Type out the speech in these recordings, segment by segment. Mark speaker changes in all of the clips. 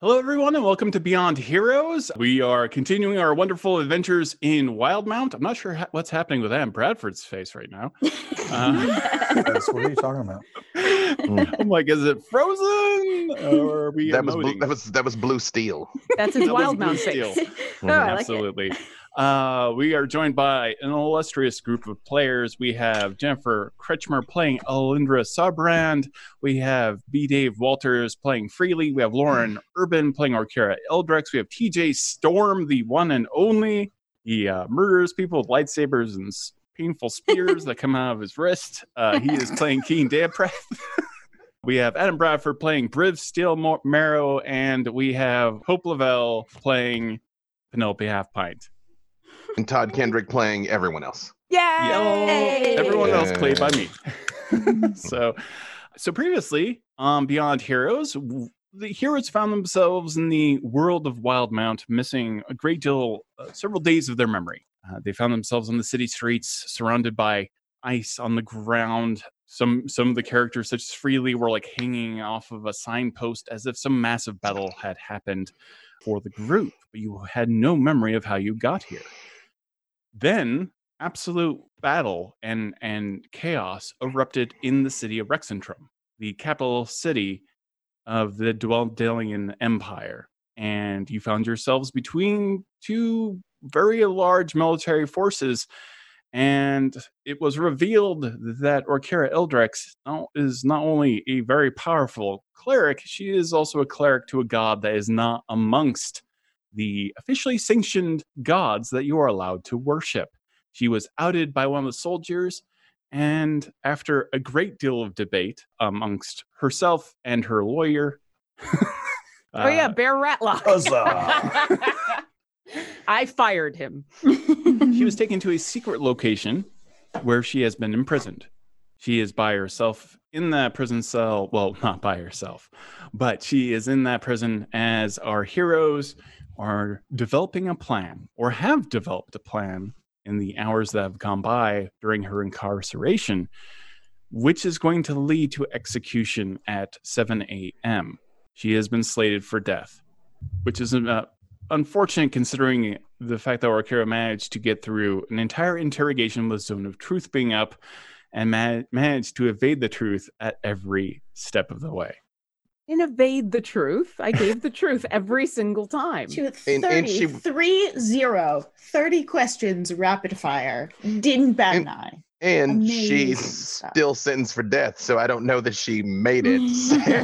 Speaker 1: Hello, everyone, and welcome to Beyond Heroes. We are continuing our wonderful adventures in Wildmount. I'm not sure ha- what's happening with Anne Bradford's face right now. Uh,
Speaker 2: Yes, what are you talking about?
Speaker 1: I'm like, is it frozen? Or are we
Speaker 3: that was blue,
Speaker 1: emoting?
Speaker 3: that was that was blue steel.
Speaker 4: That's his
Speaker 1: That was
Speaker 4: wild
Speaker 1: blue
Speaker 4: mount
Speaker 1: steel.
Speaker 4: face.
Speaker 5: Mhm.
Speaker 4: Oh, I like it.
Speaker 1: Mm, Absolutely. Uh, we are joined by an illustrious group of players. We have Jennifer Kretschmer playing Alindra Sabrand. We have B. Dave Walters playing Freely. We have Lauren Urban playing Orkira Eldrex. We have TJ Storm, the one and only. He uh, murders people with lightsabers and s- painful spears that come out of his wrist. Uh, he is playing Keen Damprath. We have Adam Bradford playing Briv Steel Mo- Marrow, and we have Hope Lavelle playing Penelope Half Pint.
Speaker 3: And Todd Kendrick playing everyone else.
Speaker 4: Yay!
Speaker 1: Everyone else played by me. so, so previously on Beyond Heroes, w- the heroes found themselves in the world of Wildmount, missing a great deal, uh, several days of their memory. Uh, they found themselves on the city streets, surrounded by ice on the ground. Some some of the characters, such as Freely, were like hanging off of a signpost as if some massive battle had happened for the group, but you had no memory of how you got here. Then absolute battle and and chaos erupted in the city of Rexentrum, the capital city of the Dwaldalian Empire, and you found yourselves between two very large military forces. And it was revealed that Orkira Eldrex now is not only a very powerful cleric, she is also a cleric to a god that is not amongst the officially sanctioned gods that you are allowed to worship. She was outed by one of the soldiers, and after a great deal of debate amongst herself and her lawyer.
Speaker 4: Oh
Speaker 1: uh,
Speaker 4: yeah, Bear Ratlock.
Speaker 2: Huzzah.
Speaker 4: I fired him.
Speaker 1: She was taken to a secret location where she has been imprisoned. She is by herself in that prison cell. Well, not by herself, but she is in that prison as our heroes are developing a plan or have developed a plan in the hours that have gone by during her incarceration, which is going to lead to execution at 7 a.m. She has been slated for death, which is uh, unfortunate considering the fact that Orkira managed to get through an entire interrogation with Zone of Truth being up and ma- managed to evade the truth at every step of the way.
Speaker 4: Didn't evade the truth. I gave the truth every single time.
Speaker 5: to
Speaker 3: And-
Speaker 5: 30,
Speaker 3: and she-
Speaker 5: three zero, 30 questions rapid fire. Didn't bat
Speaker 3: And-
Speaker 5: an eye.
Speaker 3: And
Speaker 5: Amazing
Speaker 3: she's
Speaker 5: stuff.
Speaker 3: still sentenced for death, so I don't know that she made it.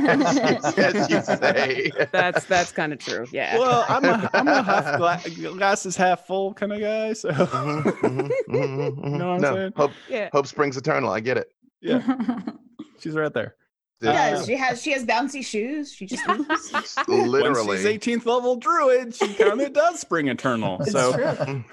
Speaker 3: as, you, as you say.
Speaker 4: That's that's kind of true. Yeah.
Speaker 1: Well, I'm a, I'm a half gla- glass is half full kind of guy. So,
Speaker 3: Mhm, mhm, mhm, mhm.
Speaker 1: Know what I'm saying?
Speaker 3: hope,
Speaker 4: yeah.
Speaker 3: hope springs eternal. I get it.
Speaker 1: yeah, she's right there.
Speaker 3: This-
Speaker 1: Yeah,
Speaker 5: Does she has she has bouncy shoes. She just moves.
Speaker 1: When she's
Speaker 3: Literally.
Speaker 1: 18th level druid, she kind of does spring eternal.
Speaker 2: It's
Speaker 1: So,
Speaker 2: true.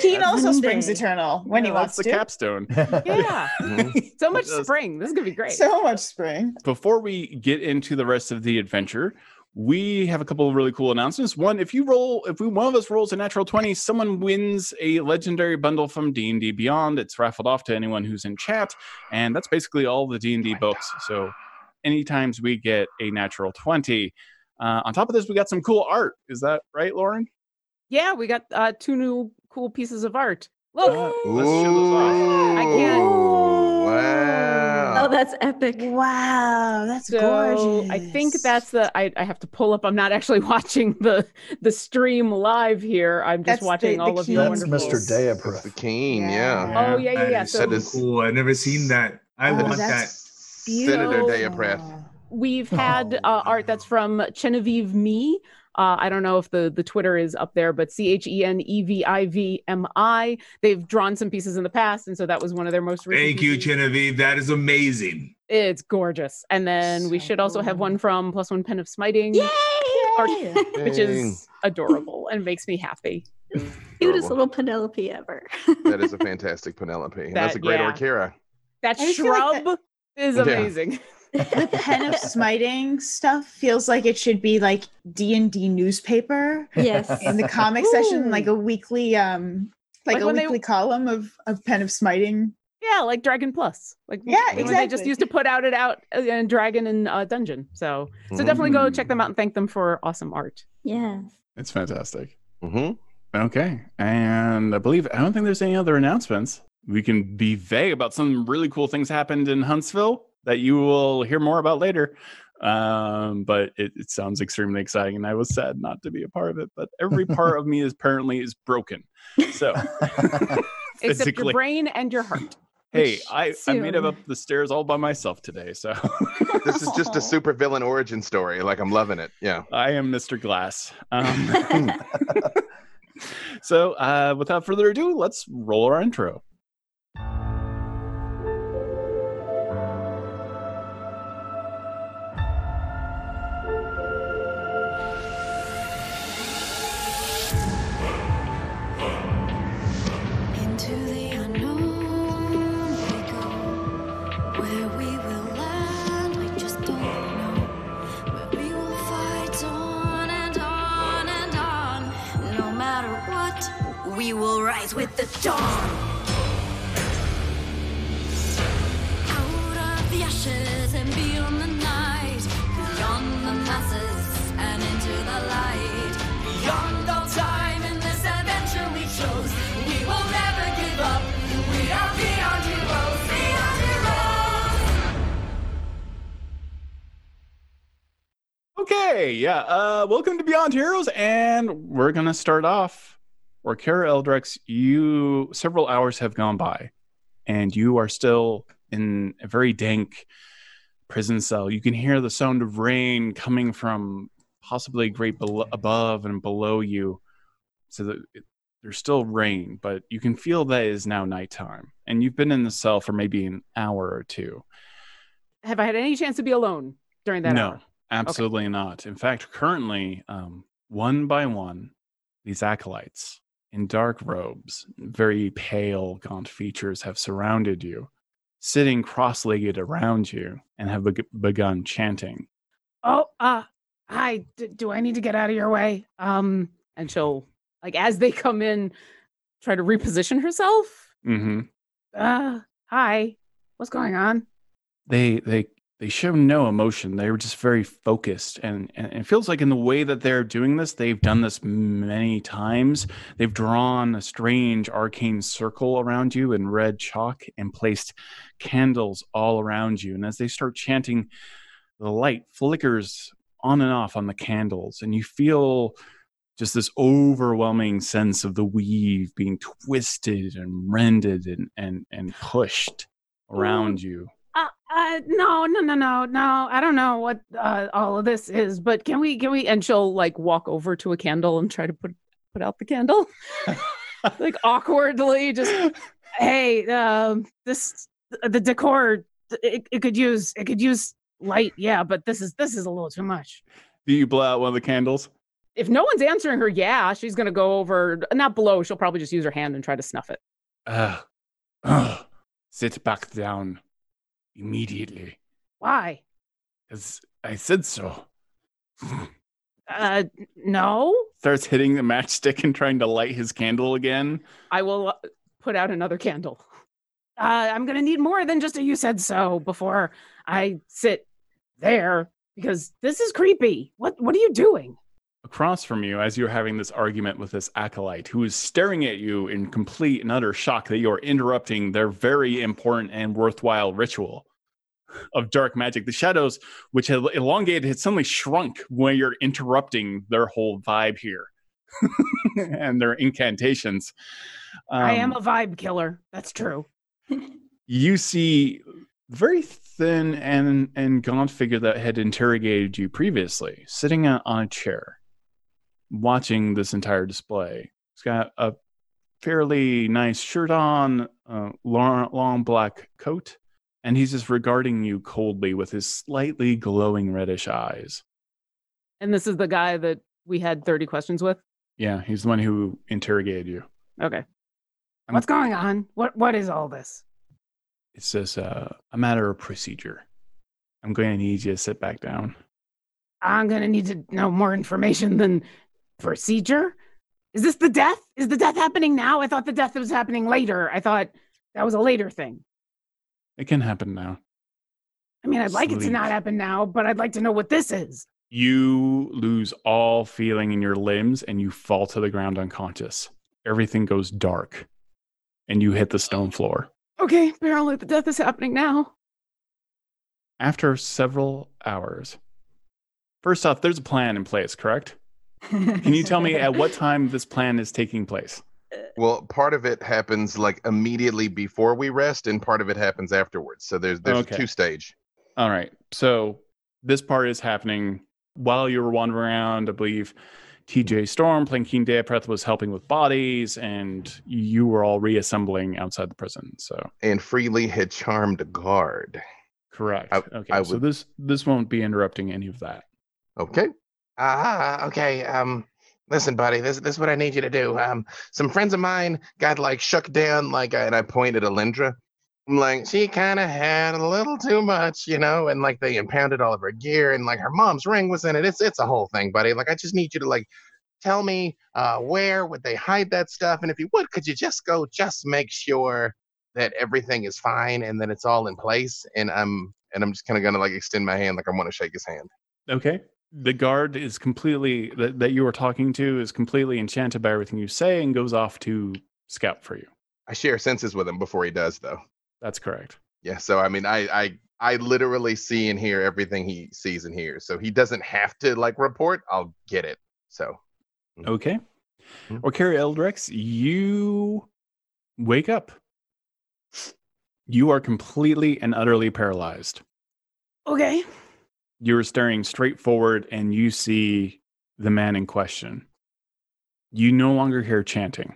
Speaker 5: Keen also
Speaker 4: Monday.
Speaker 5: springs eternal when he
Speaker 1: Yeah,
Speaker 5: wants
Speaker 1: that's
Speaker 5: to.
Speaker 1: the capstone.
Speaker 4: yeah.
Speaker 3: Mhm.
Speaker 4: So much
Speaker 1: Yes.
Speaker 4: spring. This is gonna be great.
Speaker 5: So much spring.
Speaker 1: before we get into the rest of the adventure, we have a couple of really cool announcements. One, if you roll, if we one of us rolls a natural twenty, someone wins a legendary bundle from D and D Beyond. It's raffled off to anyone who's in chat, and that's basically all the D and D books. So, any times we get a natural twenty, uh, on top of this, we got some cool art. Is that right, Lauren?
Speaker 4: yeah, we got uh, two new cool pieces of art. Look,
Speaker 1: Let's show those off.
Speaker 4: I can't-
Speaker 3: Ooh,
Speaker 6: Oh,
Speaker 3: Wow.
Speaker 6: that's epic.
Speaker 5: Wow, that's
Speaker 4: so
Speaker 5: gorgeous.
Speaker 4: I think that's the I, I have to pull up. I'm not actually watching the the stream live here. I'm just
Speaker 5: That's the-
Speaker 4: watching
Speaker 5: the
Speaker 4: all of your
Speaker 2: That's
Speaker 5: key.
Speaker 4: wonderful.
Speaker 2: Mr.
Speaker 3: That's the
Speaker 2: Deaprith.
Speaker 3: keen,
Speaker 5: Yeah.
Speaker 3: yeah.
Speaker 4: Oh, yeah, yeah,
Speaker 6: that
Speaker 4: yeah,
Speaker 6: is
Speaker 4: so-
Speaker 6: so cool. I've never seen that. I
Speaker 5: Oh,
Speaker 6: want that.
Speaker 3: Senator Day of Breath.
Speaker 4: We've had
Speaker 2: Oh.
Speaker 4: uh, art that's from Genevieve Me. Uh, I don't know if the the Twitter is up there, but C H E N E V I V M I. They've drawn some pieces in the past, and so that was one of their most recent.
Speaker 6: Thank you,
Speaker 4: pieces.
Speaker 6: Genevieve. That is amazing.
Speaker 4: It's gorgeous. And then we
Speaker 5: So
Speaker 4: should also have
Speaker 5: cool.
Speaker 4: one from Plus One Pen of Smiting,
Speaker 5: Yay!
Speaker 4: which
Speaker 3: Dang.
Speaker 4: is adorable and makes me happy.
Speaker 6: Adorable.
Speaker 3: Adorable.
Speaker 6: Cutest little Penelope ever.
Speaker 3: that is a fantastic Penelope. and that's
Speaker 4: That-
Speaker 3: a great
Speaker 4: yeah.
Speaker 3: Orkira.
Speaker 4: That
Speaker 5: I just feel like
Speaker 4: shrub is
Speaker 3: Yeah.
Speaker 4: amazing.
Speaker 5: the pen of smiting stuff feels like it should be like D and D newspaper
Speaker 6: Yes.
Speaker 5: in the comic section,
Speaker 4: Ooh.
Speaker 5: like a weekly um like,
Speaker 4: Like
Speaker 5: a
Speaker 4: when they-
Speaker 5: weekly column of of pen of smiting
Speaker 4: Yeah, like Dragon Plus. Like
Speaker 5: Yeah,
Speaker 4: when They just
Speaker 5: exactly.
Speaker 4: used to put out it out uh, in Dragon and uh, Dungeon. So so definitely go
Speaker 6: Mm.
Speaker 4: check them out and thank them for awesome art.
Speaker 7: Yeah.
Speaker 1: It's fantastic.
Speaker 3: Mm-hmm.
Speaker 1: Okay. And I believe, I don't think there's any other announcements. We can be vague about some really cool things happened in Huntsville that you will hear more about later. Um, but it, it sounds extremely exciting. And I was sad not to be a part of it, but every part of me is apparently is broken. So
Speaker 4: Except your
Speaker 1: Physically.
Speaker 4: brain and your heart.
Speaker 1: hey,
Speaker 7: Which
Speaker 1: I, I made it
Speaker 7: soon.
Speaker 1: up the stairs all by myself today. So
Speaker 3: This is just
Speaker 7: Aw.
Speaker 3: a supervillain origin story. Like I'm loving it. Yeah.
Speaker 1: I am Mr. Glass. Um, so uh, without further ado, let's roll our intro.
Speaker 8: Into the unknown we go. Where we will land, we just don't know. But we will fight on and on and on. No matter what, we will rise with the dawn. Out of the ashes and beyond the night, beyond the masses and into the light, beyond all time in this adventure we chose. We will never give up. We are beyond heroes, beyond heroes.
Speaker 1: Okay, yeah. Uh, welcome to Beyond Heroes, and we're gonna start off. Or Kara Eldrex, you several hours have gone by, and you are still in a very dank prison cell. You can hear the sound of rain coming from possibly great bel- above and below you. So that it- there's still rain, but you can feel that it is now nighttime, and you've been in the cell for maybe an hour or two.
Speaker 4: Have I had any chance to be alone during that
Speaker 1: no,
Speaker 4: hour?
Speaker 1: absolutely not. In fact, currently, um, one by one, these acolytes in dark robes, very pale, gaunt features have surrounded you, sitting cross legged around you, and have beg- begun chanting.
Speaker 4: oh uh hi d- do i need to get out of your way um and she'll like as they come in try to reposition herself
Speaker 1: hmm
Speaker 4: uh hi what's going on
Speaker 1: They, they, they show no emotion. They were just very focused. And, and it feels like, in the way that they're doing this, they've done this many times. They've drawn a strange arcane circle around you in red chalk and placed candles all around you. And as they start chanting, the light flickers on and off on the candles, and you feel just this overwhelming sense of the weave being twisted and rended and, and, and pushed around you.
Speaker 4: uh, uh no no no no no i don't know what uh all of this is but can we can we and she'll like walk over to a candle and try to put put out the candle like awkwardly just hey um this the decor it, it could use it could use light yeah but this is this is a little too much
Speaker 1: Do you blow out one of the candles?
Speaker 4: if no one's answering her yeah she's gonna go over not below she'll probably just use her hand and try to snuff it
Speaker 1: Uh, uh, sit back down immediately.
Speaker 4: why
Speaker 1: As I said so.
Speaker 4: uh no
Speaker 1: Starts hitting the matchstick and trying to light his candle again.
Speaker 4: i will uh, put out another candle uh i'm gonna need more than just a you said so before i sit there because this is creepy what what are you doing
Speaker 1: across from you as you're having this argument with this acolyte who is staring at you in complete and utter shock that you're interrupting their very important and worthwhile ritual of dark magic. The shadows, which had elongated, had suddenly shrunk when you're interrupting their whole vibe here and their incantations.
Speaker 4: i am
Speaker 1: Um,
Speaker 4: a vibe killer that's true
Speaker 1: you see very thin and and gaunt figure that had interrogated you previously sitting on on a chair watching this entire display he's got a fairly nice shirt on uh, long, long black coat and he's just regarding you coldly with his slightly glowing reddish eyes
Speaker 4: and this is the guy that we had 30 questions with
Speaker 1: yeah he's the one who interrogated you
Speaker 4: Okay.
Speaker 1: I'm-
Speaker 4: What's going on? What what is all this?
Speaker 1: it's just uh, a matter of procedure i'm going to need you to sit back down
Speaker 4: I'm gonna need to know more information than procedure. Is this the death? Is the death happening now? I thought the death was happening later. I thought that was a later thing.
Speaker 1: It can happen now.
Speaker 4: I mean, I'd like it to
Speaker 1: Sleep.
Speaker 4: not happen now, but I'd like to know what this is.
Speaker 1: You lose all feeling in your limbs and you fall to the ground unconscious. Everything goes dark and you hit the stone floor.
Speaker 4: Okay, apparently the death is happening now.
Speaker 1: After several hours, first off, there's a plan in place, correct? Can you tell me at what time this plan is taking place?
Speaker 3: Well, part of it happens like immediately before we rest, and part of it happens afterwards. So there's there's
Speaker 1: Okay.
Speaker 3: two stage.
Speaker 1: All right. So this part is happening while you were wandering around. I believe TJ Storm playing King Deapreth was helping with bodies, and you were all reassembling outside the prison. So
Speaker 3: And Freely had charmed a guard.
Speaker 1: correct.
Speaker 3: I-
Speaker 1: okay.
Speaker 3: I
Speaker 1: so
Speaker 3: would-
Speaker 1: this this won't be interrupting any of that.
Speaker 3: Okay. Ah, okay. Um, listen, buddy, this this is what I need you to do. Um, some friends of mine got like shook down, like, uh, and I pointed at Alindra. I'm like, she kind of had a little too much, you know, and like they impounded all of her gear, and like her mom's ring was in it. It's it's a whole thing, buddy. Like, I just need you to like tell me uh where would they hide that stuff, and if you would, could you just go, just make sure that everything is fine and that it's all in place. And I'm and I'm just kind of gonna like extend my hand, like I want to shake his hand.
Speaker 1: Okay. The guard is completely that, that you were talking to is completely enchanted by everything you say and goes off to scout for you.
Speaker 3: I share senses with him before he does, though.
Speaker 1: That's correct.
Speaker 3: Yeah. So I mean, I I I literally see and hear everything he sees and hears. So he doesn't have to like report. I'll get it. So
Speaker 1: Okay.
Speaker 3: Mhm.
Speaker 1: Or Carrie Eldrex, you wake up. You are completely and utterly paralyzed.
Speaker 4: Okay.
Speaker 1: You're staring straight forward and you see the man in question. You no longer hear chanting.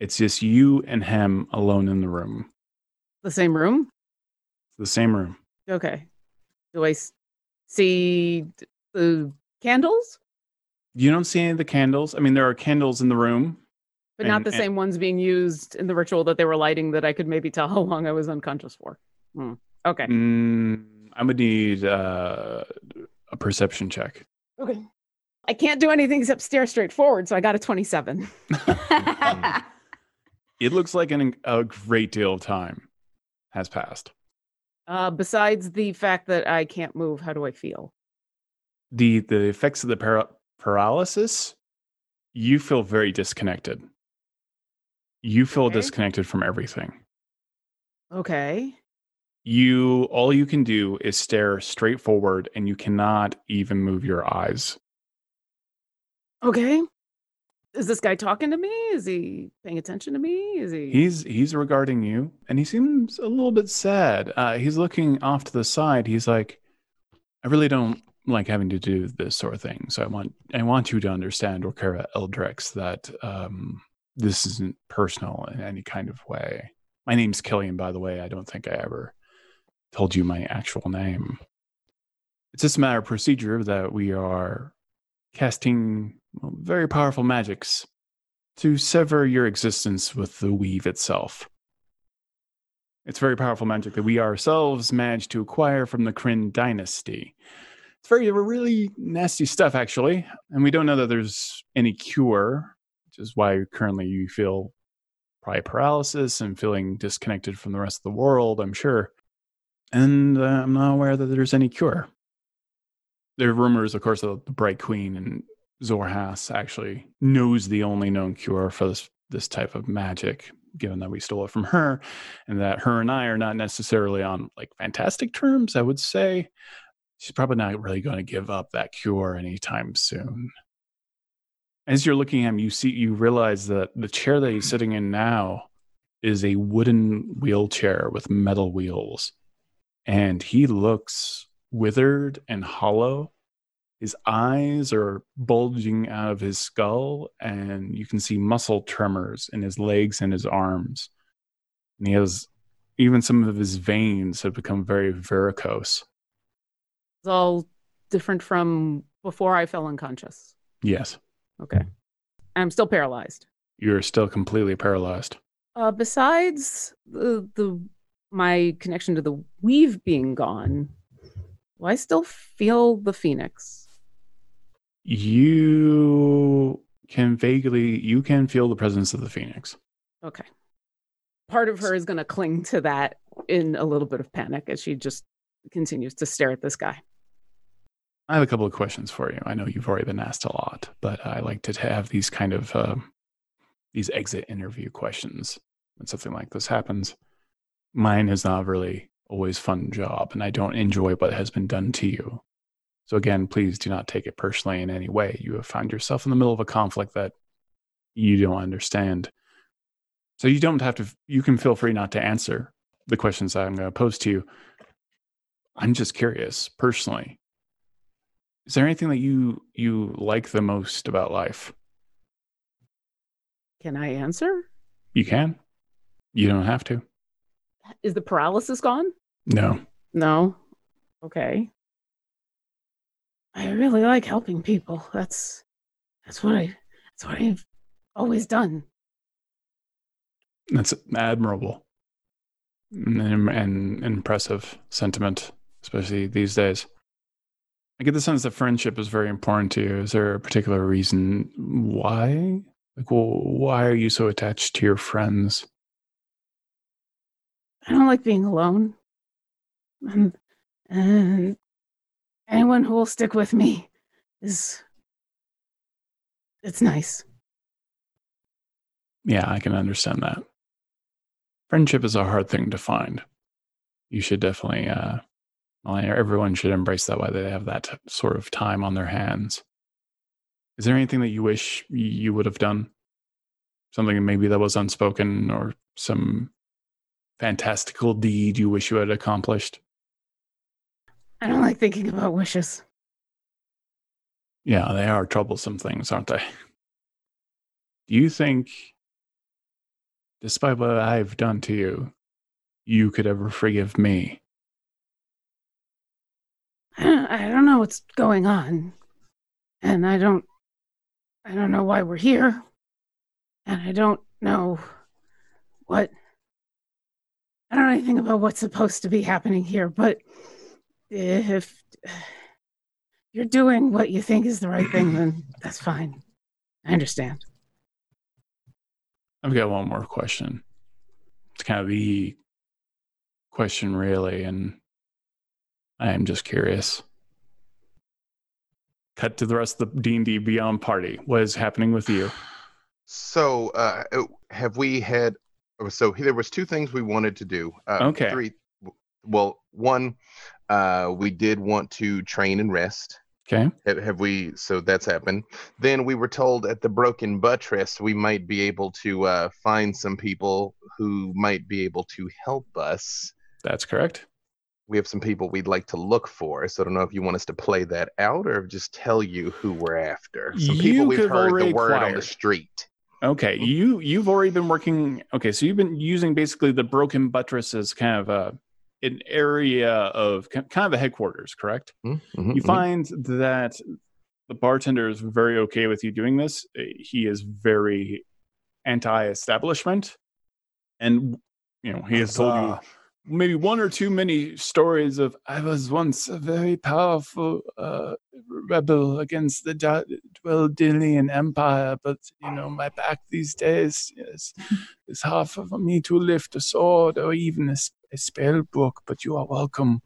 Speaker 1: It's just you and him alone in the room,
Speaker 4: The same room?
Speaker 1: the same room.
Speaker 4: Okay. Do I s- see d- the candles?
Speaker 1: You don't see any of the candles. I mean, there are candles in the room.
Speaker 4: But not
Speaker 1: And-
Speaker 4: the
Speaker 1: and-
Speaker 4: same ones being used in the ritual that they were lighting that I could maybe tell how long I was unconscious for. Hmm. Okay.
Speaker 1: Mm, I would need uh, a perception check.
Speaker 4: Okay. I can't do anything except stare straight forward, so I got a 27.
Speaker 1: It looks like an, a great deal of time has passed.
Speaker 4: Uh, besides the fact that I can't move, how do I feel?
Speaker 1: The the effects of the para- paralysis, you feel very disconnected. You feel
Speaker 4: Okay.
Speaker 1: disconnected from everything.
Speaker 4: Okay.
Speaker 1: You all you can do is stare straight forward and you cannot even move your eyes.
Speaker 4: Okay. Is this guy talking to me? Is he paying attention to me? Is he?
Speaker 1: He's he's regarding you and he seems a little bit sad. Uh, he's looking off to the side. He's like, I really don't like having to do this sort of thing. So I want I want you to understand, Orkara Eldrex, that um, this isn't personal in any kind of way. My name's Killian, by the way. I don't think I ever told you my actual name. It's just a matter of procedure that we are casting well, very powerful magics to sever your existence with the weave itself. It's very powerful magic that we ourselves managed to acquire from the Kryn dynasty. It's very really nasty stuff, actually, and we don't know that there's any cure, which is why currently you feel probably paralysis and feeling disconnected from the rest of the world. I'm sure, and uh, I'm not aware that there's any cure. There are rumors, of course, that the Bright Queen and Zorhas actually knows the only known cure for this this type of magic, given that we stole it from her, and that her and I are not necessarily on like fantastic terms. I would say she's probably not really going to give up that cure anytime soon. As you're looking at him, you see you realize that the chair that he's sitting in now is a wooden wheelchair with metal wheels, and he looks withered and hollow his eyes are bulging out of his skull and you can see muscle tremors in his legs and his arms and he has even some of his veins have become very varicose
Speaker 4: It's all different from before I fell unconscious.
Speaker 1: yes
Speaker 4: Okay. I'm still paralyzed.
Speaker 1: you're still completely paralyzed
Speaker 4: Uh, besides the, the my connection to the weave being gone, do I still feel the phoenix?
Speaker 1: you can vaguely you can feel the presence of the phoenix
Speaker 4: Okay. part of her is going to cling to that in a little bit of panic as she just continues to stare at this guy.
Speaker 1: I have a couple of questions for you. I know you've already been asked a lot, but I like to t- have these kind of um these exit interview questions when something like this happens. Mine is not really always fun job, and I don't enjoy what has been done to you. So again, please do not take it personally in any way. You have found yourself in the middle of a conflict that you don't understand. So you don't have to. You can feel free not to answer the questions that I'm going to pose to you. I'm just curious, personally is there anything that you you like the most about life
Speaker 4: Can I answer?
Speaker 1: you can you don't have to
Speaker 4: Is the paralysis gone?
Speaker 1: no
Speaker 4: No. Okay. I really like helping people. That's that's what I that's what I've always done.
Speaker 1: that's admirable and, and impressive sentiment especially these days i get the sense that friendship is very important to you is there a particular reason why like well, why are you so attached to your friends
Speaker 4: I don't like being alone. And, and anyone who will stick with me is it's nice.
Speaker 1: Yeah, I can understand that. Friendship is a hard thing to find. You should definitely, uh, well, everyone should embrace that while they have that sort of time on their hands. Is there anything that you wish you would have done? Something maybe that was unspoken or some fantastical deed you wish you had accomplished?
Speaker 4: I don't like thinking about wishes.
Speaker 1: Yeah, they are troublesome things, aren't they? Do you think, despite what I've done to you, you could ever forgive me?
Speaker 4: I don't, I don't know what's going on. And I don't I don't know why we're here. And I don't know what I don't know anything about what's supposed to be happening here, but if you're doing what you think is the right thing, then that's fine. I understand.
Speaker 1: I've got one more question. It's kind of the question, really, and I am just curious. Cut to the rest of the D and D Beyond party. What is happening with you?
Speaker 3: So, uh, have we had? oh, So there was two things we wanted to do. Uh,
Speaker 1: Okay.
Speaker 3: Three. Well, one, uh, we did want to train and rest.
Speaker 1: Okay.
Speaker 3: Have, have we? So that's happened. Then we were told at the Broken Buttress we might be able to uh, find some people who might be able to help us.
Speaker 1: That's correct.
Speaker 3: We have some people we'd like to look for. So I don't know if you want us to play that out or just tell you who we're after. Some
Speaker 1: You
Speaker 3: people we've
Speaker 1: have
Speaker 3: heard
Speaker 1: already
Speaker 3: the word on the
Speaker 1: acquired.
Speaker 3: street.
Speaker 1: Okay, you you've already been working. Okay, so you've been using basically the broken buttress as kind of a an area of ki- kind of the headquarters, correct?
Speaker 3: Mhm, mhm,
Speaker 1: You
Speaker 3: mhm.
Speaker 1: find that the bartender is very okay with you doing this. Uh, He is very anti-establishment, and you know he has told you
Speaker 2: Ah,
Speaker 1: maybe one or two many stories of I was once a very powerful uh, rebel against the Da- Dwelldilian Empire, but you know my back these days is is hard for me to lift a sword or even a, s- a spell book. But you are welcome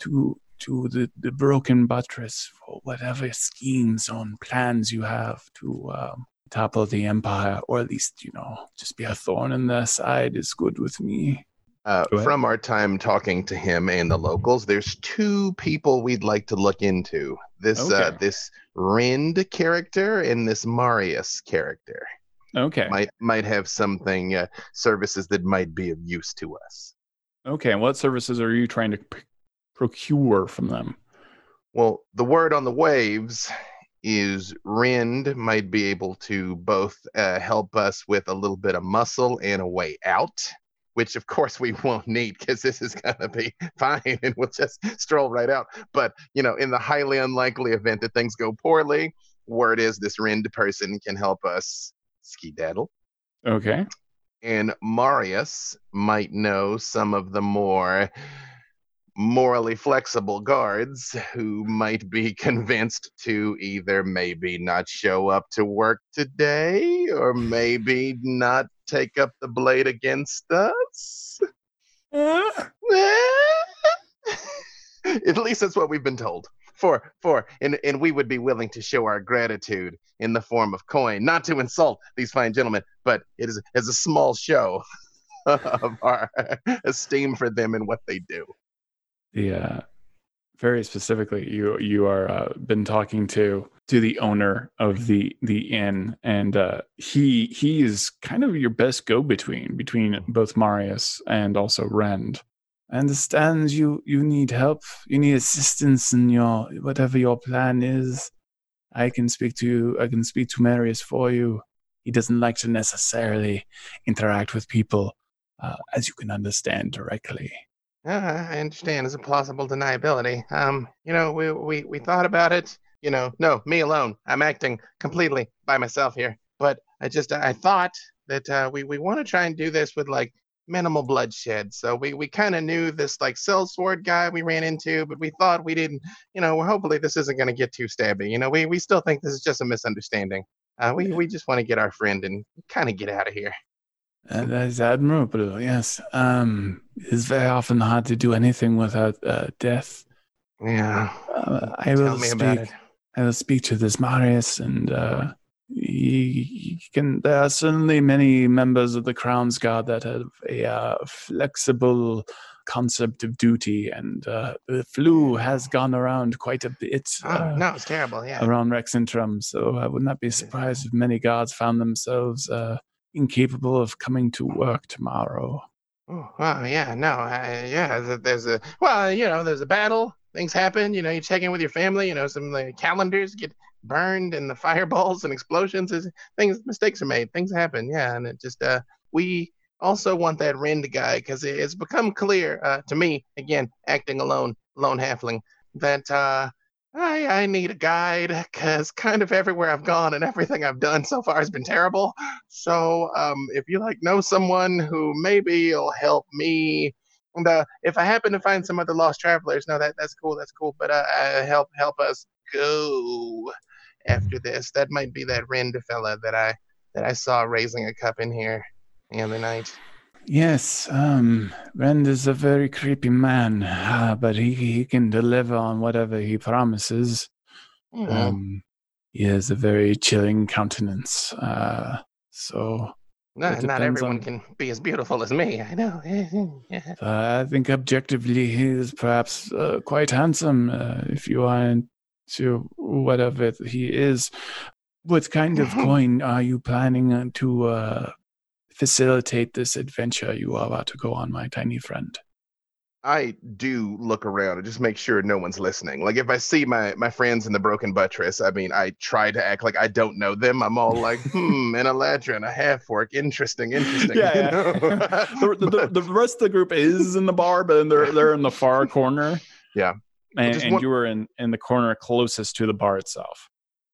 Speaker 1: to to the, the broken buttress for whatever schemes on plans you have to. Um, topple the empire or at least you know just be a thorn in their side is good with me
Speaker 3: Uh,
Speaker 1: Go ahead.
Speaker 3: from our time talking to him and the locals, there's two people we'd like to look into. This uh,
Speaker 1: Okay.
Speaker 3: this Rind character and this Marius character
Speaker 1: okay
Speaker 3: might might have something uh, services that might be of use to us.
Speaker 1: Okay, and what services are you trying to p- procure from them?
Speaker 3: Well, the word on the waves is Rind might be able to both uh, help us with a little bit of muscle and a way out, which of course we won't need because this is going to be fine and we'll just stroll right out. But, you know, in the highly unlikely event that things go poorly, word is this Rind person can help us skedaddle
Speaker 1: Okay,
Speaker 3: and Marius might know some of the more morally flexible guards who might be convinced to either maybe not show up to work today or maybe not take up the blade against us? At least that's what we've been told. For, for, and, and we would be willing to show our gratitude in the form of coin, not to insult these fine gentlemen, but it is as a small show of our esteem for them and what they do.
Speaker 1: the uh, very specifically you you are uh, been talking to to the owner of the the inn and uh, he he is kind of your best go between between both Marius and also Rend. I understand you you need help you need assistance in your whatever your plan is. I can speak to you. I can speak to Marius for you. He doesn't like to necessarily interact with people, uh, as you can understand directly.
Speaker 3: Uh, I understand. It's a plausible deniability. Um, you know, we, we we thought about it. You know, no, me alone. I'm acting completely by myself here. But I just I thought that uh, we we want to try and do this with like minimal bloodshed. So we we kind of knew this like cell sword guy we ran into, but we thought we didn't. You know, well, hopefully this isn't going to get too stabby. You know, we we still think this is just a misunderstanding. Uh, we we just want to get our friend and kind of get out of here.
Speaker 1: Uh, that is admirable. Yes, um, it's very often hard to do anything without uh, death.
Speaker 3: Yeah.
Speaker 1: Uh, I will
Speaker 3: Tell me
Speaker 1: speak.
Speaker 3: about it.
Speaker 1: I will speak to this Marius, and uh, he, he can. There are certainly many members of the Crown's Guard that have a uh, flexible concept of duty, and uh, the flu has gone around quite a bit.
Speaker 3: Oh,
Speaker 1: uh,
Speaker 3: no, it's terrible. Yeah.
Speaker 1: around Rexentrum, so I would not be surprised if many guards found themselves uh, incapable of coming to work tomorrow.
Speaker 3: Oh, well, yeah, no, I, yeah, th- there's a well, you know, there's a battle. Things happen. You know, you check in with your family. You know, some like, calendars get burned, and the fireballs and explosions. Is, things, mistakes are made. Things happen. Yeah, and it just uh, we also want that Rend guy because it, it's become clear uh, to me again, acting alone, lone halfling, that uh, I I need a guide because kind of everywhere I've gone and everything I've done so far has been terrible. So um, if you like know someone who maybe will help me, and uh, if I happen to find some other lost travelers, no, that that's cool, that's cool. But uh, uh, help help us go after this. That might be that Rend fella that I that I saw raising a cup in here the other night.
Speaker 1: Yes, um, Rand is a very creepy man, uh, but he, he can deliver on whatever he promises.
Speaker 3: Mm,
Speaker 1: Um, he has a very chilling countenance. Uh, so
Speaker 3: no,
Speaker 1: it
Speaker 3: not
Speaker 1: depends
Speaker 3: everyone
Speaker 1: on-
Speaker 3: can be as beautiful as me. I know. Yeah.
Speaker 1: uh, I think objectively he is perhaps uh, quite handsome uh, if you are into whatever he is. What kind of coin are you planning uh, to uh, facilitate this adventure you are about to go on, my tiny friend?
Speaker 3: I do look around and just make sure no one's listening. Like if I see my my friends in the broken buttress, I mean, I try to act like I don't know them. I'm all like, hmm, an Eladrin, a half orc, interesting, interesting.
Speaker 1: Yeah,
Speaker 3: you
Speaker 1: yeah.
Speaker 3: know?
Speaker 1: the, the,
Speaker 3: But-
Speaker 1: the rest of the group is in the bar, but then they're they're in the far corner.
Speaker 3: Yeah.
Speaker 1: and,
Speaker 3: Just
Speaker 1: and
Speaker 3: one-
Speaker 1: you were in in the corner closest to the bar itself.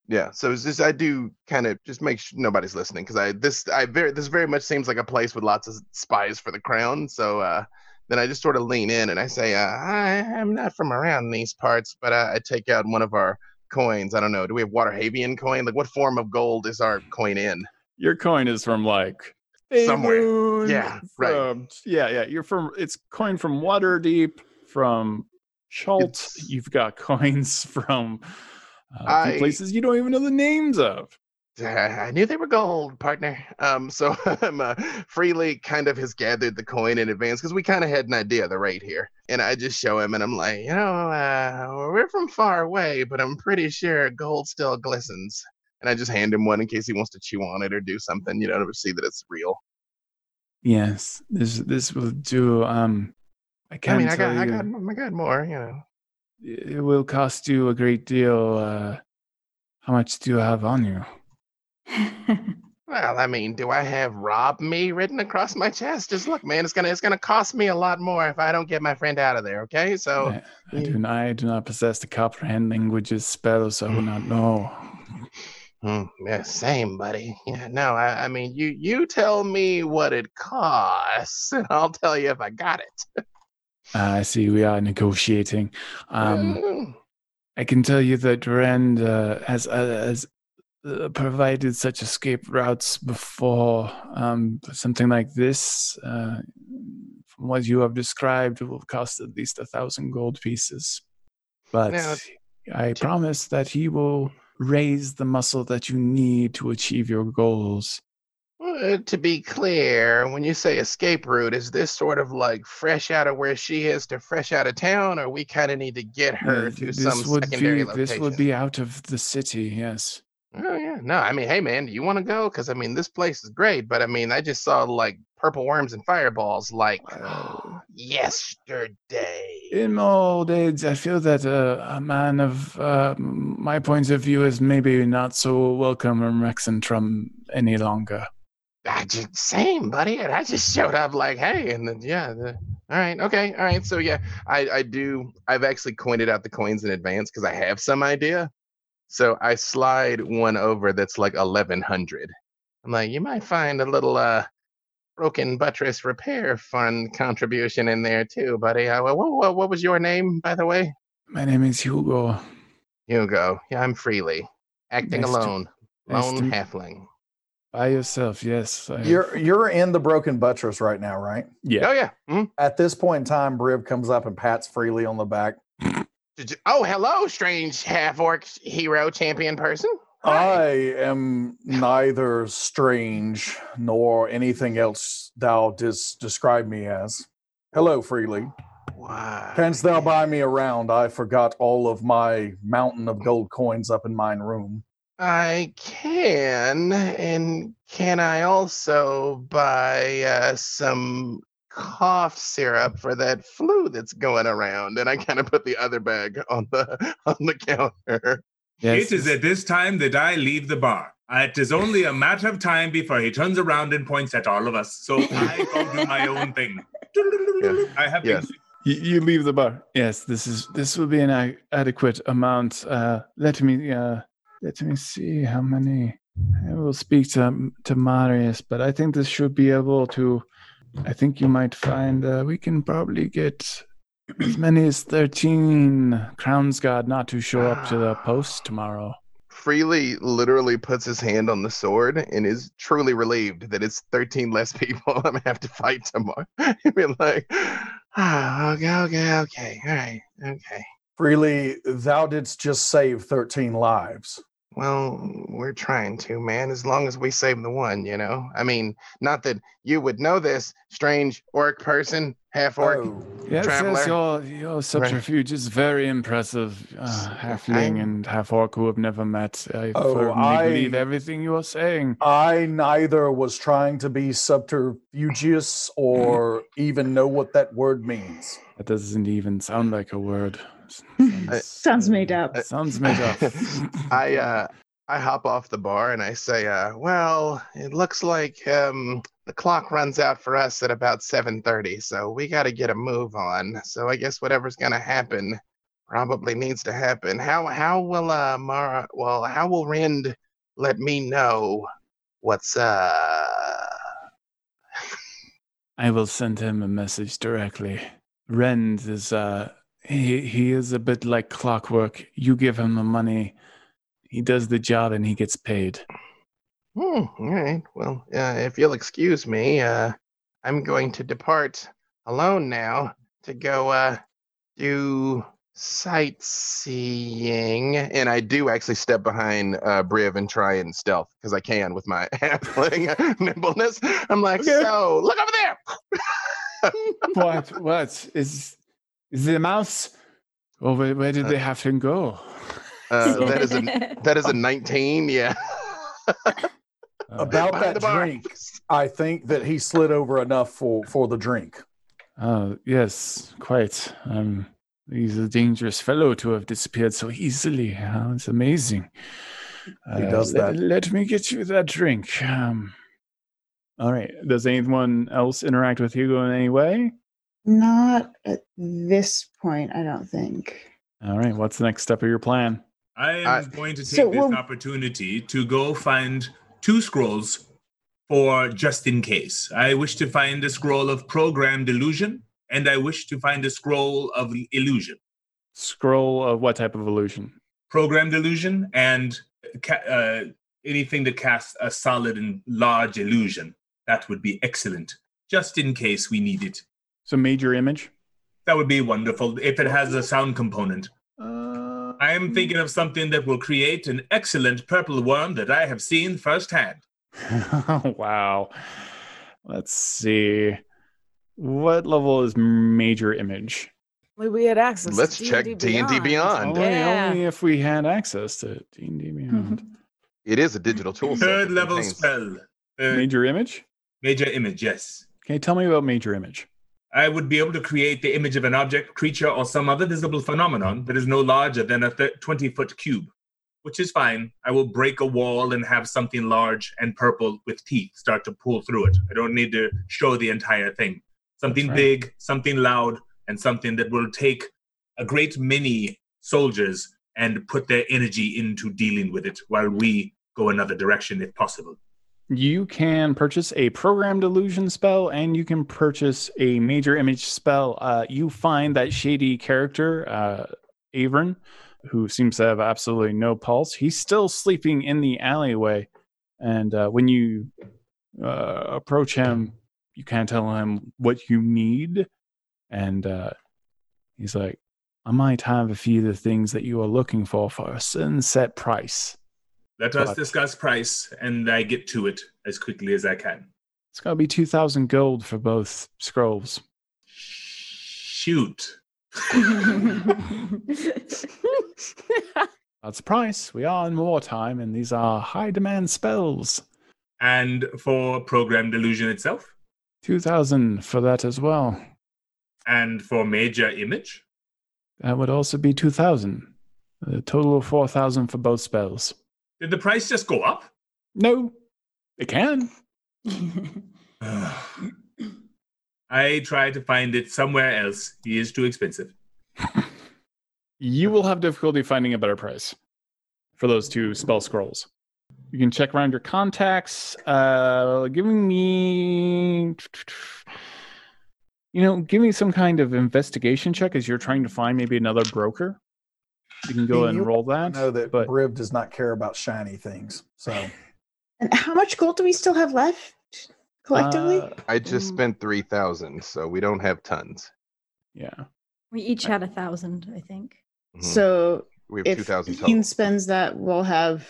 Speaker 3: yeah, so it's just I do kind of just make sure nobody's listening because I this I very this very much seems like a place with lots of spies for the crown. So uh, then I just sort of lean in and I say, uh, I am not from around these parts, but uh, I take out one of our coins. I don't know. Do we have Waterhavian coin? Like what form of gold is our coin in?
Speaker 1: Your coin is from like
Speaker 3: Somewhere.
Speaker 1: Faerun,
Speaker 3: Yeah, right.
Speaker 1: from- Yeah, yeah. You're from it's coin from Waterdeep, from Chult.
Speaker 3: It's-
Speaker 1: You've got coins from uh, from
Speaker 3: I-
Speaker 1: places you don't even know the names of.
Speaker 3: Uh, I knew they were gold, partner. Um, so I'm uh, freely kind of has gathered the coin in advance because we kind of had an idea of the rate here, and I just show him, and I'm like, you know, uh, we're from far away, but I'm pretty sure gold still glistens. And I just hand him one in case he wants to chew on it or do something, you know, to see that it's real.
Speaker 1: Yes, this this will do. Um, I
Speaker 3: I
Speaker 1: can't
Speaker 3: mean, I
Speaker 1: tell
Speaker 3: got, I
Speaker 1: you.
Speaker 3: got, I got more, you know.
Speaker 1: it will cost you a great deal. Uh, how much do you have on you?
Speaker 3: Well, I mean, do I have rob me written across my chest? Just look, man, it's gonna, it's gonna cost me a lot more if I don't get my friend out of there. Okay, so.
Speaker 1: I, I do not, I do not possess the comprehend languages spell, so I will not know.
Speaker 3: Mm, yeah, same, buddy. Yeah, no, I, I mean, you you tell me what it costs, and I'll tell you if I got it.
Speaker 1: Uh, I see we are negotiating. Um,
Speaker 3: Mm.
Speaker 1: I can tell you that Rand uh, has uh, has uh, provided such escape routes before. Um, but something like this, uh, from what you have described, will cost at least a thousand gold pieces. But
Speaker 3: Now-
Speaker 1: I promise that he will raise the muscle that you need to achieve your goals.
Speaker 3: Uh, to be clear, when you say escape route, is this sort of like fresh out of where she is to fresh out of town, or we kind of need to get her
Speaker 1: Uh,
Speaker 3: to some
Speaker 1: would
Speaker 3: secondary
Speaker 1: be
Speaker 3: location?
Speaker 1: this would be out of the city. Yes.
Speaker 3: Oh yeah, no, I mean, hey man, do you want to go? Because I mean, this place is great, but I mean, I just saw like purple worms and fireballs like yesterday.
Speaker 1: in my old age, I feel that uh, a man of uh, my point of view is maybe not so welcome in Rexentrum any longer.
Speaker 3: I just same, buddy. And I just showed up like, hey, and then yeah, the, all right, okay, all right. So yeah, I I do. I've actually coined out the coins in advance because I have some idea. So I slide one over that's like eleven hundred. I'm like, you might find a little uh broken buttress repair fund contribution in there too, buddy. Uh, I, what, what what was your name by the way?
Speaker 1: My name is Hugo.
Speaker 3: Hugo. Yeah, I'm freely acting
Speaker 1: Nice to-
Speaker 3: alone,
Speaker 1: nice
Speaker 3: lone
Speaker 1: to-
Speaker 3: halfling.
Speaker 1: By yourself, yes. I-
Speaker 2: You're you're in the broken buttress right now, right?
Speaker 1: yeah.
Speaker 3: Oh yeah. mhm.
Speaker 2: At this point in time, Brib comes up and pats freely on the back.
Speaker 3: Did you- Oh, hello, strange half orc hero champion person. Hi.
Speaker 2: I am neither strange nor anything else thou didst describe me as. Hello, freely.
Speaker 3: Why?
Speaker 2: Canst thou buy me around? I forgot all of my mountain of gold coins up in mine room.
Speaker 3: I can, and can I also buy uh, some cough syrup for that flu that's going around? And I kind of put the other bag on the on the counter.
Speaker 1: Yes,
Speaker 6: it is
Speaker 1: yes.
Speaker 6: at this time that I leave the bar. It is only a matter of time before he turns around and points at all of us. So I go do my own thing. I have
Speaker 3: Yes.
Speaker 6: things to
Speaker 1: You, you leave the bar. Yes, this is this will be an a- adequate amount. Uh, let me uh, let me see how many. I will speak to to Marius, but I think this should be able to. I think you might find uh, we can probably get as many as thirteen crowns guard not to show up to the post tomorrow.
Speaker 3: Freely literally puts his hand on the sword and is truly relieved that it's 13 less people I'm gonna have to fight tomorrow. and be like, oh, okay, okay, okay, all right, okay.
Speaker 2: Freely, thou didst just save 13 lives.
Speaker 3: Well, we're trying to, man, as long as we save the one, you know? I mean, not that you would know this, strange orc person, half orc.
Speaker 2: Oh,
Speaker 1: Yes, yes,
Speaker 3: Traveler.
Speaker 1: your your subterfuge is very impressive, uh, halfling
Speaker 3: I'm-
Speaker 1: and half orc who have never met. I
Speaker 2: Oh,
Speaker 1: firmly believe
Speaker 2: I-
Speaker 1: everything you are saying.
Speaker 2: I neither was trying to be subterfugious or even know what that word means.
Speaker 1: That doesn't even sound like a word.
Speaker 5: Sounds made up.
Speaker 1: Sounds made up.
Speaker 3: I uh I hop off the bar and I say, uh, well, it looks like um the clock runs out for us at about 7:30, so we got to get a move on. So I guess whatever's going to happen probably needs to happen. How how will uh Mara well, how will Rend let me know what's uh
Speaker 1: I will send him a message directly. Rend is uh he he is a bit like clockwork. You give him the money, he does the job and he gets paid.
Speaker 3: Hmm, all right. Well, uh, if you'll excuse me, uh, I'm going to depart alone now to go uh, do sightseeing. And I do actually step behind uh, Briv and try and stealth because I can with my halfling nimbleness. I'm like,
Speaker 1: Okay.
Speaker 3: so look over there.
Speaker 1: what what is is the mouse? Oh where, where did they have him go?
Speaker 3: Uh, that is a that is a 19. Yeah.
Speaker 1: Uh,
Speaker 2: About
Speaker 3: Behind
Speaker 2: that drink, I think that he slid over enough for, for the drink.
Speaker 1: Uh, yes, quite. Um, he's a dangerous fellow to have disappeared so easily. Huh? It's amazing. Uh,
Speaker 2: He does
Speaker 1: let-
Speaker 2: that.
Speaker 1: Let, me get you that drink. Um, all right. Does anyone else interact with Hugo in any way?
Speaker 5: Not at this point, I don't think.
Speaker 1: All right. What's the next step of your plan?
Speaker 6: I am
Speaker 3: I-
Speaker 6: going to take
Speaker 5: So
Speaker 6: this
Speaker 5: we'll-
Speaker 6: opportunity to go find two scrolls for just in case. I wish to find a scroll of programmed illusion, and I wish to find a scroll of illusion.
Speaker 1: Scroll of what type of illusion?
Speaker 6: Programmed illusion and ca- uh, anything to cast a solid and large illusion. That would be excellent, just in case we need it.
Speaker 1: So major image.
Speaker 6: That would be wonderful if it has a sound component.
Speaker 1: Uh,
Speaker 6: I
Speaker 2: hmm.
Speaker 6: am thinking of something that will create an excellent purple worm that I have seen firsthand.
Speaker 1: wow. Let's see. What level is major image?
Speaker 4: We had access. to
Speaker 3: Let's check D&D Beyond.
Speaker 1: Only,
Speaker 4: Yeah.
Speaker 1: only if we had access to D&D Beyond.
Speaker 3: It is a digital tool. set
Speaker 6: Third
Speaker 3: that
Speaker 6: level
Speaker 3: contains-
Speaker 6: spell. Uh,
Speaker 1: Major image?
Speaker 6: major image, yes.
Speaker 1: Okay, tell me about major image.
Speaker 6: I would be able to create the image of an object, creature, or some other visible phenomenon that is no larger than a 20 foot cube, which is fine. I will break a wall and have something large and purple with teeth start to pull through it. I don't need to show the entire thing. Something
Speaker 1: That's right.
Speaker 6: big, something loud, and something that will take a great many soldiers and put their energy into dealing with it while we go another direction if possible.
Speaker 1: You can purchase a programmed illusion spell and you can purchase a major image spell. Uh, you find that shady character, uh, Avern, who seems to have absolutely no pulse. He's still sleeping in the alleyway. And uh, when you uh, approach him, you can tell him what you need. And uh, he's like, I might have a few of the things that you are looking for for a certain set price.
Speaker 6: Let us
Speaker 1: Right.
Speaker 6: discuss price, and I get to it as quickly as I can.
Speaker 1: It's gonna be two thousand gold for both scrolls.
Speaker 6: Shoot.
Speaker 1: That's the price. We are in wartime, and these are high demand spells.
Speaker 6: And for program delusion itself,
Speaker 1: Two thousand for that as well.
Speaker 6: and for major image,
Speaker 1: That would also be two thousand. A total of four thousand for both spells.
Speaker 6: did the price just go up?
Speaker 1: No, it can.
Speaker 6: I try to find it somewhere else. He is too expensive.
Speaker 1: You will have difficulty finding a better price for those two spell scrolls. You can check around your contacts. Uh, giving me, you know, give me some kind of investigation check as you're trying to find maybe another broker. You can go
Speaker 2: You
Speaker 1: and roll
Speaker 2: I
Speaker 1: that.
Speaker 2: know that
Speaker 1: but
Speaker 2: Brib does not care about shiny things. So
Speaker 5: and how much gold do we still have left collectively?
Speaker 1: uh,
Speaker 3: I
Speaker 5: Mm.
Speaker 3: just spent 3,000, so we don't have tons.
Speaker 1: yeah,
Speaker 7: We each had a thousand, I think.
Speaker 3: Mhm.
Speaker 5: so
Speaker 3: we have
Speaker 5: if
Speaker 3: 2,000
Speaker 5: Ian
Speaker 3: total.
Speaker 5: spends that, we'll have.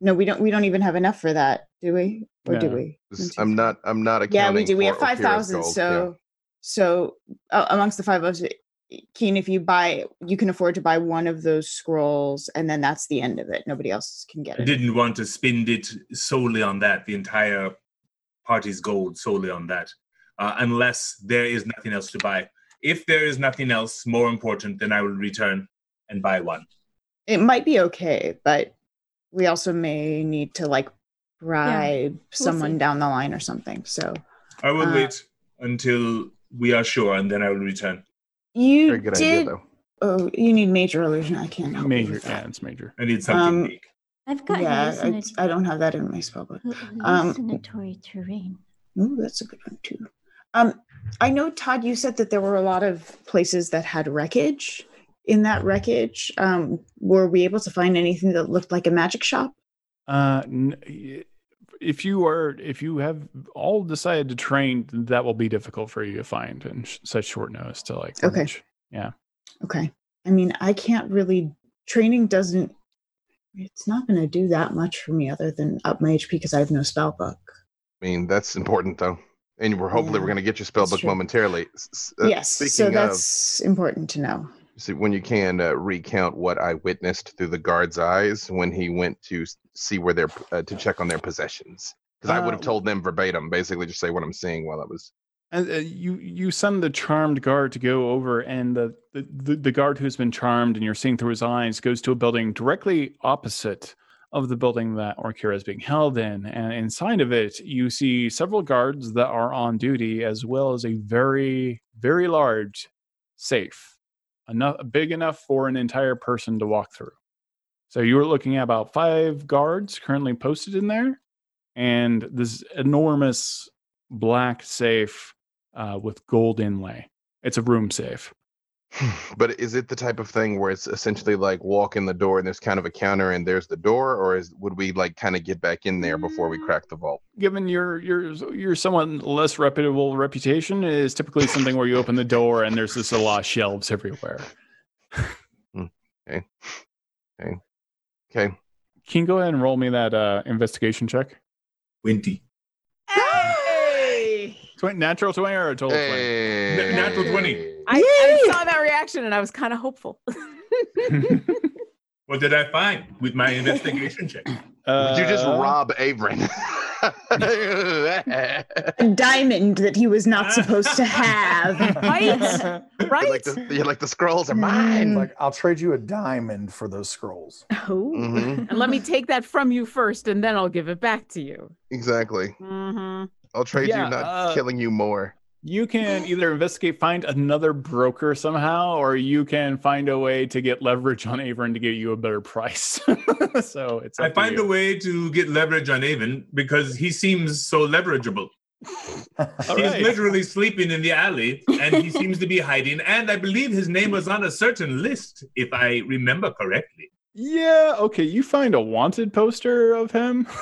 Speaker 5: No, we don't. We don't even have enough for that, do we? Or do
Speaker 1: No.
Speaker 5: we? One,
Speaker 3: This-
Speaker 5: two,
Speaker 3: I'm
Speaker 5: three.
Speaker 3: not, I'm not accounting
Speaker 5: Yeah, we do. We
Speaker 3: for
Speaker 5: have five
Speaker 3: Ophira's
Speaker 5: thousand.
Speaker 3: gold,
Speaker 5: So, so uh, amongst the five of us, Keen, if you buy, you can afford to buy one of those scrolls, and then that's the end of it. Nobody else can get
Speaker 6: I
Speaker 5: it.
Speaker 6: didn't want to spend it solely on that, the entire party's gold solely on that, uh, unless there is nothing else to buy. If there is nothing else more important, then I will return and buy one.
Speaker 5: It might be okay, but we also may need to like bribe someone
Speaker 7: see.
Speaker 5: down the line or something. So
Speaker 6: I will
Speaker 5: Uh,
Speaker 6: wait until we are sure, and then I will return.
Speaker 5: you
Speaker 3: Very good
Speaker 5: did.
Speaker 3: idea, though.
Speaker 5: Oh, you need major illusion. I can't help you
Speaker 1: major.
Speaker 5: with
Speaker 1: Yeah,
Speaker 5: that.
Speaker 1: it's major.
Speaker 6: I need
Speaker 5: Um,
Speaker 6: something big.
Speaker 7: I've got
Speaker 5: Yeah, I,
Speaker 7: hallucinatory,
Speaker 5: I don't have that in my spellbook. um,
Speaker 7: hallucinatory terrain.
Speaker 5: Ooh, that's a good one too. Um, I know Todd, you said that there were a lot of places that had wreckage. In
Speaker 3: Mm-hmm.
Speaker 5: that wreckage, um, were we able to find anything that looked like a magic shop?
Speaker 1: Uh, n- y- if you are, if you have all decided to train, that will be difficult for you to find in sh- such short notice to like.
Speaker 5: Okay.
Speaker 1: manage.
Speaker 5: Okay. I mean, I can't really. Training doesn't. It's not going to do that much for me other than up my HP because I have no spell book.
Speaker 3: I mean, that's important, though. And we're hopefully we're
Speaker 5: Yeah,
Speaker 3: going to get your spell
Speaker 7: that's
Speaker 3: book
Speaker 7: true.
Speaker 3: momentarily. S- s- uh,
Speaker 5: yes. So
Speaker 3: speaking of-
Speaker 5: that's important to know.
Speaker 3: See, when you can uh, recount what I witnessed through the guard's eyes when he went to s- see where they're uh, to check on their possessions, because I would
Speaker 5: Oh.
Speaker 3: have
Speaker 1: Uh,
Speaker 3: told them verbatim, basically just say what I'm seeing while I was.
Speaker 1: And uh, you you send the charmed guard to go over, and the, the the- the guard who's been charmed and you're seeing through his eyes goes to a building directly opposite of the building that Orkira is being held in, and inside of it you see several guards that are on duty, as well as a very very large safe, enough big enough for an entire person to walk through. So you were looking at about five guards currently posted in there, and this enormous black safe uh, with gold inlay. It's a room safe.
Speaker 3: But is it the type of thing where it's essentially like walk in the door and there's kind of a counter and there's the door, or is would we like kind of get back in there before
Speaker 1: Mm.
Speaker 3: we crack the vault?
Speaker 1: Given your your your somewhat less reputable reputation, it is typically something where you open the door and there's just a lot of shelves everywhere.
Speaker 3: Hmm. Okay.
Speaker 1: Can you go ahead and roll me that uh, investigation check?
Speaker 6: Winty.
Speaker 5: Hey!
Speaker 1: Twen- natural twenty or a total twenty?
Speaker 3: Hey.
Speaker 6: Natural 20.
Speaker 4: I, I saw that reaction and I was kind of hopeful.
Speaker 6: What did I find with my investigation check?
Speaker 1: Uh,
Speaker 3: Did you just rob Averin?
Speaker 5: A diamond that he was not supposed to have.
Speaker 4: Right? Right?
Speaker 3: Like the, you're like the scrolls are mine.
Speaker 5: Mm.
Speaker 2: Like, I'll trade you a diamond for those scrolls.
Speaker 5: Oh.
Speaker 3: Mhm.
Speaker 4: and let me take that from you first and then I'll give it back to you.
Speaker 3: Exactly.
Speaker 4: Mm-hmm.
Speaker 3: I'll trade
Speaker 1: Yeah,
Speaker 3: you not
Speaker 1: uh,
Speaker 3: killing you more.
Speaker 1: You can either investigate, find another broker somehow, or you can find a way to get leverage on Avon to get you a better price. so it's.
Speaker 6: I
Speaker 1: up to
Speaker 6: find
Speaker 1: you.
Speaker 6: a way to get leverage on Avon because he seems so leverageable.
Speaker 1: All
Speaker 6: He's
Speaker 1: right.
Speaker 6: literally sleeping in the alley and he seems to be hiding. And I believe his name was on a certain list, if I remember correctly.
Speaker 1: Yeah, okay. You find a wanted poster of him.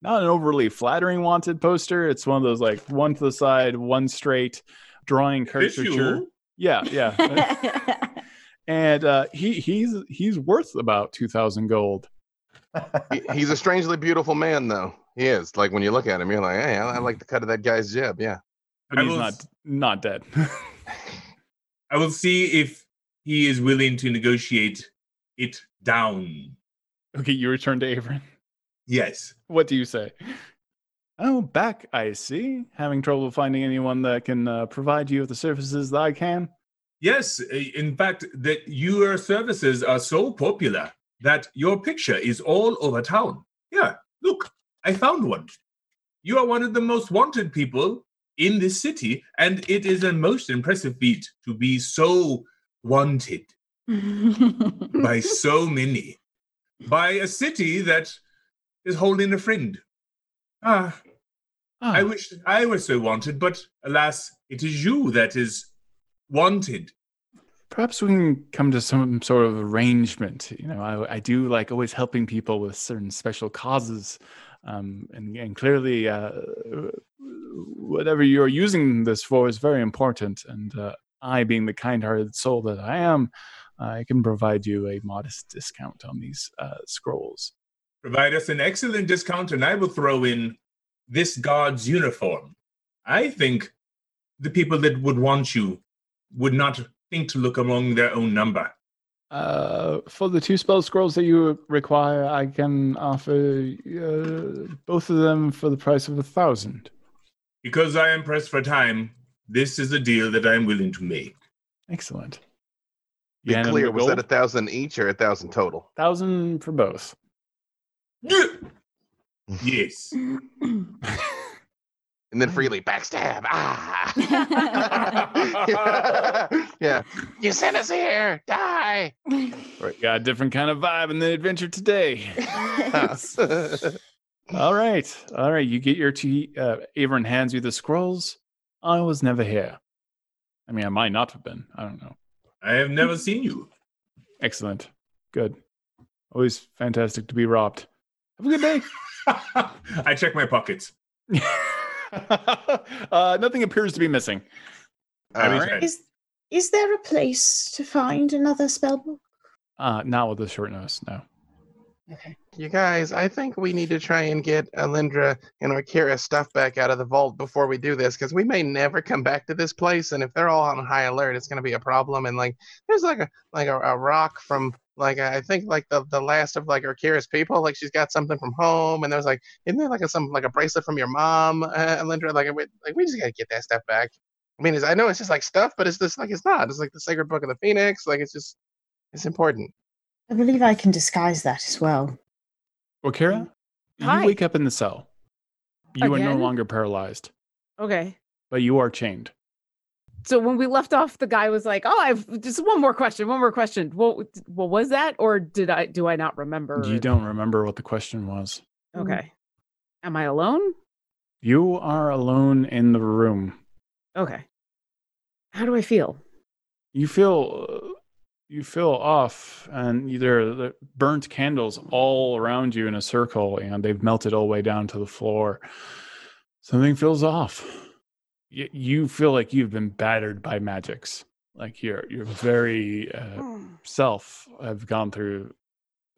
Speaker 1: Not an overly flattering wanted poster. It's one of those like one to the side, one straight drawing caricature.
Speaker 6: Issue?
Speaker 1: Yeah, yeah. and uh, he he's he's worth about two thousand gold.
Speaker 3: He- he's a strangely beautiful man, though. He is. Like when you look at him, you're like, hey, I, I like the cut of that guy's jib. Yeah.
Speaker 1: But
Speaker 6: I
Speaker 1: he's
Speaker 6: will-
Speaker 1: not not dead.
Speaker 6: I will see if he is willing to negotiate it down.
Speaker 1: okay, you return to Avon.
Speaker 6: Yes.
Speaker 1: What do you say? Oh, back I see. Having trouble finding anyone that can uh, provide you with the services that I can.
Speaker 6: Yes. i- In fact, that your services are so popular that your picture is all over town. Yeah. Look, I found one. You are one of the most wanted people in this city, and it is a most impressive feat to be so wanted. by so many, by a city that is holding a friend. Ah,
Speaker 1: Ah,
Speaker 6: I wish I were so wanted, but alas, it is you that is wanted.
Speaker 1: Perhaps we can come to some sort of arrangement. You know, I, I do like always helping people with certain special causes, um, and, and clearly, uh, whatever you're using this for is very important. And uh, I, being the kind-hearted soul that I am, I can provide you a modest discount on these uh, scrolls.
Speaker 6: Provide us an excellent discount, and I will throw in this guard's uniform. I think the people that would want you would not think to look among their own number.
Speaker 1: Uh, for the two spell scrolls that you require, I can offer uh, both of them for the price of a thousand.
Speaker 6: Because I am pressed for time, this is a deal that I am willing to make.
Speaker 1: Excellent.
Speaker 3: Be
Speaker 1: Yen and
Speaker 3: clear,
Speaker 1: the
Speaker 3: was that
Speaker 1: gold?
Speaker 3: a thousand each or a thousand total?
Speaker 1: thousand for both.
Speaker 6: Yes.
Speaker 3: And then freely backstab. Ah. yeah. You sent us here. Die.
Speaker 1: Got a different kind of vibe in the adventure today. all right, all right. You get your tea. Uh, Avern hands you the scrolls. I was never here. I mean, I might not have been. I don't know.
Speaker 6: I have never seen you.
Speaker 1: Excellent. Good. Always fantastic to be robbed. Have a good day.
Speaker 6: I check my pockets.
Speaker 1: uh, nothing appears to be missing.
Speaker 6: I
Speaker 3: Uh,
Speaker 6: return.
Speaker 5: Is is there a place to find another spellbook?
Speaker 1: Uh, not with a short notice. No.
Speaker 3: you guys, I think we need to try and get Alindra and Arkira's stuff back out of the vault before we do this, because we may never come back to this place. And if they're all on high alert, it's going to be a problem. And like, there's like a like a, a rock from like I think like the, the last of like Arkira's people. Like she's got something from home, and there's like isn't there like a, some like a bracelet from your mom, uh, Alindra? Like we, like we just got to get that stuff back. I mean, it's, I know it's just like stuff, but it's just like it's not. It's like the sacred book of the phoenix. Like it's just it's important.
Speaker 5: I believe I can disguise that as well.
Speaker 1: Well, Kara,
Speaker 4: Hi.
Speaker 1: you wake up in the cell. You are
Speaker 4: Again?
Speaker 1: no longer paralyzed,
Speaker 4: Okay.
Speaker 1: but you are chained.
Speaker 4: So when we left off, the guy was like, "Oh, I've just one more question, one more question. What what was that, or did I do I not remember?
Speaker 1: You don't remember what the question was.
Speaker 4: Okay. Am I alone?
Speaker 1: You are alone in the room.
Speaker 4: Okay. How do I feel?
Speaker 1: you feel uh, you feel off and there the burnt candles all around you in a circle and they've melted all the way down to the floor something feels off Y- you feel like you've been battered by magics like your your very uh,
Speaker 4: Oh,
Speaker 1: self have gone through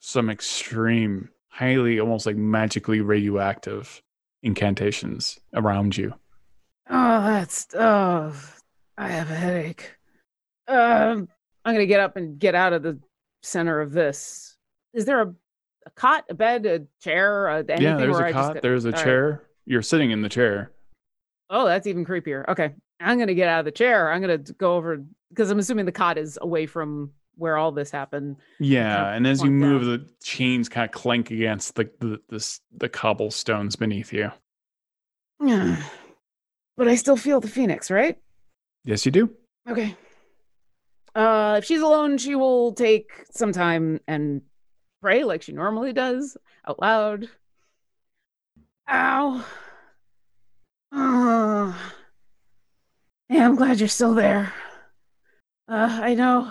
Speaker 1: some extreme highly almost like magically radioactive incantations around you
Speaker 4: Oh, that's oh, I have a headache. Um, I'm gonna get up and get out of the center of this. Is there a, a cot, a bed, a chair, a, anything?
Speaker 1: yeah there's
Speaker 4: where
Speaker 1: a
Speaker 4: I just
Speaker 1: cot
Speaker 4: get-
Speaker 1: there's a
Speaker 4: all right.
Speaker 1: chair you're sitting in the chair
Speaker 4: Oh, that's even creepier. Okay, I'm gonna get out of the chair. I'm gonna d- go over because I'm assuming the cot is away from where all this happened.
Speaker 1: Yeah,
Speaker 4: of
Speaker 1: and as you
Speaker 4: plunk
Speaker 1: move,
Speaker 4: down.
Speaker 1: the chains kind of clank against the the the, s- the cobblestones beneath you.
Speaker 4: but I still feel the phoenix, right?
Speaker 1: Yes, you do.
Speaker 4: Okay. Uh, if she's alone, she will take some time and pray like she normally does out loud. Ow. Oh. Yeah, I'm glad you're still there. Uh, I know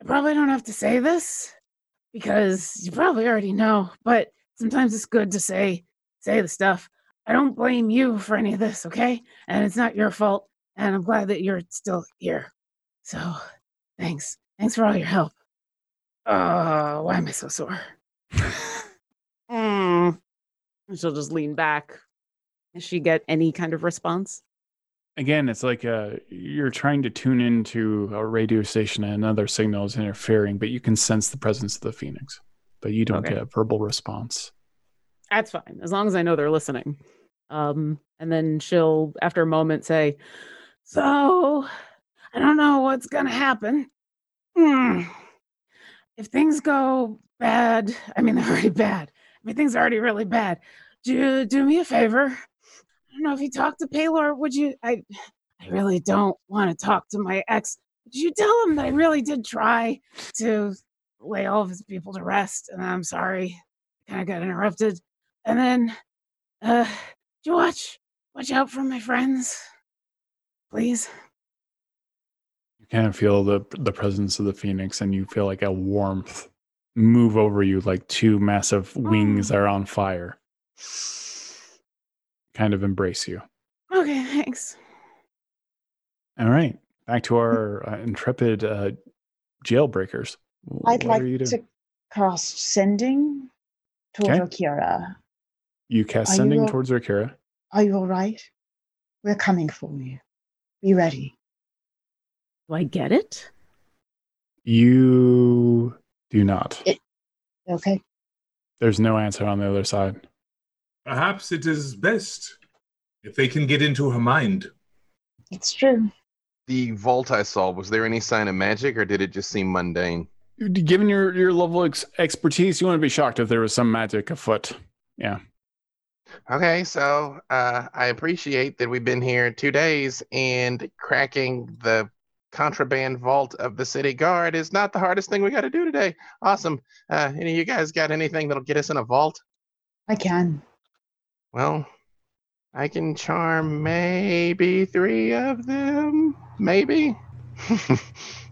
Speaker 4: I probably don't have to say this because you probably already know, but sometimes it's good to say say the stuff. I don't blame you for any of this, okay? And it's not your fault and I'm glad that you're still here. So, thanks. Thanks for all your help. Uh, why am I so sore? mm. And She'll just lean back. Does she get any kind of response?
Speaker 1: Again, it's like uh, you're trying to tune into a radio station and another signal is interfering, but you can sense the presence of the phoenix, but you don't
Speaker 4: Okay.
Speaker 1: get a verbal response.
Speaker 4: That's fine, as long as I know they're listening. Um, and then she'll, after a moment, say, So, I don't know what's going to happen. Hmm. If things go bad, I mean, they're already bad. I mean, things are already really bad. Do you do me a favor? I don't know if you talk to Paylor, would you? I, I really don't want to talk to my ex. Would you tell him that I really did try to lay all of his people to rest? And I'm sorry kind of got interrupted. And then, uh, do you watch? Watch out for my friends, please.
Speaker 1: You kind of feel the the presence of the phoenix, and you feel like a warmth move over you, like two massive wings
Speaker 5: Mm.
Speaker 1: that are on fire, kind of embrace you.
Speaker 4: Okay, thanks.
Speaker 1: All right, back
Speaker 5: Mm.
Speaker 1: to our uh, intrepid uh, jailbreakers. Wh-
Speaker 5: I'd
Speaker 1: what
Speaker 5: like
Speaker 1: are you doing?
Speaker 5: to cast sending towards
Speaker 1: Okay.
Speaker 5: Akira.
Speaker 1: You cast
Speaker 5: Are you
Speaker 1: sending
Speaker 5: all-
Speaker 1: towards Akira.
Speaker 5: Are you all right? We're coming for you. Be ready.
Speaker 4: Do I get it?
Speaker 1: You do not.
Speaker 5: Okay.
Speaker 1: There's no answer on the other side.
Speaker 6: Perhaps it is best if they can get into her mind.
Speaker 5: It's true.
Speaker 3: The vault I saw, was there any sign of magic or did it just seem mundane?
Speaker 1: You- Given your your level of ex- expertise, you wouldn't be shocked if there was some magic afoot.
Speaker 3: Okay, so uh, I appreciate that we've been here two days and cracking the contraband vault of the city guard is not the hardest thing we got to do today. Awesome. Uh, any of you guys got anything that'll get us in a vault?
Speaker 5: I can.
Speaker 3: Well, I can charm maybe three of them. Maybe.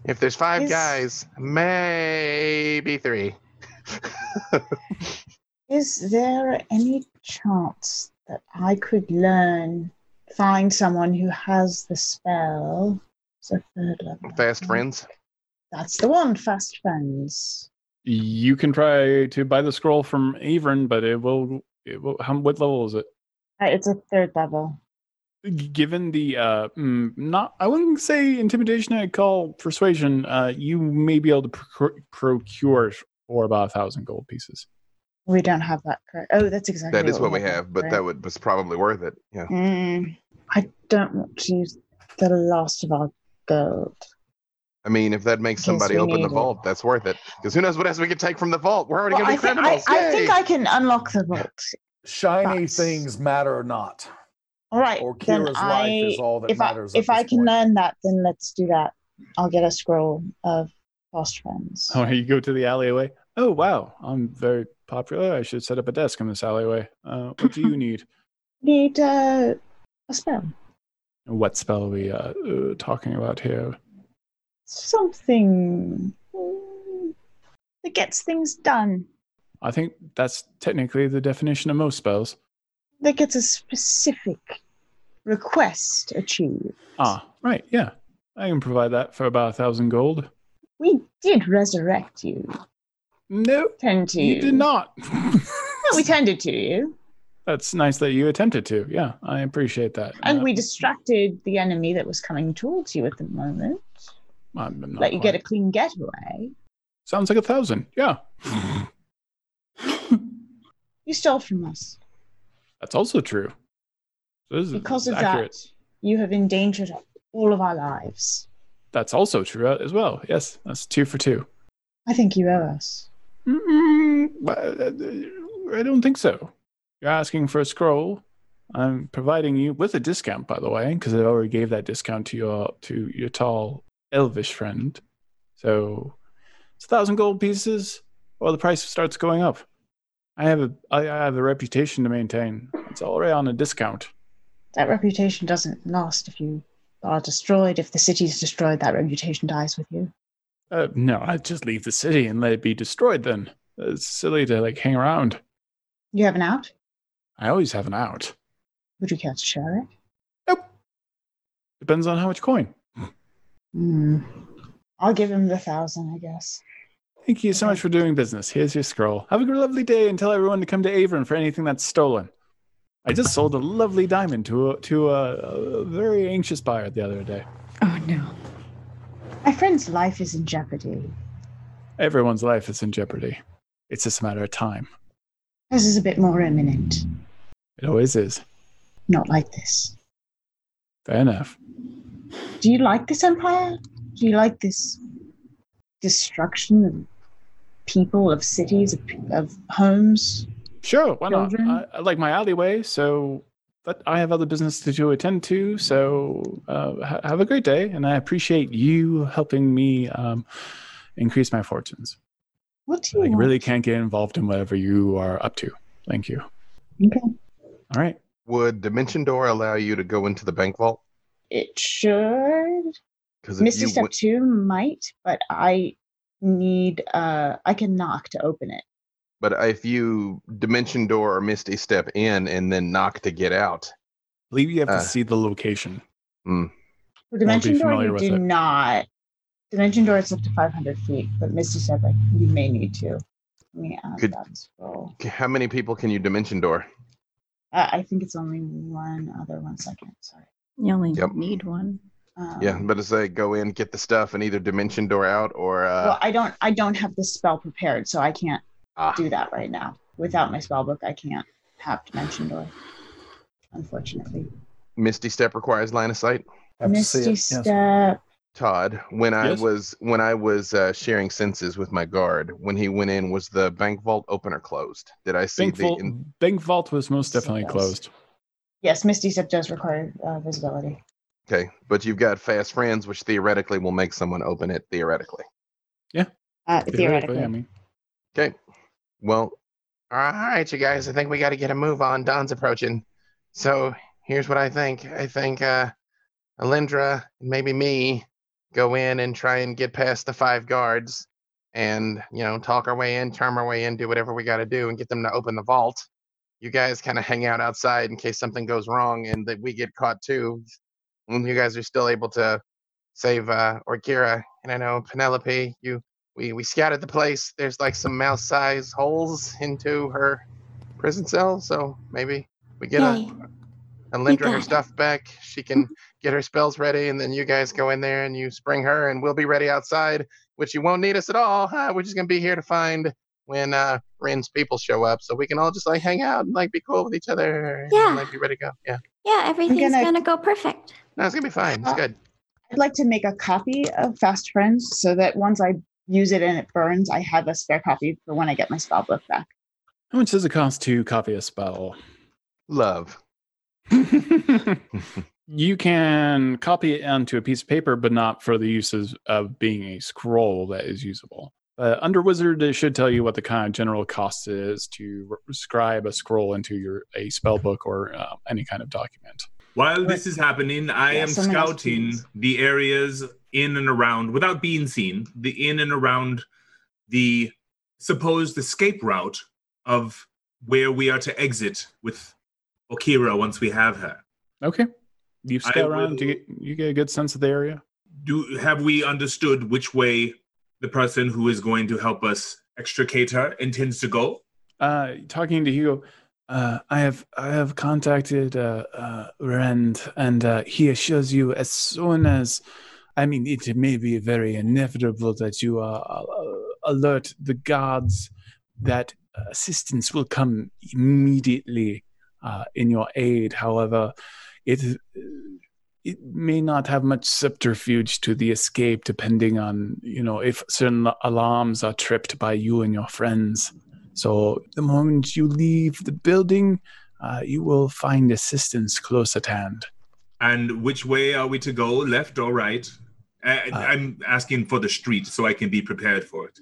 Speaker 3: if there's five
Speaker 5: Is-
Speaker 3: guys, maybe three.
Speaker 5: Is there any chance that I could learn, find someone who has the spell? It's a third level.
Speaker 3: Fast friends.
Speaker 5: That's the one, fast friends.
Speaker 1: You can try to buy the scroll from Avern, but it will. It will how, what level is it?
Speaker 5: Uh, It's a third level.
Speaker 1: given the uh mm, not i wouldn't say intimidation i'd call persuasion uh you may be able to procure, procure for about a thousand gold pieces
Speaker 5: We don't have that correct. Oh, that's exactly
Speaker 3: That is what we have, but that
Speaker 5: correct.
Speaker 3: would, was probably worth it. Yeah.
Speaker 5: Mm, I don't want to use the last of our gold.
Speaker 3: I mean, if that makes
Speaker 5: Yes,
Speaker 3: somebody
Speaker 5: we
Speaker 3: open
Speaker 5: need
Speaker 3: the
Speaker 5: it.
Speaker 3: vault, that's worth it. Because who knows what else we could take from the vault? We're already
Speaker 5: Well,
Speaker 3: gonna
Speaker 5: I,
Speaker 3: be
Speaker 5: think, I,
Speaker 3: criminals.
Speaker 5: I
Speaker 3: Yay!
Speaker 5: think I can unlock the vault.
Speaker 2: Shiny
Speaker 5: Facts.
Speaker 2: things matter not.
Speaker 5: All right.
Speaker 2: Or
Speaker 5: then
Speaker 2: Kira's
Speaker 5: I,
Speaker 2: life is all that
Speaker 5: if I,
Speaker 2: matters. at
Speaker 5: if I
Speaker 2: this
Speaker 5: can
Speaker 2: point.
Speaker 5: learn that, then let's do that. I'll get a scroll of fast friends.
Speaker 1: oh you go to the alleyway oh wow i'm very popular i should set up a desk in this alleyway uh what do you need
Speaker 5: Need uh, a spell.
Speaker 1: what spell are we uh, uh talking about here
Speaker 5: something mm, that gets things done,
Speaker 1: I think that's technically the definition of most spells.
Speaker 5: that gets a specific request achieved.
Speaker 1: Ah, right, yeah. I can provide that for about a thousand gold.
Speaker 5: We did resurrect you,
Speaker 1: No,
Speaker 5: tend to
Speaker 1: you did not.
Speaker 5: No, we tended to you,
Speaker 1: That's nice that you attempted to. Yeah, I appreciate that.
Speaker 5: and
Speaker 1: Uh,
Speaker 5: we distracted the enemy that was coming towards you at the moment.
Speaker 1: I'm not
Speaker 5: Let you get a
Speaker 1: quite-
Speaker 5: clean getaway.
Speaker 1: Sounds like a thousand. Yeah,
Speaker 5: You stole from us.
Speaker 1: that's also true. So this is
Speaker 5: Because of
Speaker 1: accurate.
Speaker 5: that, you have endangered all of our lives.
Speaker 1: That's also true uh, as well. Yes, that's two for two.
Speaker 5: I think you owe us.
Speaker 1: Mm, but, uh, I don't think so. You're asking for a scroll. I'm providing you with a discount, by the way, because I already gave that discount to your to your tall elvish friend. So it's a thousand gold pieces, or the price starts going up. I have a I I have a reputation to maintain. It's already on a discount.
Speaker 5: That reputation doesn't last if you are destroyed. If the city's destroyed, that reputation dies with you.
Speaker 1: Uh, no, I'd just leave the city and let it be destroyed. Then it's silly to like hang around.
Speaker 5: You have an out?
Speaker 1: I always have an out.
Speaker 5: Would you care to share it?
Speaker 1: Depends on how much coin.
Speaker 5: Hmm. I'll give him the thousand, I guess.
Speaker 1: Thank you so much for doing business. Here's your scroll. Have a good, lovely day and tell everyone to come to Avon for anything that's stolen. I just sold a lovely diamond to a, to a, a very anxious buyer the other day.
Speaker 7: Oh no.
Speaker 5: My friend's life is in jeopardy.
Speaker 1: Everyone's life is in jeopardy. It's just a matter of time.
Speaker 5: This is a bit more imminent.
Speaker 1: It always is.
Speaker 5: Not like this.
Speaker 1: Fair enough.
Speaker 5: Do you like this empire? Do you like this destruction of people, of cities, of, of homes?
Speaker 1: Sure, why not?
Speaker 5: Children?
Speaker 1: I, I like my alleyway, so but I have other business to, to attend to. So uh, ha- have a great day, and I appreciate you helping me um, increase my fortunes.
Speaker 5: What do you
Speaker 1: I
Speaker 5: want?
Speaker 1: really can't get involved in whatever you are up to. Thank you.
Speaker 5: Okay.
Speaker 1: All right.
Speaker 3: Would Dimension Door allow you to go into the bank vault?
Speaker 5: It should.
Speaker 3: Because
Speaker 5: Misty Step Two might, but I need uh I can knock to open it.
Speaker 3: But if you dimension door or misty step in and then knock to get out,
Speaker 1: believe you have
Speaker 3: Uh,
Speaker 1: to see the location.
Speaker 5: For
Speaker 1: be
Speaker 5: Dimension Door,
Speaker 1: familiar
Speaker 5: you
Speaker 1: with
Speaker 5: do
Speaker 1: it.
Speaker 5: not. Dimension Door is up to five hundred feet, but Misty Step, like, you may need to. Let me add
Speaker 3: Could-
Speaker 5: that scroll.
Speaker 3: c- how many people can you dimension door?
Speaker 5: I, I think it's only one other. One second, sorry.
Speaker 7: You only
Speaker 3: Yep.
Speaker 7: need one.
Speaker 5: Um,
Speaker 3: yeah, but it's like go in, get the stuff, and either dimension door out or uh,
Speaker 5: well, I don't. I don't have the spell prepared, so I can't
Speaker 3: ah,
Speaker 5: do that right now. Without my spell book, I can't have Dimension Door. Unfortunately,
Speaker 3: misty step requires line of sight.
Speaker 2: Have to see it.
Speaker 5: Misty
Speaker 2: Yes.
Speaker 5: Step.
Speaker 3: Todd, when
Speaker 1: Yes?
Speaker 3: I was when I was uh, sharing senses with my guard, when he went in, was the bank vault open or closed? Did I see
Speaker 1: Bank
Speaker 3: the?
Speaker 1: vault,
Speaker 3: in-
Speaker 1: Bank vault was most definitely
Speaker 5: Yes.
Speaker 1: closed.
Speaker 5: Yes, Misty Step does require uh, visibility.
Speaker 3: okay, but you've got fast friends, which theoretically will make someone open it theoretically.
Speaker 5: Uh,
Speaker 1: Theoretically,
Speaker 5: theoretically.
Speaker 1: I mean,
Speaker 3: Okay. Well, all right, you guys. I think we got to get a move on. Don's approaching. So here's what I think. I think uh, Alindra, maybe me, go in and try and get past the five guards, and you know, talk our way in, charm our way in, do whatever we got to do, and get them to open the vault. You guys kind of hang out outside in case something goes wrong and that we get caught too. And you guys are still able to save uh, Orgira. And I know Penelope, you we we scouted the place. There's like some mouse sized holes into her prison cell, so maybe we get a,
Speaker 7: Yay.
Speaker 3: a Lindra
Speaker 7: got
Speaker 3: her
Speaker 7: it.
Speaker 3: stuff back. She can get her spells ready, and then you guys go in there and you spring her, and we'll be ready outside. Which you won't need us at all. Huh? We're just gonna be here to find when uh Ren's people show up, so we can all just like hang out and like be cool with each other. and,
Speaker 7: Yeah.
Speaker 3: like be ready to go. Yeah,
Speaker 7: Yeah, everything's
Speaker 5: gonna-
Speaker 7: gonna go perfect.
Speaker 3: no, it's gonna be fine.
Speaker 1: Uh-huh.
Speaker 3: It's
Speaker 5: Uh,
Speaker 3: good.
Speaker 5: I'd like to make a copy of Fast Friends so that once I use it and it burns, I have a spare copy for when I get my spell book back.
Speaker 1: how much does it cost to copy a spell?
Speaker 3: Love.
Speaker 1: you can copy it onto a piece of paper, but not for the uses of being a scroll that is usable. Uh, under Wizard, it should tell you what the kind of general cost is to re- scribe a scroll into your a spell book or uh, any kind of document.
Speaker 6: While this is happening, I
Speaker 5: Yeah,
Speaker 6: am
Speaker 5: someone else
Speaker 6: scouting
Speaker 5: please.
Speaker 6: the areas in and around, without being seen, the in and around the supposed escape route of where we are to exit with Okira once we have her.
Speaker 1: Okay. You
Speaker 6: I
Speaker 1: scout around. Do
Speaker 6: will-
Speaker 1: you, you get a good sense of the area?
Speaker 6: Do have we understood which way the person who is going to help us extricate her intends to go?
Speaker 1: Uh, talking to Hugo, uh, I have I have contacted uh, uh, Rand, and uh, he assures you as soon as, I mean, it may be very inevitable that you are uh, alert the guards that assistance will come immediately uh, in your aid. However, it it may not have much subterfuge to the escape, depending on you know if certain alarms are tripped by you and your friends. So the moment you leave the building, uh, you will find assistance close at hand.
Speaker 6: And which way are we to go, left or right? I,
Speaker 1: Uh,
Speaker 6: I'm asking for the street so I can be prepared for it.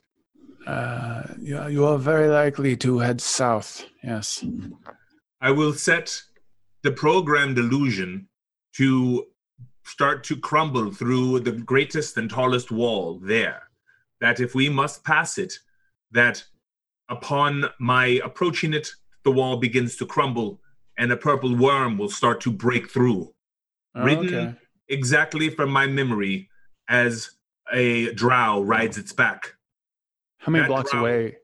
Speaker 1: Uh, you, are, you are very likely to head south. Yes.
Speaker 6: I will set the program delusion to start to crumble through the greatest and tallest wall there. That if we must pass it, that upon my approaching it, the wall begins to crumble and a purple worm will start to break through. Written-
Speaker 1: Okay.
Speaker 6: Exactly from my memory, as a drow rides its back.
Speaker 1: How many
Speaker 6: that
Speaker 1: blocks
Speaker 6: route-
Speaker 1: away?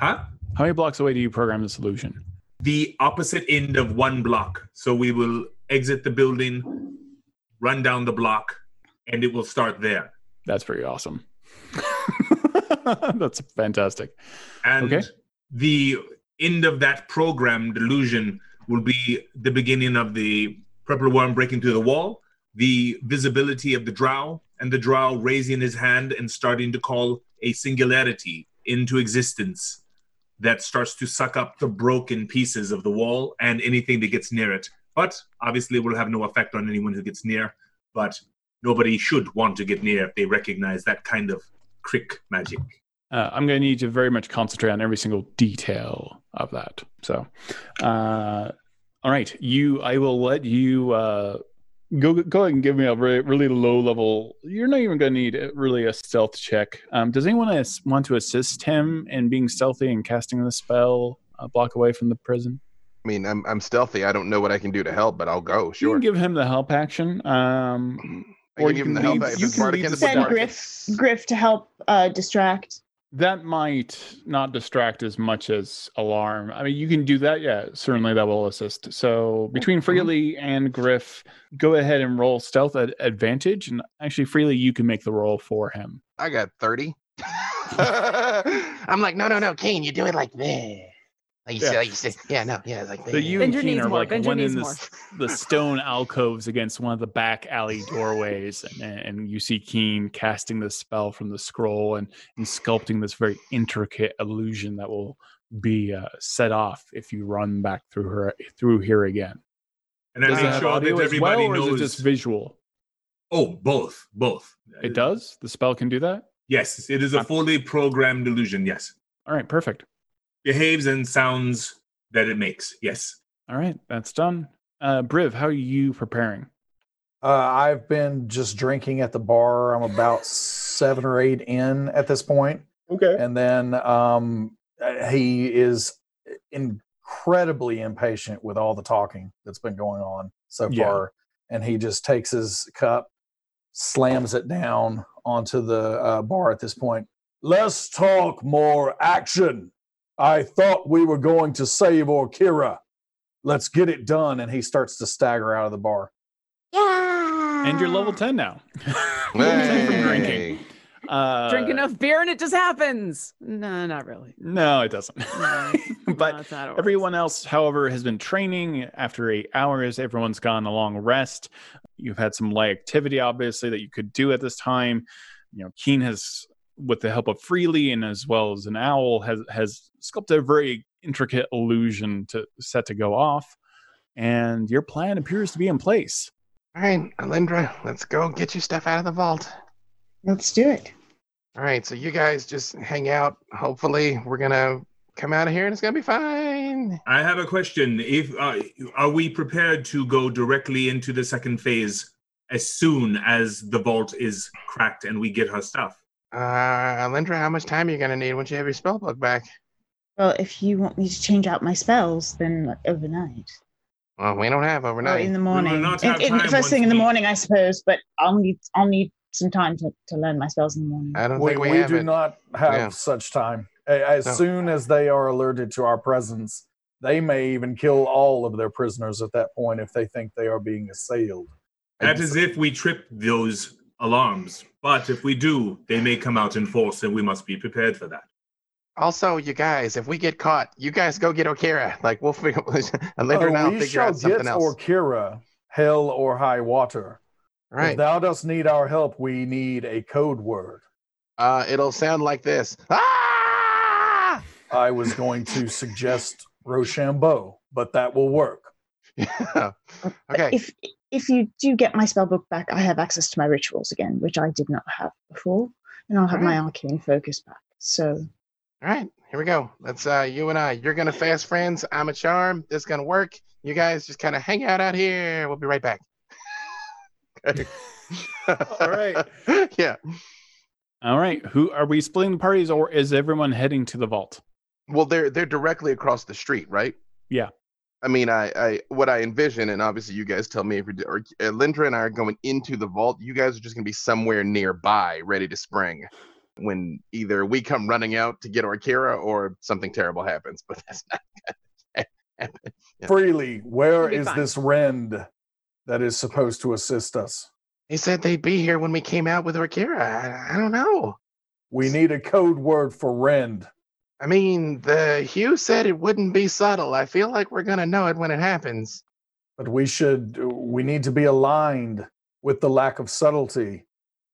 Speaker 6: Huh?
Speaker 1: How many blocks away do you program this illusion?
Speaker 6: the opposite end of one block. So we will exit the building, run down the block, and it will start there.
Speaker 1: That's pretty awesome. That's fantastic.
Speaker 6: And
Speaker 1: Okay.
Speaker 6: the end of that program delusion will be the beginning of the purple worm breaking through the wall, the visibility of the drow, and the drow raising his hand and starting to call a singularity into existence that starts to suck up the broken pieces of the wall and anything that gets near it. But obviously, it will have no effect on anyone who gets near. But nobody should want to get near if they recognize that kind of crick magic.
Speaker 1: Uh, I'm going to need you to very much concentrate on every single detail of that. So, uh, all right, you. I will let you uh, go. Go ahead and give me a really, really low level. You're not even going to need uh, really a stealth check. Um, does anyone else want to assist him in being stealthy and casting the spell a block away from the prison?
Speaker 3: I mean, I'm I'm stealthy. I don't know what I can do to help, but I'll go.
Speaker 1: You
Speaker 3: Sure.
Speaker 1: can give him the help action. Um,
Speaker 3: I can
Speaker 1: or
Speaker 3: give
Speaker 1: you
Speaker 3: him the
Speaker 1: can
Speaker 3: help
Speaker 1: leave-
Speaker 3: if
Speaker 1: you
Speaker 3: it's
Speaker 1: can
Speaker 3: bardic
Speaker 1: leave
Speaker 3: and
Speaker 1: the
Speaker 3: it's
Speaker 1: spell.
Speaker 3: bardic.
Speaker 5: Griff, Griff to help uh, distract.
Speaker 1: that might not distract as much as alarm. I mean, you can do that. Yeah, certainly that will assist. So between Freely and Griff, go ahead and roll stealth at advantage. And actually, Freely, you can make the roll for him.
Speaker 3: I got 30. I'm like, no, no, no, Kane, you do it like this. Like you
Speaker 1: Yeah.
Speaker 3: said, like you said, yeah, no, yeah, like
Speaker 1: So
Speaker 3: this.
Speaker 1: you and
Speaker 4: Bend your
Speaker 1: Keen
Speaker 4: knees
Speaker 1: are
Speaker 4: more,
Speaker 1: like
Speaker 4: bend your
Speaker 1: one in
Speaker 4: knees
Speaker 1: the,
Speaker 4: more.
Speaker 1: s- the stone alcoves against one of the back alley doorways, and, and you see Keen casting the spell from the scroll and, and sculpting this very intricate illusion that will be uh, set off if you run back through her through here again.
Speaker 6: And I
Speaker 1: Does it
Speaker 6: make
Speaker 1: have
Speaker 6: sure that
Speaker 1: audio as
Speaker 6: everybody
Speaker 1: well, or is
Speaker 6: knows.
Speaker 1: it just visual?
Speaker 6: oh, both, both.
Speaker 1: It does. The spell can do that.
Speaker 6: Yes, it is a fully programmed illusion. Yes,
Speaker 1: All right, perfect.
Speaker 6: behaves and sounds that it makes. Yes,
Speaker 1: All right, that's done. Uh, Briv, how are you preparing?
Speaker 2: Uh, I've been just drinking at the bar. I'm about seven or eight in at this point.
Speaker 1: Okay.
Speaker 2: And then um, uh, he is uh, incredibly impatient with all the talking that's been going on so
Speaker 1: Yeah.
Speaker 2: far. And he just takes his cup, slams it down onto the uh, bar at this point. Let's talk more action. I thought we were going to save Orkira. Let's get it done. And he starts to stagger out of the bar.
Speaker 7: Yeah.
Speaker 1: And you're level ten now.
Speaker 3: Hey.
Speaker 1: From drinking. Uh,
Speaker 4: Drink enough beer and it just happens. No, not really.
Speaker 1: No, it doesn't.
Speaker 4: No,
Speaker 1: but
Speaker 4: no, it's not how it works.
Speaker 1: Everyone else, however, has been training after eight hours. Everyone's gone a long rest. You've had some light activity, obviously, that you could do at this time. You know, Keen has, with the help of Freely and as well as an owl, has has sculpted a very intricate illusion to set to go off. And your plan appears to be in place.
Speaker 3: All right, Alindra, let's go get your stuff out of the vault.
Speaker 5: Let's do it.
Speaker 3: All right, so you guys just hang out. Hopefully, we're gonna come out of here and it's gonna be fine. in.
Speaker 6: I have a question. If uh, are we prepared to go directly into the second phase as soon as the vault is cracked and we get her stuff?
Speaker 3: Uh, Alindra, how much time are you going to need once you have your spell book back?
Speaker 5: Well, if you want me to change out my spells, then like, overnight.
Speaker 3: Well, we don't have
Speaker 5: Or
Speaker 3: overnight.
Speaker 5: in the
Speaker 6: will
Speaker 5: morning.
Speaker 6: not
Speaker 5: In-
Speaker 6: have
Speaker 5: in-
Speaker 6: time
Speaker 5: first thing in the
Speaker 6: once we-
Speaker 5: morning, I suppose, but I'll need I'll need some time to, to learn my spells in the morning.
Speaker 3: I don't
Speaker 2: we,
Speaker 3: think we,
Speaker 2: we
Speaker 3: have
Speaker 2: do
Speaker 3: it.
Speaker 2: not have
Speaker 3: Yeah.
Speaker 2: such time. A- As
Speaker 3: No.
Speaker 2: soon as they are alerted to our presence, they may even kill all of their prisoners at that point if they think they are being assailed.
Speaker 6: That is if we trip those alarms. But if we do, they may come out in force, and we must be prepared for that.
Speaker 3: Also, you guys, if we get caught, you guys go get Okira. Like we'll figure. Alindra and
Speaker 2: Oh,
Speaker 3: I'll
Speaker 2: we
Speaker 3: figure
Speaker 2: shall
Speaker 3: out
Speaker 2: get
Speaker 3: something else.
Speaker 2: Orkira, hell or high water. If
Speaker 3: Right.
Speaker 2: thou dost need our help, we need a code word.
Speaker 3: Uh, it'll sound like this. Ah!
Speaker 2: I was going to suggest Rochambeau, but that will work.
Speaker 3: okay.
Speaker 5: If if you do get my spell book back, I have access to my rituals again, which I did not have before, and I'll have my arcane focus back. So
Speaker 3: All right. Here we go. Let's. Uh, you and I. You're gonna fast friends. I'm a charm. This is gonna work. You guys just kind of hang out out here. We'll be right back. Okay.
Speaker 1: All right.
Speaker 3: yeah.
Speaker 1: All right. Who are we splitting the parties, or is everyone heading to the vault?
Speaker 3: Well, they're they're directly across the street, right?
Speaker 1: Yeah.
Speaker 3: I mean, I, I what I envision, and obviously you guys tell me if you're or uh, Lindra and I are going into the vault. You guys are just gonna be somewhere nearby, ready to spring when either we come running out to get Orkira or something terrible happens. But that's not gonna happen. Yeah.
Speaker 2: Freely,
Speaker 4: It'll
Speaker 2: where
Speaker 4: be
Speaker 2: is
Speaker 4: fine.
Speaker 2: this Rend that is supposed to assist us?
Speaker 3: They said they'd be here when we came out with Orkira. I, I don't know.
Speaker 2: We need a code word for Rend.
Speaker 3: I mean, the Hugh said it wouldn't be subtle. I feel like we're gonna know it when it happens.
Speaker 2: but we should we need to be aligned with the lack of subtlety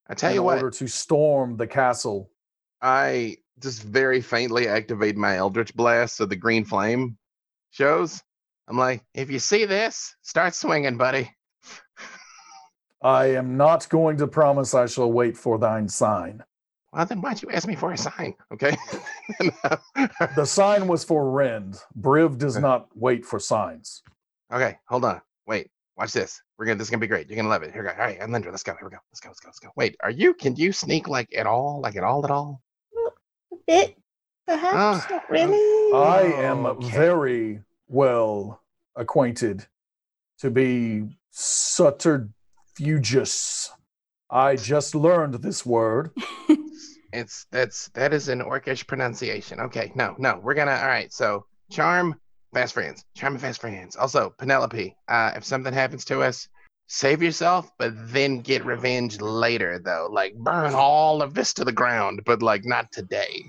Speaker 3: I tell
Speaker 2: in
Speaker 3: you what.
Speaker 2: order to storm the castle
Speaker 3: I just very faintly activate my Eldritch Blast so the green flame shows. I'm like, if you see this, start swinging, buddy.
Speaker 2: i am not going to promise i shall wait for thine sign
Speaker 3: Well, then why'd you ask me for a sign? Okay. uh,
Speaker 2: the sign was for rend briv does
Speaker 3: Okay.
Speaker 2: not wait for signs
Speaker 3: okay, hold on. Wait, watch this. We're gonna. This is gonna be great. You're gonna love it. Here we go. All right, and Lindra, let's go. Here we go. Let's go. Let's go. Let's go. Wait, are you? Can you sneak like at all? Like at all? At all?
Speaker 5: a bit, perhaps
Speaker 3: Ah,
Speaker 5: not really.
Speaker 2: i am
Speaker 3: Okay.
Speaker 2: very well acquainted to be subterfugious i just learned this word
Speaker 3: It's that's that is an orcish pronunciation. Okay, no, no, we're gonna all right. So charm, fast friends, charm and fast friends. Also, Penelope, uh, if something happens to us, save yourself, but then get revenge later. Though, like burn all of this to the ground, but like not today.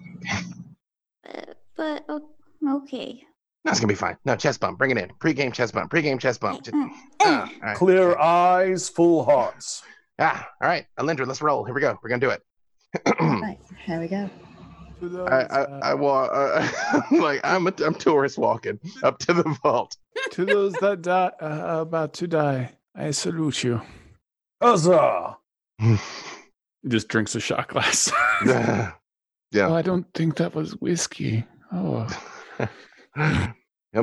Speaker 7: Uh, but o- okay.
Speaker 3: No, it's gonna be fine. No chest bump, bring it in. Pre-game chest bump, pre-game chest bump. Just, uh, all right.
Speaker 2: clear eyes full hearts
Speaker 3: Ah, all right, Alindra, let's roll. Here we go. We're gonna do it.
Speaker 5: Right, here we go.
Speaker 3: I, I, I walk uh, like I'm a I'm tourist walking up to the vault.
Speaker 1: to those that die, uh, are about to die, I salute you.
Speaker 2: Huzzah!
Speaker 1: Just drinks a shot glass.
Speaker 3: yeah.
Speaker 1: oh, I don't think that was whiskey. Oh. All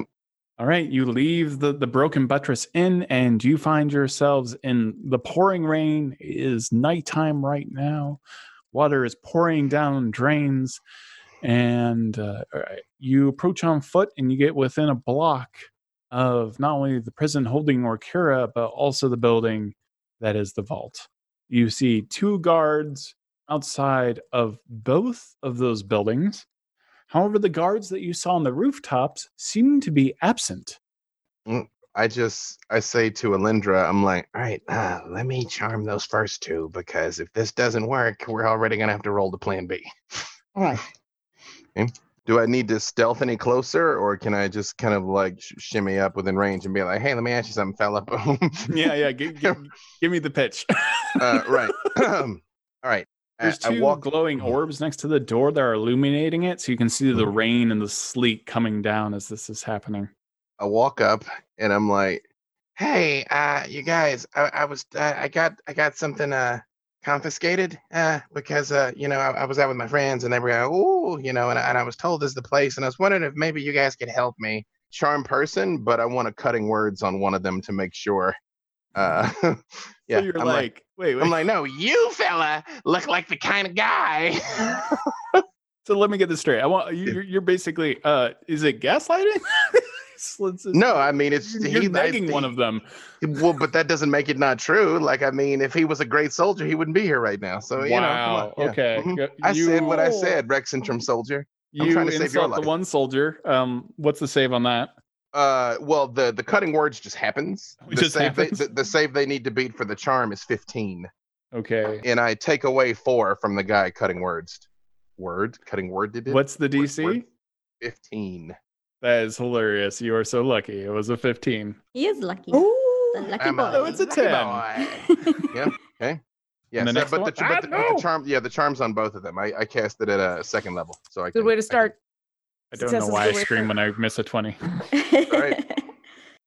Speaker 1: right, you leave the, the broken buttress inn and you find yourselves in the pouring rain. It is nighttime right now. Water is pouring down drains. And uh, all right, you approach on foot and you get within a block of not only the prison holding Orkira, but also the building that is the vault. You see two guards outside of both of those buildings. However, the guards that you saw on the rooftops seem to be absent.
Speaker 3: I just I say to Alindra, I'm like, all right, uh, let me charm those first two because if this doesn't work, we're already gonna have to roll to Plan B.
Speaker 5: All right.
Speaker 3: Do I need to stealth any closer, or can I just kind of like sh- shimmy up within range and be like, hey, let me ask you something, fella?
Speaker 1: Yeah, yeah. Give, give, give me the pitch.
Speaker 3: uh, right. all right. I,
Speaker 1: There's
Speaker 3: I
Speaker 1: two
Speaker 3: walk.
Speaker 1: glowing orbs next to the door that are illuminating it, so you can see
Speaker 3: Mm-hmm.
Speaker 1: the rain and the sleet coming down as this is happening.
Speaker 3: I walk up and I'm like, "Hey, uh, you guys, I, I was, uh, I got, I got something uh, confiscated uh, because uh, you know I, I was out with my friends and they were, oh, you know, and I, and I was told this is the place, and I was wondering if maybe you guys could help me. charm person, but I want a cutting words on one of them to make sure. Uh, yeah,
Speaker 1: so you're
Speaker 3: I'm
Speaker 1: like, wait, wait.
Speaker 3: I'm like, no, you fella look like the kind of guy.
Speaker 1: so let me get this straight. I want you. You're, you're basically, uh, is it gaslighting? Slits his-
Speaker 3: no, I mean it's
Speaker 1: you're
Speaker 3: he- I-
Speaker 1: nagging one of them.
Speaker 3: Well, but that doesn't make it not true. Like, I mean, if he was a great soldier, he wouldn't be here right now. So you know, come on.
Speaker 1: wow.
Speaker 3: Yeah.
Speaker 1: Okay.
Speaker 3: Mhm.
Speaker 1: Go-
Speaker 3: I
Speaker 1: you,
Speaker 3: said what I
Speaker 4: Oh.
Speaker 3: said, Rex Syndrome soldier. I'm
Speaker 1: you
Speaker 3: trying to save your
Speaker 1: insult the
Speaker 3: life.
Speaker 1: one soldier. Um, what's the save on that?
Speaker 3: Uh, well, the the cutting words just happens.
Speaker 1: It
Speaker 3: the
Speaker 1: just
Speaker 3: save
Speaker 1: happens.
Speaker 3: They, the, the save they need to beat for the charm is 15,
Speaker 1: Okay.
Speaker 3: and I take away four from the guy cutting words. Word cutting word did it.
Speaker 1: What's the
Speaker 3: Word,
Speaker 1: DC?
Speaker 3: word. 15.
Speaker 1: That is hilarious. You are so lucky. It was a 15.
Speaker 7: He is lucky. The
Speaker 5: Oh,
Speaker 7: lucky
Speaker 3: I'm
Speaker 7: boy.
Speaker 1: Oh, it's a
Speaker 3: lucky
Speaker 1: 10.
Speaker 3: boy.
Speaker 7: a
Speaker 3: Yeah,
Speaker 1: And the
Speaker 3: so-
Speaker 1: next
Speaker 3: but,
Speaker 1: one?
Speaker 3: the, but, the, but
Speaker 1: Ah, no!
Speaker 3: the charm, yeah, the charm's on both of them. I, I cast it at a second level, so I
Speaker 4: Good way to
Speaker 3: can- I can-
Speaker 4: start.
Speaker 1: I don't
Speaker 4: Success
Speaker 1: know
Speaker 4: is
Speaker 1: why
Speaker 4: the
Speaker 1: I
Speaker 4: way
Speaker 1: scream when I miss a 20.
Speaker 3: right.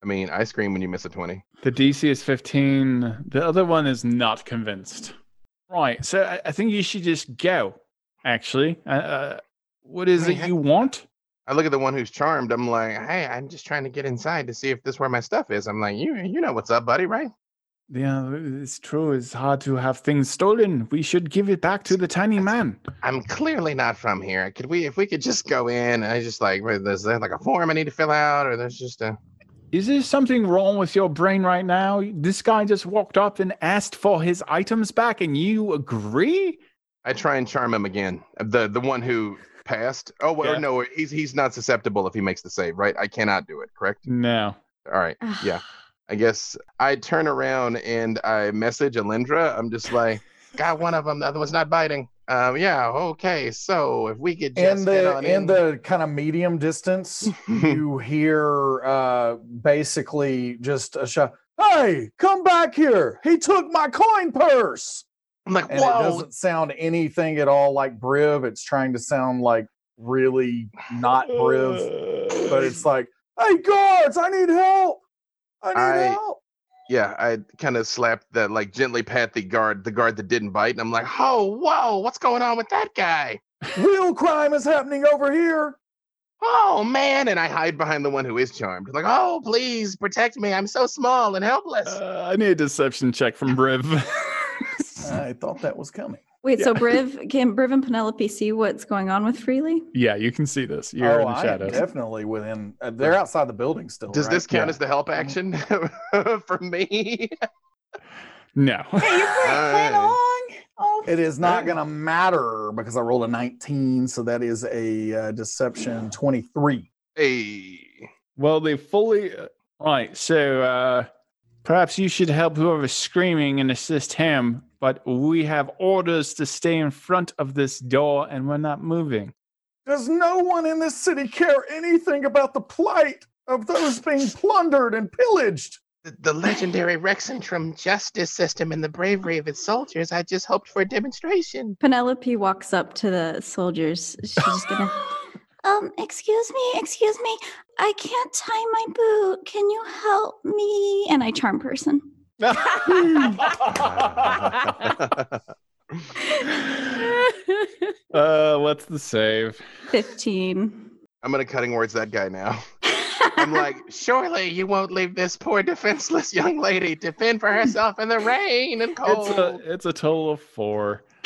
Speaker 3: I mean, I scream when you miss a 20.
Speaker 1: The DC is 15. The other one is not convinced. Right. So I, I think you should just go, actually. Uh, Uh, what is
Speaker 3: Wait,
Speaker 1: it
Speaker 3: I-
Speaker 1: you want?
Speaker 3: I look at the one who's charmed. I'm like, hey, I'm just trying to get inside to see if this where my stuff is. I'm like, you, you know what's up, buddy, right?
Speaker 1: Yeah, it's true. It's hard to have things stolen. We should give it back to the tiny man.
Speaker 3: I'm clearly not from here. Could we, if we could just go in? I just like, wait, there's there like a form I need to fill out, or there's just a.
Speaker 1: Is there something wrong with your brain right now? This guy just walked up and asked for his items back, and you agree?
Speaker 3: I try and charm him again. The the one who passed. Oh well,
Speaker 1: Yeah.
Speaker 3: no, he's he's not susceptible if he makes the save, right? I cannot do it, correct?
Speaker 1: No.
Speaker 3: All right.
Speaker 7: Ah.
Speaker 3: Yeah. I guess I turn around and I message Alindra. I'm just like, got one of them. The other one's not biting. Um, yeah. Okay. So if we could just
Speaker 2: in
Speaker 3: head
Speaker 2: the
Speaker 3: on
Speaker 2: in the kind of medium distance you hear uh basically just a shout hey come back here he took my coin purse
Speaker 3: I'm like,
Speaker 2: and it
Speaker 3: whoa.
Speaker 2: doesn't sound anything at all like briv it's trying to sound like really not briv but it's like hey guards i need help i need
Speaker 3: I-
Speaker 2: help
Speaker 3: Yeah. I kind of slapped that, like gently pat the guard, the guard that didn't bite, and I'm like, oh, whoa, what's going on with that guy?
Speaker 2: real crime is happening over here
Speaker 3: Oh man! And I hide behind the one who is charmed. Like, oh, please protect me. I'm so small and helpless.
Speaker 1: Uh, I need a deception check from Briv.
Speaker 2: i thought that was coming
Speaker 7: Wait,
Speaker 1: Yeah.
Speaker 7: so Briv can Briv and Penelope see what's going on with Freely?
Speaker 1: yeah, you can see this. You're
Speaker 2: oh,
Speaker 1: in the
Speaker 2: I am
Speaker 1: shadows.
Speaker 2: definitely within uh, they're outside the building still
Speaker 3: Does
Speaker 2: right?
Speaker 3: this count
Speaker 1: Yeah. Mm-hmm.
Speaker 3: as the help action for me?
Speaker 1: no.
Speaker 5: hey, you're
Speaker 3: All
Speaker 5: playing
Speaker 3: right.
Speaker 5: playing along. Oh,
Speaker 2: It is not
Speaker 3: Yeah.
Speaker 2: going to matter because I rolled a 19, so that is a uh, deception 23.
Speaker 3: Hey.
Speaker 1: well, they fully. uh, Right. So uh, perhaps you should help whoever's screaming and assist him. But we have orders to stay in front of this door, and we're not moving.
Speaker 2: Does no one in this city care anything about the plight of those being plundered and pillaged?
Speaker 3: the, the legendary Rexentrum justice system and the bravery of its soldiers. I just hoped for a demonstration.
Speaker 7: Penelope walks up to the soldiers. She's just gonna
Speaker 9: Um, excuse me, excuse me. I can't tie my boot. Can you help me?
Speaker 7: and I charm person.
Speaker 1: Uh,
Speaker 3: I'm
Speaker 1: Uh, what's the save?
Speaker 7: Fifteen.
Speaker 3: gonna cutting words that guy now. I'm like, surely you won't leave this poor defenseless young lady to fend for herself in the rain and cold.
Speaker 1: It's a it's a total of four.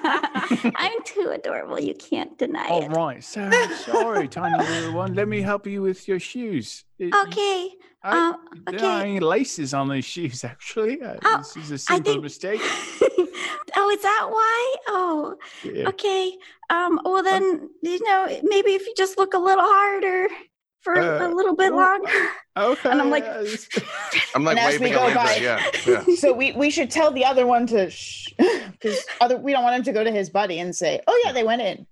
Speaker 9: I'm too adorable. You can't deny
Speaker 1: All
Speaker 9: it.
Speaker 1: right. So I'm sorry, tiny little one. Let me help you with your shoes. Uh, you-
Speaker 9: Okay.
Speaker 1: I-
Speaker 9: Um,
Speaker 1: There are
Speaker 9: okay.
Speaker 1: any laces on these shoes, actually. Uh,
Speaker 9: Oh,
Speaker 1: this is a
Speaker 9: I
Speaker 1: simple
Speaker 9: think-
Speaker 1: mistake.
Speaker 9: oh, is that why? Oh,
Speaker 1: Yeah.
Speaker 9: okay. Um, well then, you know, maybe if you just look a little harder for a
Speaker 1: Uh,
Speaker 9: little bit
Speaker 1: oh,
Speaker 9: longer.
Speaker 1: Okay.
Speaker 9: And I'm like,
Speaker 1: uh, it's-
Speaker 3: I'm like
Speaker 5: And as
Speaker 3: waving
Speaker 5: we go
Speaker 3: at
Speaker 5: by-
Speaker 3: Lindra. Yeah, yeah.
Speaker 5: so we, we should tell the other one to shh because other we don't want him to go to his buddy and say, "Oh yeah, they went in."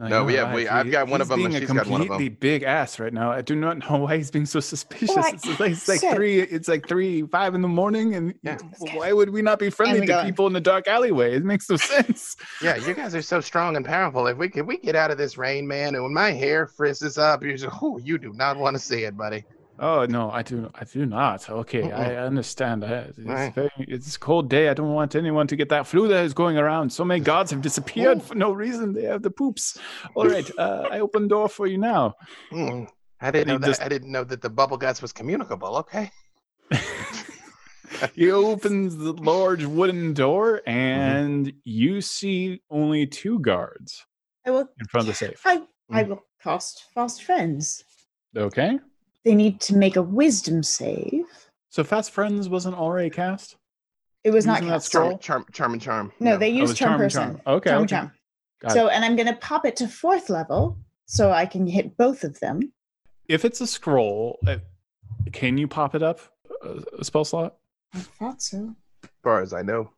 Speaker 3: No,
Speaker 1: you're
Speaker 3: yeah, we- I've got one of
Speaker 1: he's
Speaker 3: them and
Speaker 1: Being a
Speaker 3: she's got one of them.
Speaker 1: completely big ass right now. I do not know why he's being so suspicious.
Speaker 5: Right.
Speaker 1: It's like, it's like
Speaker 5: So-
Speaker 1: three. It's like three, five in the morning, and
Speaker 3: Yeah.
Speaker 1: why would we not be friendly
Speaker 5: we
Speaker 1: to
Speaker 5: go in.
Speaker 1: people in the dark alleyway? It makes no sense.
Speaker 3: yeah, you guys are so strong and powerful. If we could we get out of this rain, man, and when my hair frizzes up, you're just oh, you do not want to see it, buddy.
Speaker 1: Oh no, I do. I do not. Okay,
Speaker 3: Mm-mm.
Speaker 1: I understand. I, it's
Speaker 3: Right.
Speaker 1: very. It's a cold day. I don't want anyone to get that flu that is going around. So many gods have disappeared for no reason. They have the poops. All right, uh, I open door for you now.
Speaker 3: Mm. I didn't
Speaker 1: They
Speaker 3: know that.
Speaker 1: just-
Speaker 3: I didn't know that the bubble guts was communicable. Okay.
Speaker 1: he opens the large wooden door
Speaker 5: Mm-hmm.
Speaker 1: and you see only two guards
Speaker 5: I will.
Speaker 1: in front of the safe.
Speaker 5: I I will cost fast friends.
Speaker 1: Okay.
Speaker 5: They need to make a wisdom save.
Speaker 1: So Fast Friends wasn't already cast?
Speaker 5: It was not
Speaker 1: Using that
Speaker 5: cast.
Speaker 1: scroll?
Speaker 3: Charm, charm, charm, and charm.
Speaker 5: No, they
Speaker 1: Oh, it
Speaker 5: used
Speaker 1: was
Speaker 5: charm,
Speaker 1: charm and
Speaker 5: person.
Speaker 1: charm. Okay,
Speaker 5: Charm
Speaker 1: okay.
Speaker 5: charm.
Speaker 1: Got
Speaker 5: so, and I'm going to pop it to fourth level so I can hit both of them.
Speaker 1: If it's a scroll, uh, can you pop it up a, a spell slot?
Speaker 5: I thought so.
Speaker 3: as far as I know.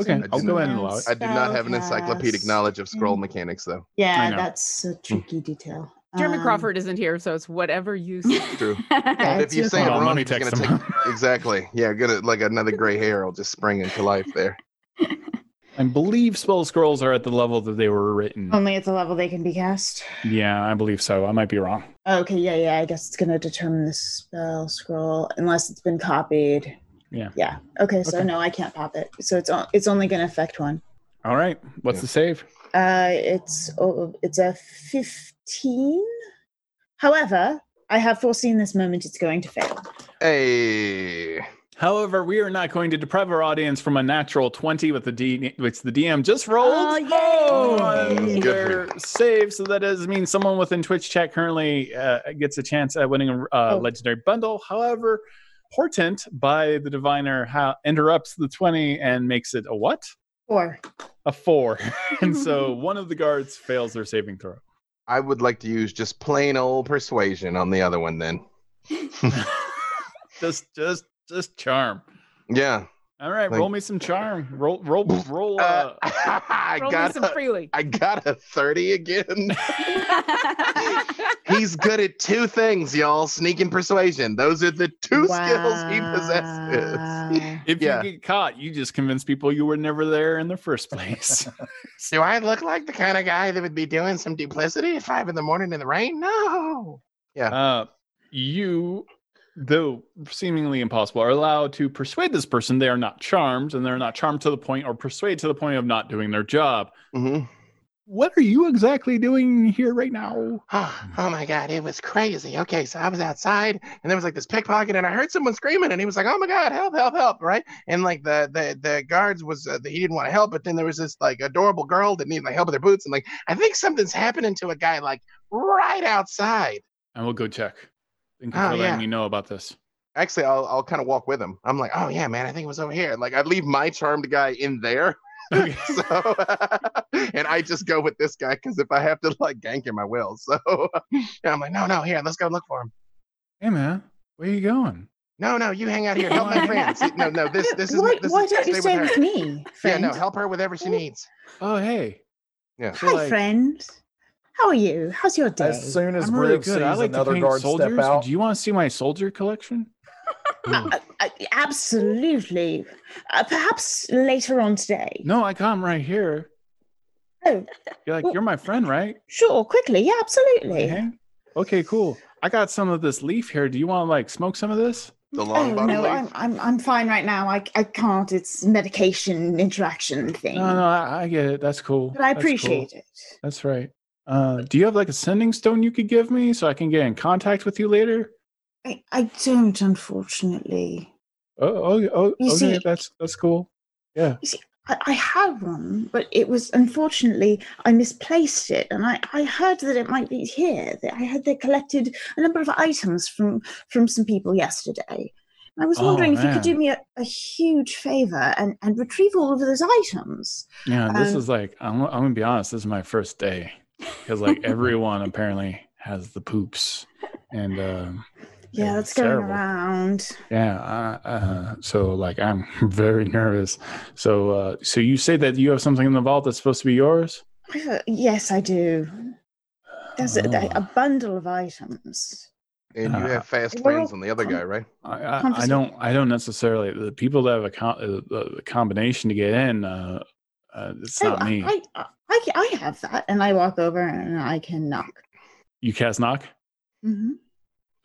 Speaker 1: Okay,
Speaker 3: I
Speaker 1: I'll go ahead and allow it.
Speaker 5: Yes.
Speaker 3: I do not have an encyclopedic
Speaker 5: Spellcast.
Speaker 3: knowledge of scroll
Speaker 5: Mm.
Speaker 3: mechanics, though.
Speaker 1: I
Speaker 5: Yeah,
Speaker 1: know. Hmm.
Speaker 5: that's a tricky detail.
Speaker 4: Jeremy
Speaker 5: Um,
Speaker 4: Crawford isn't here, so it's whatever you say.
Speaker 3: True.
Speaker 5: Yeah,
Speaker 3: But if
Speaker 5: it's
Speaker 3: you
Speaker 5: your
Speaker 3: say it
Speaker 1: Hold on, let
Speaker 3: wrong,
Speaker 1: me
Speaker 3: it's gonna
Speaker 1: text
Speaker 3: take
Speaker 1: him.
Speaker 3: exactly. Yeah, gonna like another gray hair will just spring into life there.
Speaker 1: I believe spell scrolls are at the level that they were written.
Speaker 5: Only at the level they can be cast.
Speaker 1: yeah, I believe so. I might be wrong.
Speaker 5: Okay, yeah, yeah. I guess it's going to determine the spell scroll unless it's been copied.
Speaker 1: Yeah.
Speaker 5: Yeah. Okay, so
Speaker 1: Okay.
Speaker 5: no, I can't pop it. So it's o- it's only going to affect one.
Speaker 1: All right, what's
Speaker 3: Yeah.
Speaker 1: the save?
Speaker 5: Uh, it's oh, it's a fifteen. However, I have foreseen this moment. It's going to fail.
Speaker 3: Hey,
Speaker 1: However, we are not going to deprive our audience from a natural 20 with the D which the DM just rolled.
Speaker 7: Oh, yay!
Speaker 1: on
Speaker 3: Good
Speaker 1: their save. So that does mean someone within Twitch chat currently uh, gets a chance at winning a uh,
Speaker 5: Oh.
Speaker 1: legendary bundle. However, Portent by the Diviner ha- interrupts the 20 and makes it a what?
Speaker 5: Four.
Speaker 1: A four. and so one of the guards fails their saving throw.
Speaker 3: I would like to use just plain old persuasion on the other one then.
Speaker 1: Just, just, just charm.
Speaker 3: Yeah.
Speaker 1: All right,
Speaker 3: Like-
Speaker 1: roll me some charm. Roll, roll, roll.
Speaker 3: Uh,
Speaker 1: Uh,
Speaker 3: I
Speaker 4: Roll me
Speaker 3: got
Speaker 4: some
Speaker 3: a,
Speaker 4: freely.
Speaker 3: I got a 30 again. He's good at two things, y'all. Sneak and persuasion. Those are the two skills he possesses.
Speaker 5: Wow.
Speaker 1: if
Speaker 3: yeah.
Speaker 1: you get caught, you just convince people you were never there in the first place.
Speaker 3: Do I look like the kind of guy that would be doing some duplicity at five in the morning in the rain? No.
Speaker 1: Uh, you, though seemingly impossible, are allowed to persuade this person they are not charmed, and they're not charmed to the point, or persuade to the point of not doing their job.
Speaker 3: Mm-hmm.
Speaker 1: What are you exactly doing here right now?
Speaker 3: Oh, oh my God, it was crazy. Okay, so I was outside and there was like this pickpocket and I heard someone screaming and he was like, oh my God, help, help, help, right? And like the the, the guards was, uh, he didn't want to help, but then there was this like adorable girl that needed like help with her boots. And like, I think something's happening to a guy like right outside.
Speaker 1: And we'll go check. Thank you
Speaker 3: Oh,
Speaker 1: for letting
Speaker 3: yeah.
Speaker 1: me know about this.
Speaker 3: Actually, I'll, I'll kind of walk with him. I'm like, oh yeah, man, I think it was over here. Like I'd leave my charmed guy in there.
Speaker 1: Okay.
Speaker 3: so and I just go with this guy because if I have to like gank him, I will. So I'm like, no, no, here, let's go look for him.
Speaker 1: hey, man, where you going?
Speaker 3: No, no, you hang out here. Help my friends. No, no, this this is
Speaker 5: why,
Speaker 3: this
Speaker 5: why
Speaker 3: is,
Speaker 5: don't you
Speaker 3: stay
Speaker 5: stay
Speaker 3: her.
Speaker 5: with, me, friend?
Speaker 3: Yeah, no, help her with whatever she needs.
Speaker 1: Oh, hey.
Speaker 3: Yeah.
Speaker 1: So,
Speaker 5: Hi,
Speaker 1: like,
Speaker 5: friend. How are you? How's your day?
Speaker 2: As soon as
Speaker 1: I'm really
Speaker 2: Briv
Speaker 1: good.
Speaker 2: sees
Speaker 1: I like to
Speaker 2: another
Speaker 1: paint
Speaker 2: guard
Speaker 1: soldiers.
Speaker 2: step out,
Speaker 1: Do you want to see my soldier collection?
Speaker 5: Uh, uh, absolutely. Uh, perhaps later on today.
Speaker 1: No, I got 'em right here.
Speaker 5: Oh.
Speaker 1: You're like, you're my friend, right?
Speaker 5: Sure, quickly. Yeah, absolutely.
Speaker 1: Okay. Okay, cool. I got some of this leaf here. Do you want to like smoke some of this?
Speaker 3: The
Speaker 5: Oh
Speaker 3: long bottom
Speaker 5: no, I'm, I'm I'm fine right now. I I can't. It's medication interaction thing.
Speaker 1: No, no, I, I get it. That's cool.
Speaker 5: but I
Speaker 1: That's cool.
Speaker 5: appreciate it.
Speaker 1: That's right. Uh, do you have like a sending stone you could give me so I can get in contact with you later?
Speaker 5: I, I don't, unfortunately.
Speaker 1: Oh, oh, oh
Speaker 5: You
Speaker 1: okay.
Speaker 5: see-
Speaker 1: that's that's cool.
Speaker 5: I, I had one, but it was unfortunately I misplaced it, and I, I heard that it might be here. That I heard they collected a number of items from from some people yesterday. And I was
Speaker 1: Oh,
Speaker 5: wondering if you could do
Speaker 1: man.
Speaker 5: me a, a huge favor and, and retrieve all of those items.
Speaker 1: Yeah, this
Speaker 5: Um,
Speaker 1: is like I'm, I'm gonna be honest. This is my first day because like everyone apparently has the poops, and um
Speaker 5: Yeah,
Speaker 1: Yeah,
Speaker 5: that's
Speaker 1: it's
Speaker 5: going
Speaker 1: terrible.
Speaker 5: around.
Speaker 1: yeah, I, uh, so like I'm very nervous. So, uh, so you say that you have something in the vault that's supposed to be yours?
Speaker 5: I thought, yes, I do. There's a, a-
Speaker 1: Oh.
Speaker 5: a bundle of items.
Speaker 3: and you have fast
Speaker 5: Well,
Speaker 3: friends on the other guy, right?
Speaker 1: I, I, I
Speaker 5: Confiscate.
Speaker 1: don't. I don't necessarily. The people that have a, com- uh, uh, a combination to get in, uh, uh, it's
Speaker 5: Oh,
Speaker 1: not me.
Speaker 5: I, I, I, ca- I have that, and I walk over and I can knock.
Speaker 1: you cast knock.
Speaker 5: hmm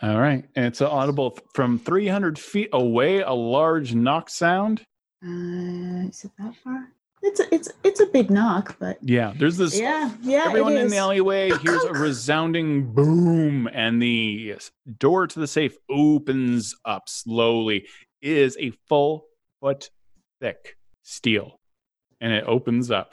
Speaker 1: All right, and it's audible th- from 300 feet away. A large knock sound.
Speaker 5: Uh, is it that far? It's a, it's it's a big knock, but
Speaker 1: Yeah, there's this.
Speaker 5: yeah, yeah.
Speaker 1: Everyone
Speaker 5: it
Speaker 1: in
Speaker 5: is.
Speaker 1: the alleyway hears a resounding boom, and the door to the safe opens up slowly. It is a full foot thick steel, and it opens up.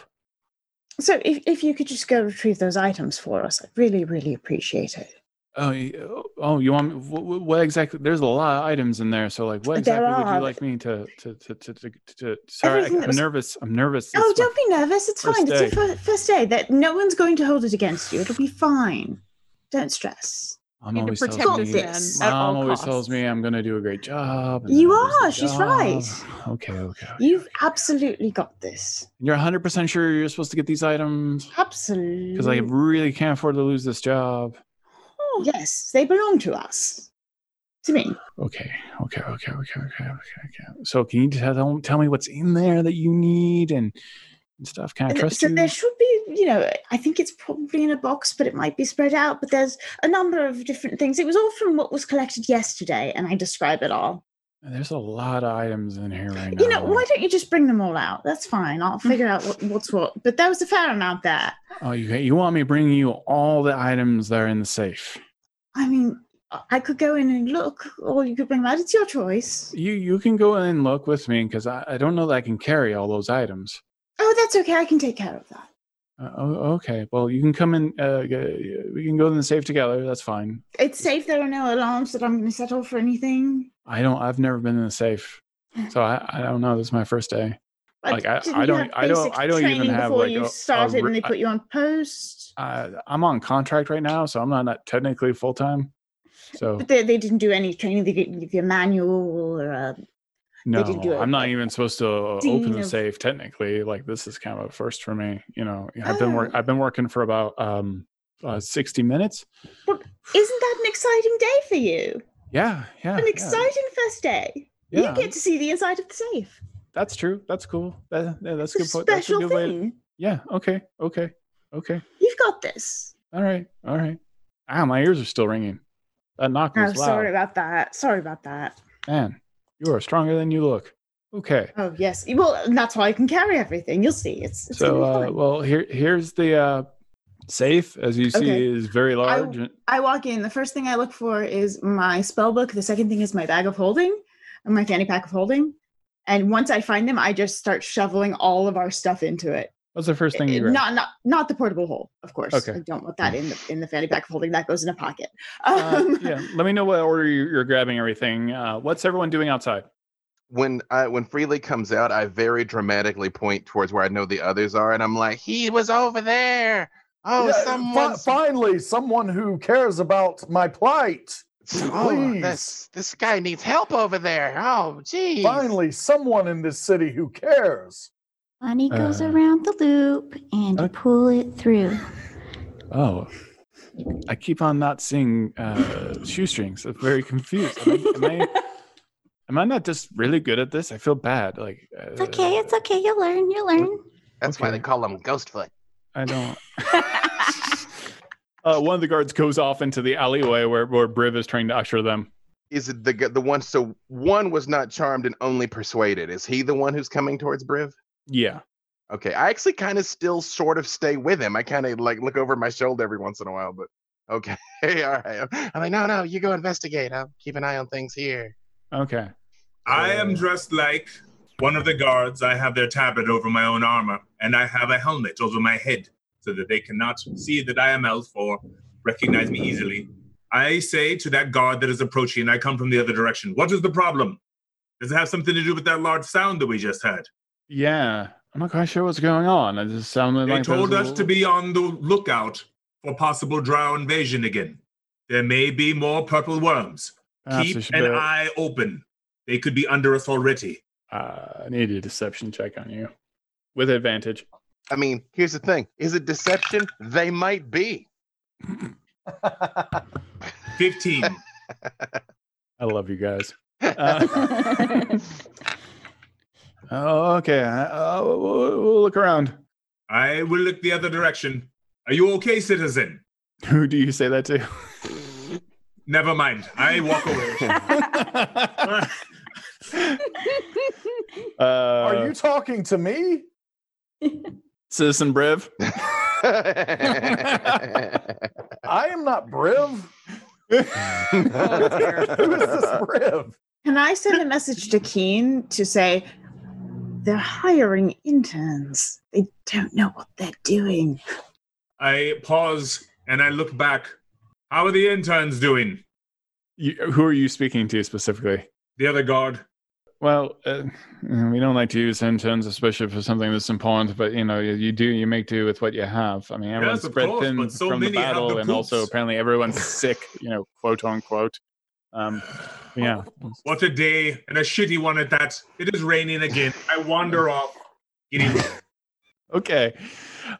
Speaker 5: So if if you could just go retrieve those items for us, I'd really really appreciate it.
Speaker 1: Oh, y- oh, you want me? What, what exactly? There's a lot of items in there, so like, what
Speaker 5: There
Speaker 1: exactly would
Speaker 5: are.
Speaker 1: you like me to to to to to? to sorry, I,
Speaker 5: Everything that
Speaker 1: am
Speaker 5: was-
Speaker 1: nervous. I'm nervous.
Speaker 5: oh,
Speaker 1: It's my-
Speaker 5: don't be nervous. It's
Speaker 1: first
Speaker 5: fine. It's your
Speaker 1: day.
Speaker 5: fir- first day. That no one's going to hold it against you. It'll be fine. Don't stress.
Speaker 1: I'm
Speaker 4: Need to
Speaker 1: always tells
Speaker 4: protect
Speaker 5: me-
Speaker 4: this
Speaker 5: Yes.
Speaker 4: man at
Speaker 1: Mom
Speaker 4: all
Speaker 1: always
Speaker 4: costs.
Speaker 1: tells me I'm going to do a great job. and
Speaker 5: You
Speaker 1: I'm gonna do
Speaker 5: are.
Speaker 1: a
Speaker 5: She's
Speaker 1: job.
Speaker 5: right.
Speaker 1: Okay, okay. okay.
Speaker 5: You've absolutely got this.
Speaker 1: You're 100% sure you're supposed to get these items
Speaker 5: Absolutely.
Speaker 1: because I really can't afford to lose this job.
Speaker 5: yes, they belong to us. To me.
Speaker 1: Okay, okay, okay, okay, okay, okay, okay. So can you tell, tell me what's in there that you need and, and stuff? Can I
Speaker 5: And th-
Speaker 1: trust
Speaker 5: so
Speaker 1: you?
Speaker 5: there should be, you know, I think it's probably in a box, but it might be spread out. But there's a number of different things. It was all from what was collected yesterday, and I describe it all.
Speaker 1: There's a lot of items in here right now.
Speaker 5: You know, why don't you just bring them all out? That's fine. I'll
Speaker 1: Mm.
Speaker 5: figure out what, what's what. But there was a fair amount there.
Speaker 1: Oh, you, you want me to bring you all the items that are in the safe?
Speaker 5: I mean, I- I could go in and look, or you could bring them out. It's your choice.
Speaker 1: You you can go in and look with me because I, I don't know that I can carry all those items.
Speaker 5: Oh, that's okay. I can take care of that.
Speaker 1: Uh, oh, okay. Well, you can come in. Uh, g- we can go in the safe together. That's fine.
Speaker 5: It's safe. There are no alarms that I'm going to set off or anything.
Speaker 1: I don't. I've never been in the safe,
Speaker 5: Hmm.
Speaker 1: so I, I don't know. This is my first day.
Speaker 5: But
Speaker 1: Like, I-
Speaker 5: didn't
Speaker 1: I
Speaker 5: you
Speaker 1: don't-
Speaker 5: have
Speaker 1: I don't-
Speaker 5: basic
Speaker 1: I don't even
Speaker 5: training
Speaker 1: have,
Speaker 5: before
Speaker 1: like,
Speaker 5: you
Speaker 1: a- a
Speaker 5: started,
Speaker 1: re-
Speaker 5: and they
Speaker 1: I-
Speaker 5: put you on post.
Speaker 1: Uh, I'm on contract right now, so I'm not, not technically full time. So
Speaker 5: But they, they didn't do any training. They didn't give you a manual or a.
Speaker 1: no,
Speaker 5: didn't do it,
Speaker 1: I'm not
Speaker 5: like,
Speaker 1: even supposed to uh, open
Speaker 5: dean
Speaker 1: the
Speaker 5: of-
Speaker 1: safe technically. Like this is kind of a first for me. You know, I've been work.
Speaker 5: Oh.
Speaker 1: I've been working for about um, uh, 60 minutes.
Speaker 5: Isn't that an exciting day for you?
Speaker 1: Yeah, yeah.
Speaker 5: An
Speaker 1: yeah,
Speaker 5: exciting first day.
Speaker 1: yeah.
Speaker 5: You get to see the inside of the safe.
Speaker 1: That's true. That's cool. That, yeah, that's a good
Speaker 5: It's a
Speaker 1: point. That's a
Speaker 5: special
Speaker 1: good way. to-
Speaker 5: thing.
Speaker 1: Yeah. Okay. Okay. Okay.
Speaker 5: You've got this.
Speaker 1: All right, all right. Ah, my ears are still ringing. That knock
Speaker 5: Oh,
Speaker 1: was loud.
Speaker 5: sorry about that. Sorry about that.
Speaker 1: Man, you are stronger than you look. Okay.
Speaker 5: Oh yes. Well, and that's why I can carry everything. You'll see. It's, it's
Speaker 1: so,
Speaker 5: gonna be
Speaker 1: uh,
Speaker 5: fun.
Speaker 1: well, here, here's the uh, safe. As you see,
Speaker 5: Okay.
Speaker 1: is very large.
Speaker 5: I walk in. The first thing I look for is my spell book. The second thing is my bag of holding, and my fanny pack of holding. And once I find them, I just start shoveling all of our stuff into it.
Speaker 1: What's the first thing
Speaker 5: Uh,
Speaker 1: you grabbed?
Speaker 5: Not not not the portable hole, of course.
Speaker 1: Okay.
Speaker 5: I don't want that in the in the fanny pack of holding. That goes in a pocket.
Speaker 1: Uh,
Speaker 5: Um,
Speaker 1: yeah. Let me know what order you- you're grabbing everything. Uh, what's everyone doing outside?
Speaker 3: When I when Freely comes out, I very dramatically point towards where I know the others are, and I'm like, he was over there. Oh,
Speaker 2: Yeah, uh, fi-
Speaker 3: someone.
Speaker 2: finally, someone who cares about my plight.
Speaker 3: oh,
Speaker 2: please.
Speaker 3: this this guy needs help over there. Oh, geez.
Speaker 2: Finally, someone in this city who cares.
Speaker 9: Money goes
Speaker 1: Uh,
Speaker 9: around the loop and you
Speaker 1: okay.
Speaker 9: pull it through.
Speaker 1: Oh, I keep on not seeing uh, shoestrings. I'm very confused. Am I, am, I, am I not just really good at this? I feel bad. Like uh,
Speaker 9: It's okay. It's okay. You'll learn. You'll learn.
Speaker 3: That's why
Speaker 1: okay.
Speaker 3: they call him Ghostfoot.
Speaker 1: I don't. uh, one of the guards goes off into the alleyway where, where Briv is trying to usher them.
Speaker 3: Is it the g- the one? So one was not charmed and only persuaded. Is he the one who's coming towards Briv?
Speaker 1: Yeah.
Speaker 3: Okay, I actually kind of still sort of stay with him. I kind of like look over my shoulder every once in a while, but okay, all right. I'm like, no, no, you go investigate. I'll keep an eye on things here.
Speaker 1: Okay.
Speaker 6: I am dressed like one of the guards. I have their tabard over my own armor, and I have a helmet over my head so that they cannot see that I am elf or recognize me easily. I say to that guard that is approaching, I come from the other direction, What is the problem? Does it have something to do with that large sound that we just heard?
Speaker 1: Yeah. Oh I'm not quite sure what's going on. It just sounded
Speaker 6: They
Speaker 1: like there was
Speaker 6: told
Speaker 1: a
Speaker 6: us to
Speaker 1: little-
Speaker 6: be on the lookout for possible drow invasion again. There may be more purple worms.
Speaker 1: Perhaps I
Speaker 6: Keep
Speaker 1: should
Speaker 6: an
Speaker 1: do it.
Speaker 6: eye open. They could be under us already.
Speaker 1: Uh, I need a deception check on you with advantage.
Speaker 3: I mean, here's the thing: is it deception? They might be.
Speaker 6: 15.
Speaker 1: I love you guys. Uh, oh, okay. Uh, we'll, we'll look around.
Speaker 6: I will look the other direction. Are you okay, citizen?
Speaker 1: Who do you say that to?
Speaker 6: Never mind. I walk away.
Speaker 1: uh, Uh,
Speaker 2: Are you talking to me?
Speaker 1: Citizen Briv.
Speaker 2: I am not Briv.
Speaker 1: Oh,
Speaker 2: Who is this Briv?
Speaker 5: Can I send a message to Keen to say they're hiring interns? They don't know what they're doing.
Speaker 6: I pause and I look back. How are the interns doing?
Speaker 1: You, who are you speaking to specifically?
Speaker 6: The other guard.
Speaker 1: Well, uh, we don't like to use interns, especially for something that's important. But you know, you, you do you make do with what you have. I mean, everyone's
Speaker 6: of
Speaker 1: spread
Speaker 6: course,
Speaker 1: thin
Speaker 6: but so
Speaker 1: from the
Speaker 6: many have the
Speaker 1: battle, and also
Speaker 6: poops.
Speaker 1: apparently everyone's sick. You know, quote unquote. Um, yeah,
Speaker 6: What a day and a shitty one at that. It is raining again. I wander off. Getting
Speaker 1: okay.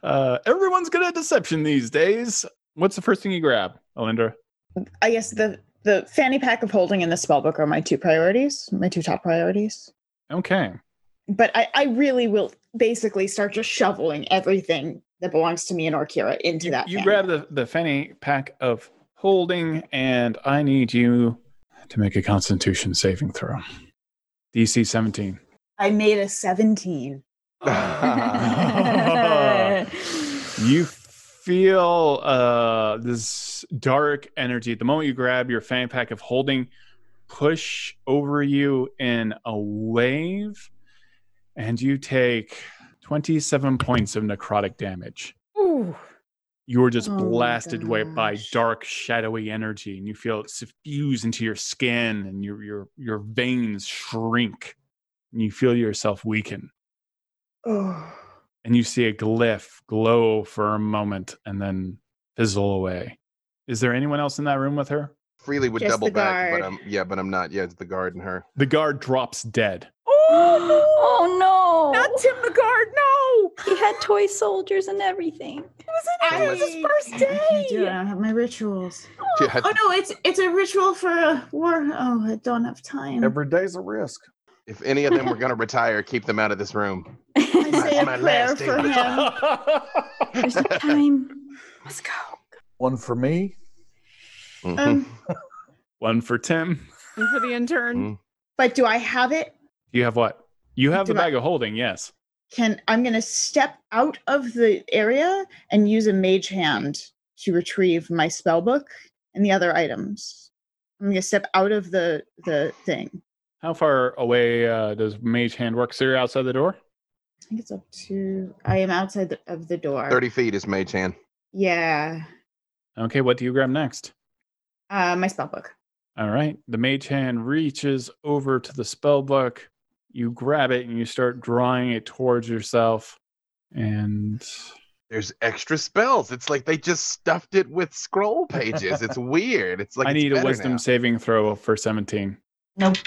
Speaker 1: Uh, everyone's good at deception these days. What's the first thing you grab, Alindra?
Speaker 5: I guess the the fanny pack of holding and the spellbook are my two priorities, my two top priorities.
Speaker 1: Okay.
Speaker 5: But I, I really will basically start just shoveling everything that belongs to me and Orkira into that.
Speaker 1: you
Speaker 5: fanny.
Speaker 1: grab the, the fanny pack of holding, and I need you to make a constitution saving throw. DC 17.
Speaker 5: I made a seventeen.
Speaker 1: You feel uh, this dark energy. The moment you grab your fanny pack of holding, push over you in a wave, and you take 27 points of necrotic damage.
Speaker 4: Ooh.
Speaker 1: You are just
Speaker 5: Oh my
Speaker 1: blasted away by
Speaker 5: gosh.
Speaker 1: dark, shadowy energy, and you feel it suffuse into your skin, and your your your veins shrink, and you feel yourself weaken.
Speaker 5: Oh,
Speaker 1: And you see a glyph glow for a moment and then fizzle away. Is there anyone else in that room with her?
Speaker 3: Freely would
Speaker 5: Just
Speaker 3: double
Speaker 5: the
Speaker 3: back,
Speaker 5: guard.
Speaker 3: but um, yeah, but I'm not. Yeah, it's the guard and her.
Speaker 1: The guard drops dead.
Speaker 7: oh no!
Speaker 4: Not Tim the guard. No.
Speaker 7: He had toy soldiers and everything.
Speaker 4: It was, in,
Speaker 5: I-
Speaker 4: it was his first
Speaker 5: I can't do it. I
Speaker 4: day.
Speaker 5: don't have my rituals.
Speaker 3: She had-
Speaker 5: Oh no, it's it's a ritual for a war. Oh, I don't have time.
Speaker 2: Every day's a risk.
Speaker 3: If any of them were gonna retire, keep them out of this room.
Speaker 5: I say a
Speaker 3: my
Speaker 5: prayer
Speaker 3: last day.
Speaker 5: for him.
Speaker 7: There's no time. Let's go.
Speaker 2: One for me.
Speaker 3: Mhm.
Speaker 5: Um,
Speaker 1: One for Tim.
Speaker 4: And for the
Speaker 1: Hmm?
Speaker 4: intern.
Speaker 5: but do I have it?
Speaker 1: You have what? You have the
Speaker 5: Do I-
Speaker 1: bag of holding, yes.
Speaker 5: Can I'm gonna step out of the area and use a mage hand to retrieve my spell book and the other items. I'm gonna step out of the the thing.
Speaker 1: How far away uh, does Mage Hand work? So you're outside the door?
Speaker 5: I think it's up to. I am outside the, of the door.
Speaker 3: Thirty feet is Mage Hand.
Speaker 5: Yeah.
Speaker 1: Okay, what do you grab next?
Speaker 5: Uh, my spell book.
Speaker 1: All right. The mage hand reaches over to the spell book. You grab it and you start drawing it towards yourself. And
Speaker 3: There's extra spells. It's like they just stuffed it with scroll pages. It's weird. It's like
Speaker 1: I
Speaker 3: it's
Speaker 1: need a
Speaker 3: better
Speaker 1: wisdom
Speaker 3: now.
Speaker 1: saving throw for 17.
Speaker 5: Nope.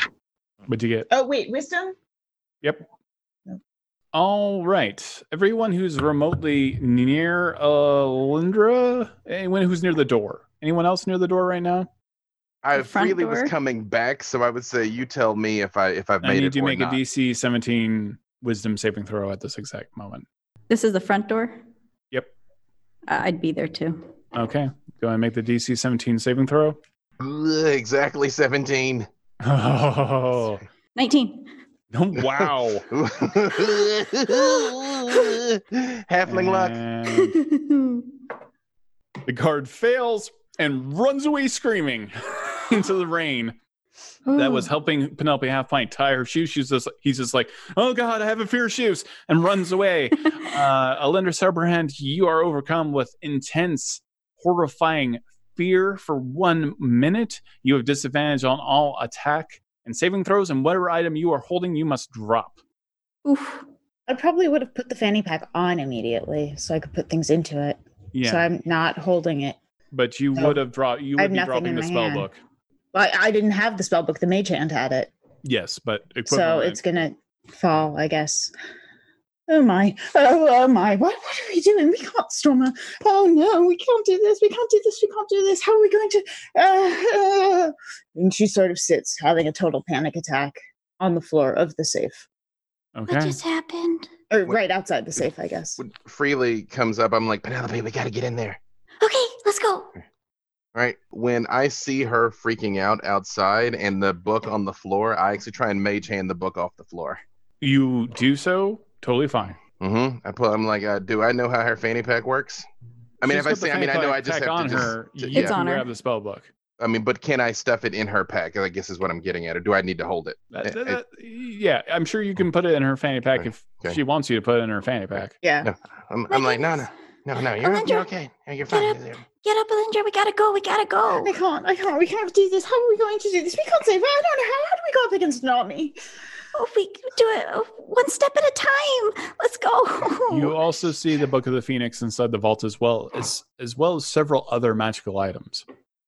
Speaker 1: What'd you get?
Speaker 5: Oh wait, wisdom.
Speaker 1: All right. Everyone who's remotely near uh, Lindra, anyone who's near the door. Anyone else near the door right now?
Speaker 3: I
Speaker 7: The front
Speaker 3: freely was
Speaker 7: door?
Speaker 3: coming back, so I would say you tell me if I if I've
Speaker 1: I
Speaker 3: made
Speaker 1: need
Speaker 3: it
Speaker 1: you to
Speaker 3: or
Speaker 1: make
Speaker 3: not.
Speaker 1: a DC 17 wisdom saving throw at this exact moment.
Speaker 7: This is the front door.
Speaker 1: Yep.
Speaker 7: Uh, I'd be there too.
Speaker 1: Okay. Go ahead and make the DC 17 saving throw.
Speaker 3: Ugh, exactly seventeen.
Speaker 1: Oh,
Speaker 7: Nineteen.
Speaker 1: wow.
Speaker 3: Halfling luck.
Speaker 1: And Mm. The guard fails and runs away screaming into the rain. That was helping Penelope Halfpint tie her shoes. She's just, he's just like, oh God, I have a fear of shoes, and runs away. uh, Alender Sarberhand, you are overcome with intense, horrifying fear for one minute. You have disadvantage on all attack and saving throws, and whatever item you are holding, you must drop.
Speaker 7: Oof.
Speaker 5: I probably would have put the fanny pack on immediately so I could put things into it.
Speaker 1: Yeah,
Speaker 5: So I'm not holding it.
Speaker 1: but you
Speaker 5: so
Speaker 1: would have dropped. You
Speaker 5: I
Speaker 1: would
Speaker 5: have
Speaker 1: be
Speaker 5: nothing
Speaker 1: dropping
Speaker 5: in
Speaker 1: the
Speaker 5: my
Speaker 1: spell
Speaker 5: hand.
Speaker 1: book.
Speaker 5: Well, I didn't have the spell book. The mage hand had it.
Speaker 1: Yes, but
Speaker 5: so
Speaker 1: equivalent.
Speaker 5: it's gonna fall, I guess. Oh my! Oh, oh my! What, what are we doing? We can't storm. A, oh no! We can't do this. We can't do this. We can't do this. How are we going to? Uh, uh. And she sort of sits, having a total panic attack on the floor of the safe,
Speaker 1: okay.
Speaker 9: What just happened?
Speaker 5: or
Speaker 3: Wait.
Speaker 5: right outside the safe, I guess.
Speaker 3: When Freely comes up. I'm like Penelope. We got to get in there.
Speaker 9: Okay, let's go.
Speaker 3: Right. When I see her freaking out outside and the book on the floor, I actually try and mage hand the book off the floor.
Speaker 1: You do so totally fine.
Speaker 3: Mm-hmm. I pull. I'm like, uh, do I know how her fanny pack works? I mean,
Speaker 1: She's
Speaker 3: if I
Speaker 1: got the
Speaker 3: say, I mean, I
Speaker 1: fanny
Speaker 3: know I
Speaker 1: pack
Speaker 3: just have
Speaker 1: on
Speaker 3: to just.
Speaker 1: her.
Speaker 3: to-
Speaker 1: you
Speaker 7: It's
Speaker 1: can
Speaker 7: on her.
Speaker 1: grab the spell book.
Speaker 3: I mean, but can I stuff it in her pack? I guess is what I'm getting at. Or do I need to hold it?
Speaker 1: That-
Speaker 3: It-
Speaker 1: that- that- yeah, I'm sure you can put it in her fanny pack
Speaker 3: Okay.
Speaker 1: if
Speaker 3: Okay.
Speaker 1: she wants you to put it in her fanny pack.
Speaker 5: Yeah.
Speaker 3: I'm,
Speaker 9: My
Speaker 3: I'm like, no, no,
Speaker 9: goodness.
Speaker 3: no, no. You're,
Speaker 9: Alindra,
Speaker 3: you're okay. No, You're
Speaker 9: get
Speaker 3: fine. You're-
Speaker 9: Get up, Alindra. We gotta go. We gotta go.
Speaker 5: I can't. I can't. We can't do this. How are we going to do this? We can't save her. I don't know how. How do we go up against Nami?
Speaker 9: Oh, we can do it oh, one step at a time. Let's go.
Speaker 7: Oh.
Speaker 1: You also see the Book of the Phoenix inside the vault as well as as well as several other magical items.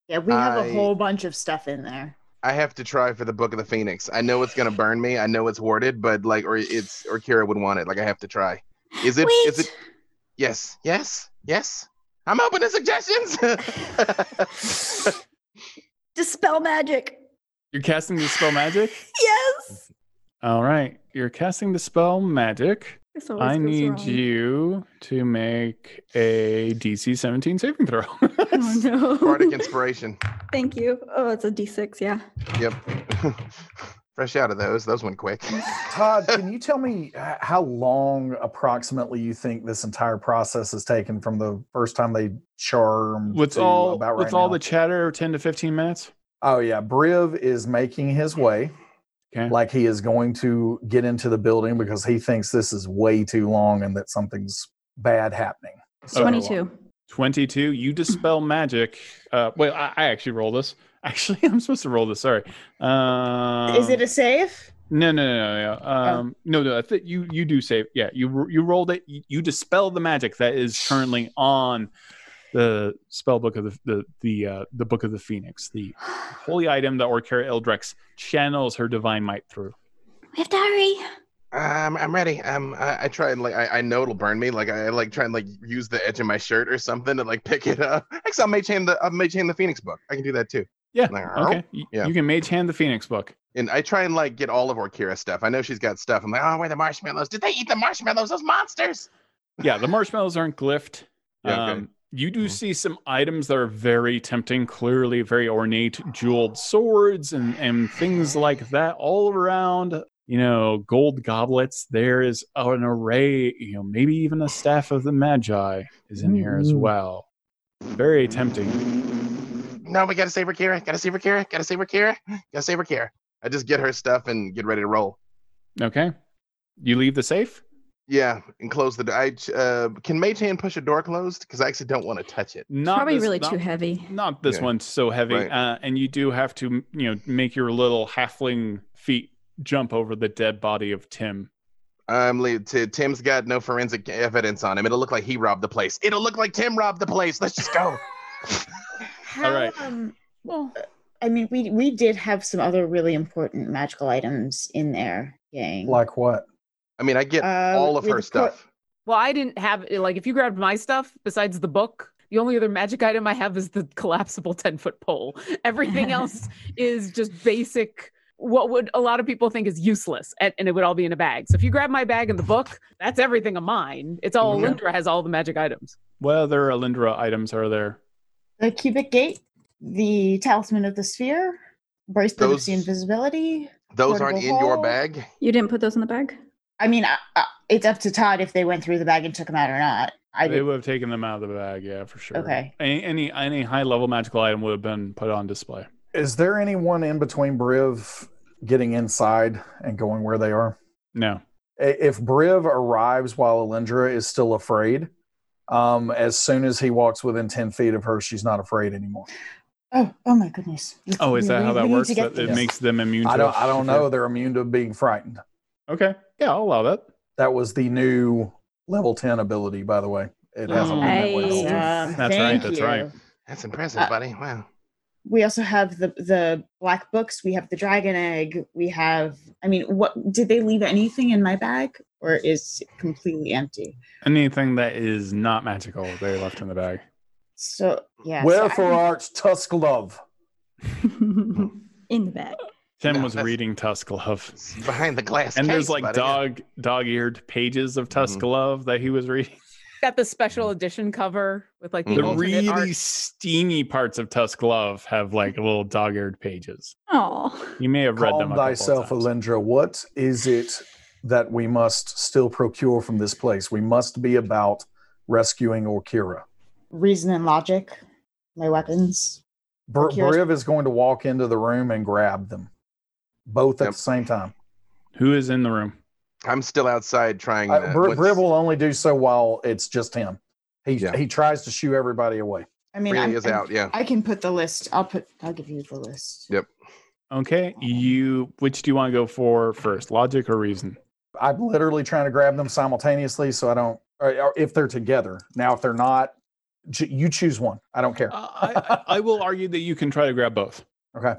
Speaker 5: Yeah, we have
Speaker 3: I-
Speaker 5: a whole bunch of stuff in there.
Speaker 3: I have to try for the Book of the Phoenix. I know it's gonna burn me. I know it's warded, but like, or it's or Kira would want it. Like, I have to try. Is it?
Speaker 9: Wait.
Speaker 3: Is it? Yes, yes, yes. I'm open to suggestions.
Speaker 9: Dispel magic.
Speaker 1: You're casting the spell magic.
Speaker 9: Yes.
Speaker 1: All right, you're casting the spell magic.
Speaker 7: Oh, This always
Speaker 1: I
Speaker 7: goes
Speaker 1: need
Speaker 7: wrong.
Speaker 1: you to make a DC 17 saving throw.
Speaker 7: Oh, no.
Speaker 3: Bardic inspiration.
Speaker 7: Thank you. Oh, it's a D6. Yeah.
Speaker 3: Yep. Fresh out of those. Those went quick.
Speaker 2: Todd, can you tell me h- how long approximately you think this entire process has taken from the first time they charmed
Speaker 1: with
Speaker 2: to
Speaker 1: all
Speaker 2: about right
Speaker 1: with all
Speaker 2: now?
Speaker 1: the chatter, 10 to 15 minutes.
Speaker 2: Oh yeah, Briv is making his way.
Speaker 1: Okay.
Speaker 2: Like he is going to get into the building because he thinks this is way too long and that something's bad happening. So,
Speaker 7: 22.
Speaker 1: 22 Oh. you dispel magic uh well I, I actually roll this actually i'm supposed to roll this sorry uh
Speaker 5: Is it a Oh. save?
Speaker 1: no no no no um no no i think you you do save yeah you you rolled it you, you dispel the magic that is currently on the spell book of the the the, uh, the book of the phoenix the holy item that orcara eldrex channels her divine might through
Speaker 9: We have to hurry.
Speaker 3: Um, I'm ready. Um, I, I try and like I, I know it'll burn me. Like I, like try and like use the edge of my shirt or something to like pick it up. Actually, I'll mage hand the I'll mage hand the Phoenix book. I can do that too.
Speaker 1: Yeah,
Speaker 3: Like,
Speaker 5: Oh,
Speaker 1: okay y-
Speaker 3: Yeah.
Speaker 1: you can mage hand the phoenix book
Speaker 3: And I try and like get all of Orkira stuff. I know she's got stuff. I'm like, oh, where are the marshmallows? Did they eat the marshmallows? Those monsters.
Speaker 1: yeah, the marshmallows aren't glyphed.
Speaker 3: Yeah, okay.
Speaker 1: Um, you do
Speaker 3: Mhm.
Speaker 1: see some items that are very tempting, clearly very ornate, jeweled swords and, and things like that all around. You know, gold goblets. There is an array, you know, maybe even a staff of the Magi is in here as well. Very tempting.
Speaker 3: No, we gotta save Orkira. Gotta save Orkira. Gotta save Orkira. Gotta save Orkira. I just get her stuff and get ready to roll.
Speaker 1: Okay. You leave the safe?
Speaker 3: Yeah, and close the. d- I uh, can mage hand push a door closed because I actually don't want to touch it.
Speaker 1: Not
Speaker 7: Probably
Speaker 1: this-
Speaker 7: really
Speaker 1: not-
Speaker 7: too heavy.
Speaker 1: Not this
Speaker 3: Yeah.
Speaker 1: one's so heavy,
Speaker 3: Right.
Speaker 1: uh, and you do have to, you know, make your little halfling feet jump over the dead body of Tim.
Speaker 3: Um, Lee, t- Tim's got no forensic evidence on him. It'll look like he robbed the place. It'll look like Tim robbed the place. Let's just go.
Speaker 5: How,
Speaker 1: right.
Speaker 5: Um, well, I mean, we we did have some other really important magical items in there, gang.
Speaker 2: like what?
Speaker 3: I mean, I get
Speaker 5: Uh,
Speaker 3: all of
Speaker 5: with
Speaker 3: her
Speaker 5: the cor-
Speaker 3: stuff.
Speaker 4: Well, I didn't have like if you grabbed my stuff besides the book, the only other magic item I have is the collapsible 10 foot pole. Everything else is just basic what would a lot of people think is useless and, and it would all be in a bag. So if you grab my bag and the book, that's everything of mine. It's all
Speaker 3: Okay.
Speaker 4: Alindra has all the magic items.
Speaker 1: What other Alindra items are there?
Speaker 5: the cubic gate, the talisman of the sphere, bracelet of
Speaker 3: Those-
Speaker 5: the invisibility.
Speaker 3: Those aren't
Speaker 5: portable
Speaker 3: in your
Speaker 5: hole.
Speaker 3: bag.
Speaker 7: You didn't put those in the bag?
Speaker 5: I mean, I, I, it's up to Todd if they went through the bag and took them out or not. I
Speaker 1: they
Speaker 5: did.
Speaker 1: would have taken them out of the bag, yeah, for sure.
Speaker 5: Okay.
Speaker 1: Any any, any high level magical item would have been put on display.
Speaker 2: Is there anyone in between Briv getting inside and going where they are?
Speaker 1: No.
Speaker 2: I- If Briv arrives while Alindra is still afraid, um, as soon as he walks within 10 feet of her, she's not afraid anymore.
Speaker 5: Oh, oh my goodness. We-
Speaker 1: Oh, is
Speaker 5: we-
Speaker 1: that
Speaker 5: we-
Speaker 1: how that
Speaker 5: we need to
Speaker 1: works?
Speaker 5: get
Speaker 1: That it
Speaker 5: this.
Speaker 1: makes them immune.
Speaker 2: I
Speaker 1: to
Speaker 2: don't
Speaker 1: it?
Speaker 2: I don't know. They're immune to being frightened.
Speaker 1: Okay. Yeah, I'll allow that.
Speaker 2: That was the new level 10 ability, by the way. It hasn't been that way the whole time.
Speaker 5: Um,
Speaker 1: That's right,
Speaker 5: thank
Speaker 1: that's right.
Speaker 5: you.
Speaker 3: That's impressive,
Speaker 5: Uh,
Speaker 3: buddy. Wow.
Speaker 5: We also have the the black books. We have the dragon egg. We have. I mean, what did they leave anything in my bag, or is it completely empty?
Speaker 1: Anything that is not magical, they left in the bag.
Speaker 5: So yeah. so
Speaker 2: Wherefore
Speaker 5: I-
Speaker 2: art tusk love?
Speaker 7: in the bag.
Speaker 1: Tim
Speaker 3: No,
Speaker 1: was
Speaker 3: that's-
Speaker 1: reading Tusk Love.
Speaker 3: It's behind the glass.
Speaker 1: And there's
Speaker 3: case,
Speaker 1: like
Speaker 3: buddy.
Speaker 1: dog dog eared pages of Tusk
Speaker 3: Mhm.
Speaker 1: Love that he was reading.
Speaker 4: Got the special edition cover with like the,
Speaker 1: The
Speaker 3: Mhm.
Speaker 4: alternate
Speaker 1: really
Speaker 4: art.
Speaker 1: steamy parts of Tusk Love have like little dog eared pages.
Speaker 7: Oh.
Speaker 1: You may have read them.
Speaker 2: Calm
Speaker 1: a couple of
Speaker 2: thyself,
Speaker 1: times.
Speaker 2: Alindra. What is it that we must still procure from this place. We must be about rescuing Orkira.
Speaker 5: Reason and logic, my weapons.
Speaker 2: Bur-
Speaker 5: Orkira's-
Speaker 2: Briv is going to walk into the room and grab them both at
Speaker 3: Yep.
Speaker 2: the same time.
Speaker 1: Who is in the room?
Speaker 3: I'm still outside trying.
Speaker 2: Uh,
Speaker 3: to-
Speaker 2: Br-
Speaker 3: what's-
Speaker 2: Briv will only do so while it's just him. He,
Speaker 3: Yeah.
Speaker 2: he tries to shoo everybody away.
Speaker 5: I mean,
Speaker 3: Really
Speaker 5: I'm-
Speaker 3: is
Speaker 5: I'm-
Speaker 3: out. Yeah.
Speaker 5: I can put the list. I'll put. I'll give you the list.
Speaker 1: Okay, you. Which do you want to go for first, logic or reason?
Speaker 2: I'm literally trying to grab them simultaneously, so I don't. Or, or if they're together, now if they're not, ch- you choose one. I don't care.
Speaker 1: Uh, I, I, I will argue that you can try to grab both.
Speaker 2: Okay.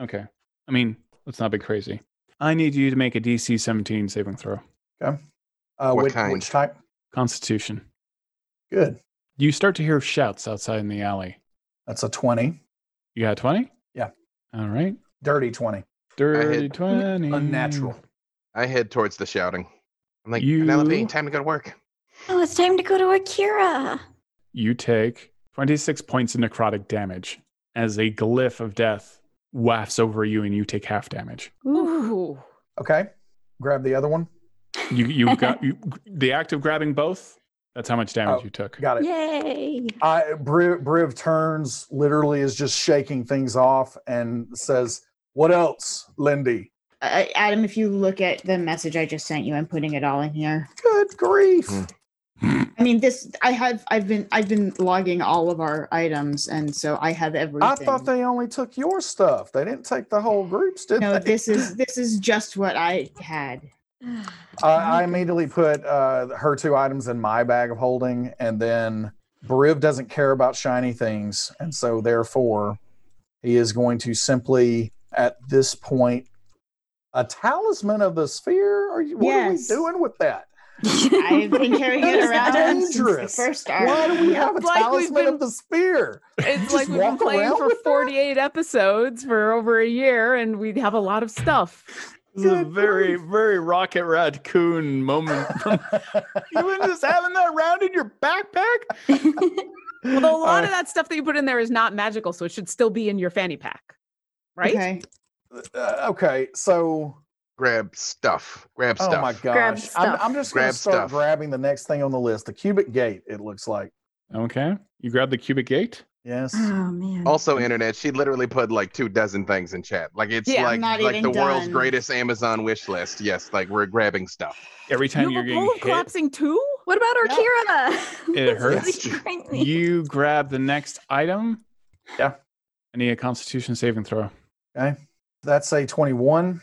Speaker 1: Okay. I mean, let's not be crazy. I need you to make a DC 17 saving throw.
Speaker 2: Uh,
Speaker 3: What
Speaker 2: which,
Speaker 3: kind?
Speaker 2: which type?
Speaker 1: Constitution.
Speaker 2: Good.
Speaker 1: You start to hear shouts outside in the alley.
Speaker 2: That's a twenty.
Speaker 1: You got 20?
Speaker 2: Yeah.
Speaker 1: All right.
Speaker 2: Dirty twenty.
Speaker 1: Dirty
Speaker 3: hit-
Speaker 1: 20.
Speaker 2: Unnatural.
Speaker 3: I head towards the shouting. I'm like,
Speaker 1: You-
Speaker 3: Penelope, time to go to work.
Speaker 9: Oh, it's time to go to Akira.
Speaker 1: You take 26 points of necrotic damage as a glyph of death wafts over you and you take half damage.
Speaker 4: Ooh.
Speaker 2: Okay. Grab the other one.
Speaker 1: You you got you, the act of grabbing both. That's how much damage
Speaker 2: Oh,
Speaker 1: you took.
Speaker 2: Got it.
Speaker 9: Yay.
Speaker 2: I Briv, Briv turns, literally is just shaking things off, and says, "What else, Lindy?
Speaker 5: Uh, Adam, if you look at the message I just sent you, I'm putting it all in here.
Speaker 2: Good grief!
Speaker 3: Mm.
Speaker 5: I mean, this. I have. I've been. I've been logging all of our items, and so I have everything.
Speaker 2: I thought they only took your stuff. They didn't take the whole groups, did
Speaker 5: No,
Speaker 2: they?"
Speaker 5: this is this is just what I had.
Speaker 2: I, I immediately put uh, her two items in my bag of holding, and then Briv doesn't care about shiny things, and so therefore, he is going to simply, at this point, a talisman of the sphere. Are you? What
Speaker 5: Yes.
Speaker 2: are we doing with that?
Speaker 5: I've been carrying
Speaker 2: That
Speaker 5: it
Speaker 2: is
Speaker 5: around
Speaker 2: dangerous.
Speaker 5: since the first arc.
Speaker 2: Why do we have a
Speaker 4: Like we've
Speaker 2: talisman
Speaker 4: been-
Speaker 2: of the sphere?
Speaker 4: It's
Speaker 2: Just
Speaker 4: like we've been
Speaker 2: walk
Speaker 4: playing
Speaker 2: around
Speaker 4: for
Speaker 2: with that?
Speaker 4: 48 episodes for over a year and we have a lot of stuff.
Speaker 1: This is a
Speaker 2: Good
Speaker 1: very, very rocket raccoon moment. From, you were just having that around in your backpack.
Speaker 7: Oh,
Speaker 4: Although a lot
Speaker 2: Uh,
Speaker 4: of that stuff that you put in there is not magical, so it should still be in your fanny pack. Right?
Speaker 5: Okay.
Speaker 2: uh, okay, so
Speaker 3: Grab stuff. Grab
Speaker 2: oh
Speaker 3: stuff.
Speaker 2: my
Speaker 9: Grab
Speaker 2: gosh, I'm,
Speaker 9: stuff.
Speaker 2: I'm just going
Speaker 3: Grab
Speaker 2: to start
Speaker 3: stuff.
Speaker 2: grabbing the next thing on the list, the cubic gate. It looks like
Speaker 1: Okay. You grab the cubic gate.
Speaker 2: yes.
Speaker 4: Mm.
Speaker 9: Oh, man.
Speaker 3: Also, internet. She literally put like two dozen things in chat. Like it's
Speaker 4: Yeah,
Speaker 3: like
Speaker 5: I'm not
Speaker 3: like the
Speaker 5: even
Speaker 3: world's
Speaker 5: done.
Speaker 3: greatest Amazon wish list. Yes, like we're grabbing stuff.
Speaker 1: Every time
Speaker 4: you
Speaker 1: you're
Speaker 4: have a bowl of
Speaker 1: getting hit,
Speaker 4: collapsing too?
Speaker 9: What about Orkira?
Speaker 1: It hurts.
Speaker 9: you.
Speaker 1: you grab the next item.
Speaker 2: Yeah.
Speaker 1: I need a constitution saving throw.
Speaker 2: That's a 21.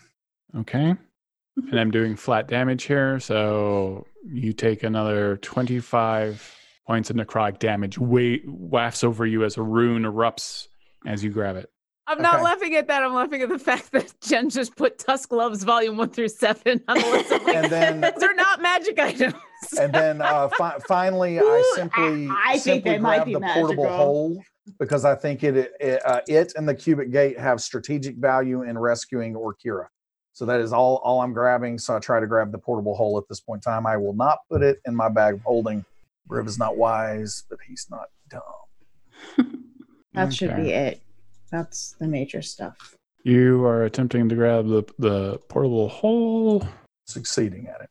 Speaker 1: Okay. And I'm doing flat damage here. So you take another 25 points of necrotic damage. Wait, wafts over you as a rune erupts as you grab it.
Speaker 4: I'm not
Speaker 2: Okay.
Speaker 4: laughing at that. I'm laughing at the fact that Jen just put Tusk Loves Volume 1 through 7 on the list. I'm like,
Speaker 2: And then
Speaker 4: those are not magic items.
Speaker 2: and then uh, fi- finally I
Speaker 5: Ooh,
Speaker 2: simply
Speaker 5: I- I think
Speaker 2: simply
Speaker 5: they might
Speaker 2: grab
Speaker 5: be
Speaker 2: the portable
Speaker 5: magical.
Speaker 2: hole because I think it it, uh, it and the cubic gate have strategic value in rescuing Orkira. So that is all all I'm grabbing. So I try to grab the portable hole at this point in time. I will not put it in my bag of holding. Riv is not wise, but he's not dumb.
Speaker 5: That should
Speaker 1: Okay.
Speaker 5: be it. That's the major stuff.
Speaker 1: You are attempting to grab the, the portable hole.
Speaker 2: Succeeding at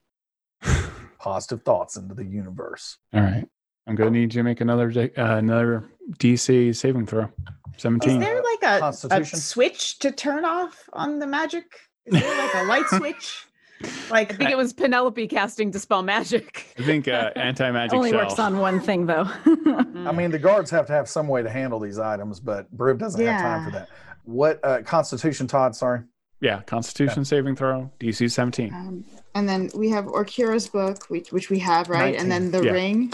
Speaker 2: it. Positive thoughts into the universe.
Speaker 1: All right. I'm going to need you to make another da- uh, another DC saving throw. 17.
Speaker 5: Is
Speaker 2: Uh,
Speaker 5: there like a, a
Speaker 2: Constitution?
Speaker 5: switch to turn off on the magic? Is there like a light switch?
Speaker 4: I
Speaker 5: Like
Speaker 4: think it was Penelope casting Dispel Magic.
Speaker 1: I think uh, anti magic
Speaker 7: Only
Speaker 1: shell.
Speaker 7: works on one thing though.
Speaker 5: Hmm.
Speaker 2: I mean, the guards have to have some way to handle these items, but Briv doesn't have time for
Speaker 5: Yeah.
Speaker 2: that. What uh, Constitution, Todd? Sorry.
Speaker 1: yeah, Constitution saving throw, DC 17.
Speaker 5: um, and then we have Orkira's book, which which we have right, and then the
Speaker 1: Yeah.
Speaker 5: ring.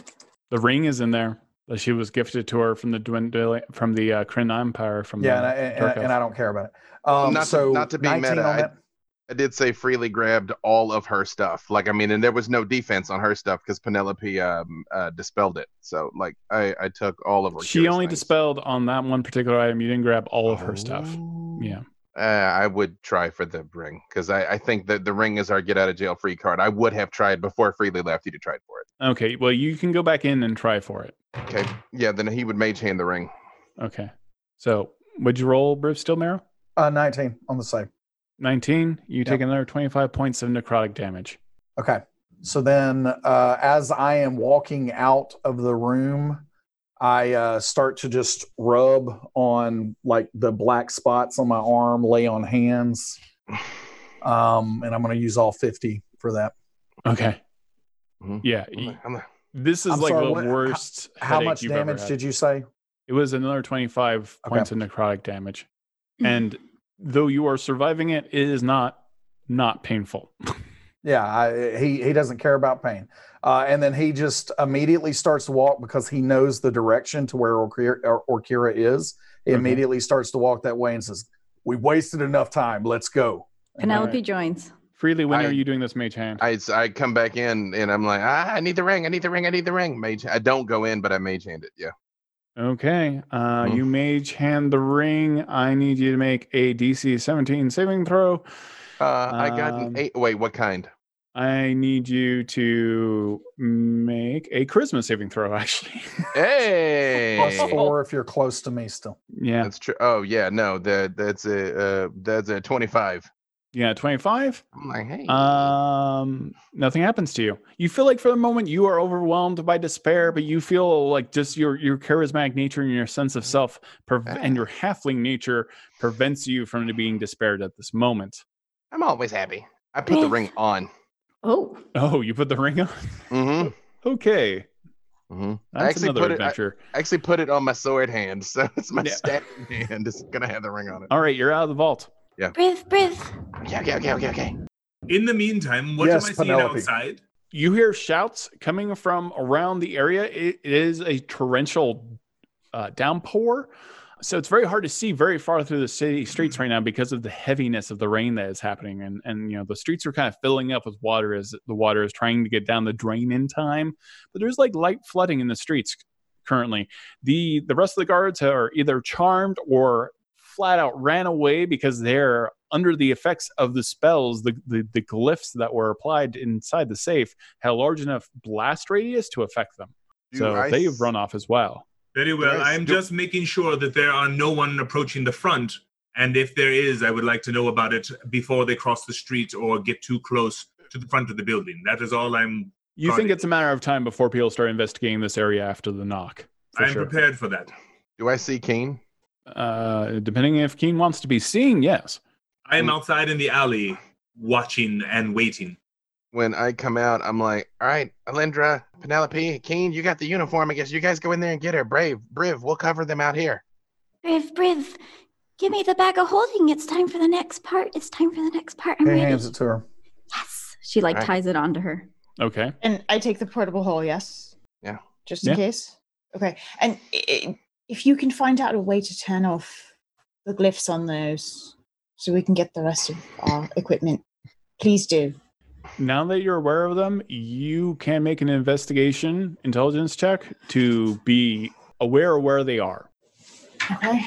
Speaker 1: The ring is in there that she was gifted to her from the dwindling, from the uh, Kryn Empire. From
Speaker 2: Yeah, and
Speaker 1: the
Speaker 2: I, and,
Speaker 1: Dark
Speaker 2: and, and
Speaker 1: Elf.
Speaker 2: I don't care about it. Um,
Speaker 3: not to-
Speaker 2: so
Speaker 3: not to be
Speaker 2: 19
Speaker 3: meta,
Speaker 2: on
Speaker 3: I-
Speaker 2: that.
Speaker 3: I did say freely grabbed all of her stuff. Like I mean, and there was no defense on her stuff because Penelope um, uh, dispelled it. So like I, I took all of her.
Speaker 1: She
Speaker 3: curious
Speaker 1: only
Speaker 3: things.
Speaker 1: dispelled on that one particular item. You didn't grab all of her stuff.
Speaker 2: Oh.
Speaker 1: Yeah.
Speaker 3: Uh, I would try for the ring because I, I think that the ring is our get out of jail free card. I would have tried before Freely left you to try for it.
Speaker 1: Okay. Well, you can go back in and try for it.
Speaker 3: Okay. Yeah, then he would mage hand the ring.
Speaker 1: Okay. So, would you roll, Briv Steel Marrow?
Speaker 2: Uh, 19 on the save.
Speaker 1: 19. You
Speaker 2: Yep.
Speaker 1: take another 25 points of necrotic damage.
Speaker 2: Okay. So then, uh, as I am walking out of the room, I uh, start to just rub on like the black spots on my arm, lay on hands. Um, and I'm going to use all 50 for that.
Speaker 1: Okay.
Speaker 3: Mhm.
Speaker 1: Yeah.
Speaker 3: I'm
Speaker 1: y-
Speaker 3: like, I'm like,
Speaker 1: This is
Speaker 2: Mm-hmm. I'm
Speaker 1: like
Speaker 2: sorry,
Speaker 1: the
Speaker 2: what- how-
Speaker 1: worst.
Speaker 2: How much damage
Speaker 1: you?
Speaker 2: did you say?
Speaker 1: It was another 25
Speaker 2: Okay.
Speaker 1: points of necrotic damage.
Speaker 7: Mm.
Speaker 1: And though you are surviving it, it is not not painful.
Speaker 2: Yeah, I, he he doesn't care about pain, uh, and then he just immediately starts to walk because he knows the direction to where Orkira, or- Orkira is. He
Speaker 1: Okay.
Speaker 2: immediately starts to walk that way and says, "We wasted enough time. Let's go."
Speaker 7: Penelope joins.
Speaker 1: Freely, when
Speaker 3: I-
Speaker 1: are you doing this mage hand?
Speaker 3: I, I come back in and I'm like, ah, I need the ring. I need the ring. I need the ring. Mage. I don't go in, but I mage hand it. Yeah.
Speaker 1: okay. Uh,
Speaker 3: Mhm.
Speaker 1: You mage hand the ring. I need you to make a DC 17 saving throw.
Speaker 3: Uh, I got
Speaker 1: Um,
Speaker 3: an eight. Wait, what kind?
Speaker 1: I need you to make a charisma saving throw, actually.
Speaker 3: Hey.
Speaker 2: Plus four if you're close to me still.
Speaker 1: yeah.
Speaker 3: That's true. Oh yeah, no, that that's a uh, that's a twenty-five.
Speaker 1: Yeah. 25.
Speaker 3: I'm like, hey,
Speaker 1: Um, nothing happens to you. You feel like for the moment you are overwhelmed by despair, but you feel like just your your charismatic nature and your sense
Speaker 3: Mm.
Speaker 1: of self prev- and your
Speaker 3: Ah.
Speaker 1: halfling nature prevents you from being despaired at this moment.
Speaker 3: I'm always happy. I put the ring on.
Speaker 7: Oh,
Speaker 1: Oh, you put the ring on.
Speaker 3: Mm-hmm.
Speaker 1: Okay,
Speaker 3: Mm-hmm. I
Speaker 1: that's
Speaker 3: actually
Speaker 1: another
Speaker 3: put it- I-
Speaker 1: adventure.
Speaker 3: I actually put it on my sword hand, so it's my
Speaker 1: Yeah.
Speaker 3: stabbing hand. It's gonna have the ring on it.
Speaker 1: All right, you're out of the vault.
Speaker 9: Breathe, breathe.
Speaker 3: Okay, Oh, okay, okay, okay, okay.
Speaker 6: In the meantime, what
Speaker 2: Yes,
Speaker 6: am I seeing
Speaker 2: Penelope.
Speaker 6: outside?
Speaker 1: You hear shouts coming from around the area. It it is a torrential uh, downpour. So it's very hard to see very far through the city
Speaker 3: Mm-hmm.
Speaker 1: streets right now because of the heaviness of the rain that is happening, and and you know the streets are kind of filling up with water as the water is trying to get down the drain in time. But there's like light flooding in the streets currently. the The rest of the guards are either charmed or flat out ran away because they're under the effects of the spells, the the, the glyphs that were applied inside the safe had a large enough blast radius to affect them.
Speaker 3: Do
Speaker 1: so
Speaker 3: I
Speaker 1: they've
Speaker 3: s-
Speaker 1: run off as well.
Speaker 6: Very well.
Speaker 3: Yes,
Speaker 6: I am
Speaker 3: do-
Speaker 6: just making sure that there are no one approaching the front. And if there is, I would like to know about it before they cross the street or get too close to the front of the building. That is all I'm.
Speaker 1: You
Speaker 6: Got
Speaker 1: think
Speaker 6: it.
Speaker 1: it's a matter of time before people start investigating this area after the knock? for
Speaker 6: I'm
Speaker 1: sure.
Speaker 6: prepared for that.
Speaker 3: Do I see Keen?
Speaker 1: Uh, depending if Keen wants to be seen, yes.
Speaker 6: I am
Speaker 3: Mm.
Speaker 6: outside in the alley, watching and waiting.
Speaker 3: When I come out, I'm like, all right, Alindra, Penelope, Keen, you got the uniform. I guess you guys go in there and get her. Brave, Briv, we'll cover them out here.
Speaker 9: Breathe, breathe. Give me the bag of holding. It's time for the next part. It's time for the next part. I'm
Speaker 2: He
Speaker 9: ready.
Speaker 2: hands it to her.
Speaker 9: Yes.
Speaker 7: she like
Speaker 3: Alright.
Speaker 7: ties it onto her.
Speaker 1: Okay.
Speaker 5: And I take the portable hole, yes?
Speaker 3: Yeah.
Speaker 5: Just in
Speaker 1: Yeah.
Speaker 5: case? Okay. And i- i- if you can find out a way to turn off the glyphs on those so we can get the rest of our equipment, please do.
Speaker 1: Now that you're aware of them, you can make an investigation intelligence check to be aware of where they are.
Speaker 5: Okay.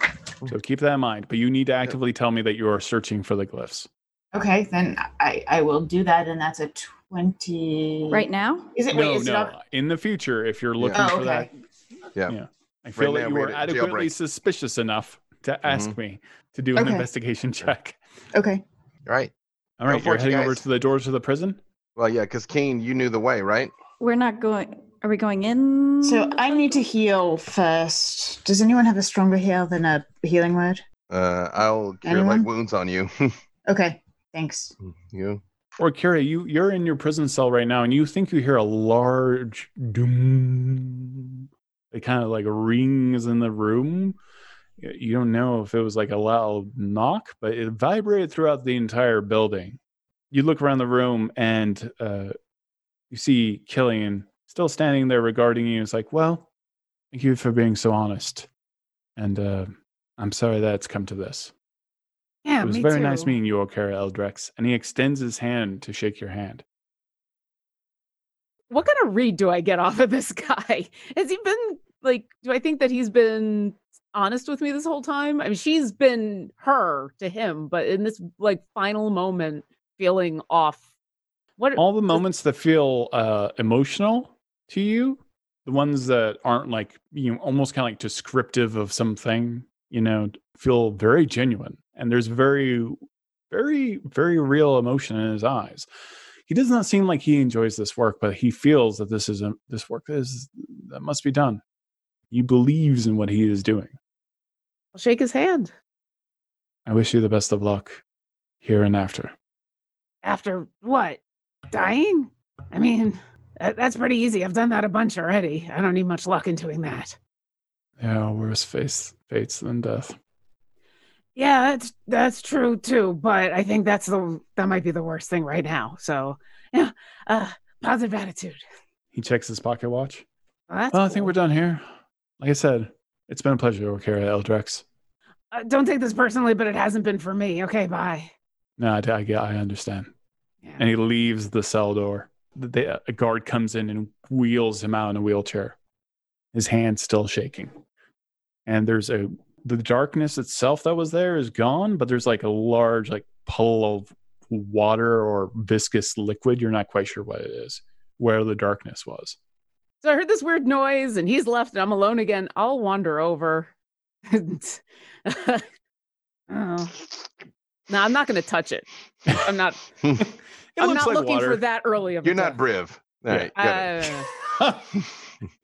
Speaker 3: Hmm.
Speaker 1: So keep that in mind. But you need to actively tell me that you are searching for the glyphs.
Speaker 5: Okay, then I, I will do that, and that's a 20.
Speaker 7: Right now,
Speaker 5: Is it? Wait,
Speaker 1: no,
Speaker 5: is it
Speaker 1: no.
Speaker 5: up?
Speaker 1: In the future, if you're looking
Speaker 5: Oh,
Speaker 1: for that,
Speaker 5: okay.
Speaker 1: I feel
Speaker 3: Right
Speaker 1: that
Speaker 3: now
Speaker 1: you
Speaker 3: we
Speaker 1: are
Speaker 3: had a
Speaker 1: adequately
Speaker 3: jailbreak. Mm-hmm.
Speaker 1: suspicious enough to ask me to do an
Speaker 5: Okay.
Speaker 1: investigation check.
Speaker 5: Okay.
Speaker 3: All right.
Speaker 1: All
Speaker 3: Go
Speaker 1: right,
Speaker 3: for
Speaker 1: you're
Speaker 3: it, you
Speaker 1: heading over
Speaker 3: guys.
Speaker 1: to the doors of the prison.
Speaker 3: Well, yeah, because Keen, you knew the way, right?
Speaker 7: we're not going. Are we going in?
Speaker 5: So I need to heal first. Does anyone have a stronger heal than a healing word?
Speaker 3: Uh, I'll cure like
Speaker 5: Anyone?
Speaker 3: wounds on you.
Speaker 5: Okay, thanks.
Speaker 3: you.
Speaker 1: Or Kira, you you're in your prison cell right now, and you think you hear a large doom. It kind of like rings in the room. Y- You don't know if it was like a loud knock, but it vibrated throughout the entire building. You look around the room, and uh, you see Killian still standing there regarding you. It's like, well, thank you for being so honest, and uh, I'm sorry that it's come to this
Speaker 4: Yeah,
Speaker 1: it was
Speaker 4: me
Speaker 1: very
Speaker 4: too.
Speaker 1: nice meeting you, Okara Eldrex. And he extends his hand to shake your hand.
Speaker 4: What kind of read do I get off of this guy? Has he been like? Do I think that he's been honest with me this whole time? I mean, she's been her to him, but in this like final moment, feeling off. What?
Speaker 1: All the moments that feel uh, emotional to you, the ones that aren't like, you know, almost kind of like descriptive of something, you know, feel very genuine. And there's very, very, very real emotion in his eyes. He does not seem like he enjoys this work, but he feels that this is a, this work is that must be done. He believes in what he is doing.
Speaker 4: I'll shake his hand
Speaker 1: I wish you the best of luck here and after.
Speaker 4: after what? Dying? I mean, that, that's pretty easy. I've done that a bunch already. I don't need much luck in doing that.
Speaker 1: There are worse face, fates than death.
Speaker 4: Yeah, that's that's true too. But I think that's the that might be the worst thing right now. So yeah, uh, positive attitude.
Speaker 1: He checks his pocket watch.
Speaker 4: Well, that's
Speaker 1: well, I
Speaker 4: cool.
Speaker 1: think we're done here. Like I said, it's been a pleasure to work here at Eldrex.
Speaker 4: Uh, don't take this personally, but it hasn't been for me. Okay, bye.
Speaker 1: No, I, I, get- I understand.
Speaker 4: Yeah.
Speaker 1: And he leaves the cell door. The- the- a guard comes in and wheels him out in a wheelchair, his hand still shaking. And there's a the darkness itself that was there is gone, but there's like a large like puddle of water or viscous liquid. You're not quite sure what it is, where the darkness was.
Speaker 4: So I heard this weird noise, and he's left, and I'm alone again. I'll wander over. And- oh. No, Oh. I'm not going to touch it. I'm not.
Speaker 1: It
Speaker 4: I'm
Speaker 1: looks
Speaker 4: not
Speaker 1: like
Speaker 4: looking
Speaker 1: water.
Speaker 4: for that early of a
Speaker 3: You're not
Speaker 4: death.
Speaker 3: Briv. All right. got it.
Speaker 4: Uh,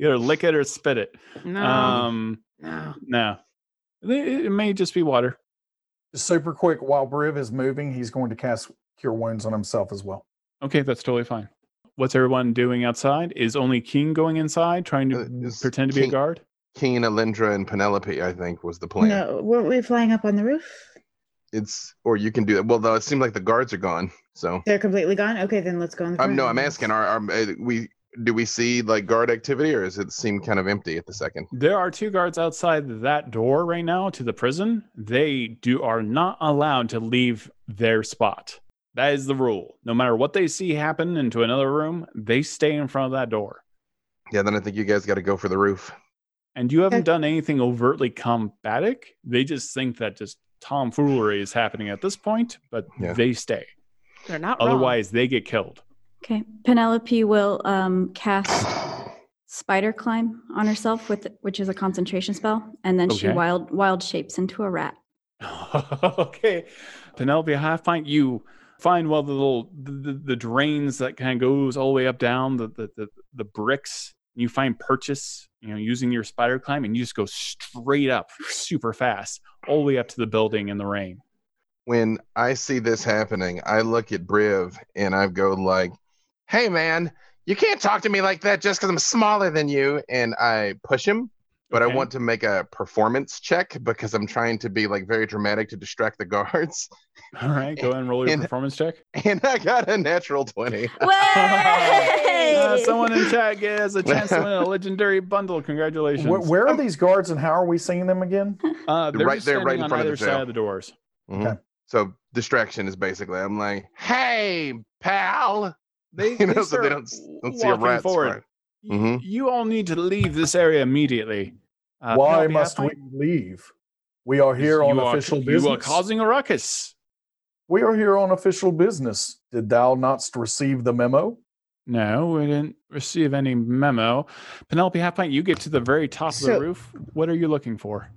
Speaker 1: Either lick it or spit it.
Speaker 4: no,
Speaker 1: Um,
Speaker 4: no.
Speaker 1: no, it, it may just be water.
Speaker 2: Just super quick, while Briv is moving, he's going to cast Cure Wounds on himself as well.
Speaker 1: Okay, that's totally fine. What's everyone doing outside? Is only King going inside, trying to
Speaker 3: Uh, is
Speaker 1: pretend to be a
Speaker 3: King-
Speaker 1: guard?
Speaker 3: Keen, Alindra, and Penelope, I think, was the plan.
Speaker 5: No, weren't we flying up on the roof?
Speaker 3: It's or you can do that. Well, though it seemed like the guards are gone. So
Speaker 5: They're completely gone. Okay, then let's go on the.
Speaker 3: I'm Um, no, I'm
Speaker 5: ground.
Speaker 3: asking. Are, are uh, we? Do we see like guard activity, or does it seem kind of empty at the second?
Speaker 1: There are two guards outside that door right now to the prison. They do are not allowed to leave their spot. That is the rule. No matter what they see happen into another room, they stay in front of that door.
Speaker 3: Yeah, then I think you guys got to go for the roof.
Speaker 1: And you haven't
Speaker 5: Okay.
Speaker 1: done anything overtly combatic. They just think that just tomfoolery is happening at this point, but
Speaker 3: Yeah.
Speaker 1: they stay.
Speaker 4: They're not. wrong.
Speaker 1: Otherwise, they get killed.
Speaker 7: Okay. Penelope will um, cast spider climb on herself with which is a concentration spell, and then she
Speaker 1: Okay.
Speaker 7: wild wild shapes into a rat.
Speaker 1: okay, Penelope, I find you find well the little the, the, the drains that kind of goes all the way up down the the, the the bricks. You find purchase, you know, using your spider climb, and you just go straight up, super fast, all the way up to the building in the rain.
Speaker 3: When I see this happening, I look at Briv and I go like, "Hey, man, you can't talk to me like that just because I'm smaller than you." And I push him, but I
Speaker 1: Okay.
Speaker 3: want to make a performance check because I'm trying to be like very dramatic to distract the guards.
Speaker 1: All right, go ahead and roll your
Speaker 3: And-
Speaker 1: performance check.
Speaker 3: And I got a natural twenty.
Speaker 1: Uh,
Speaker 7: Way!
Speaker 1: someone in chat gets a chance to win a legendary bundle. Congratulations!
Speaker 2: Where, where are these guards and how are we seeing them again?
Speaker 1: Oh. Uh, they're
Speaker 3: Right
Speaker 1: just
Speaker 3: there,
Speaker 1: standing
Speaker 3: right in
Speaker 1: on
Speaker 3: front of
Speaker 1: either
Speaker 3: the
Speaker 1: side
Speaker 3: jail.
Speaker 1: of the doors.
Speaker 3: Mhm. So distraction is basically I'm like, "Hey, pal."
Speaker 1: They,
Speaker 3: You know, so
Speaker 1: start
Speaker 3: they don't, s- don't see a
Speaker 1: walking
Speaker 3: rat.
Speaker 1: forward.
Speaker 3: spread.
Speaker 1: Y-
Speaker 3: Mhm.
Speaker 1: You all need to leave this area immediately. Uh,
Speaker 2: Why
Speaker 1: Penelope, I
Speaker 2: must we
Speaker 1: find-
Speaker 2: leave? We are here
Speaker 1: You
Speaker 2: on
Speaker 1: are-
Speaker 2: official
Speaker 1: You are
Speaker 2: business.
Speaker 1: causing a ruckus.
Speaker 2: we are here on official business. Did thou not receive the memo?
Speaker 1: No, we didn't receive any memo. Penelope Halfpint, you get to the very top of
Speaker 5: So-
Speaker 1: the roof. What are you looking for?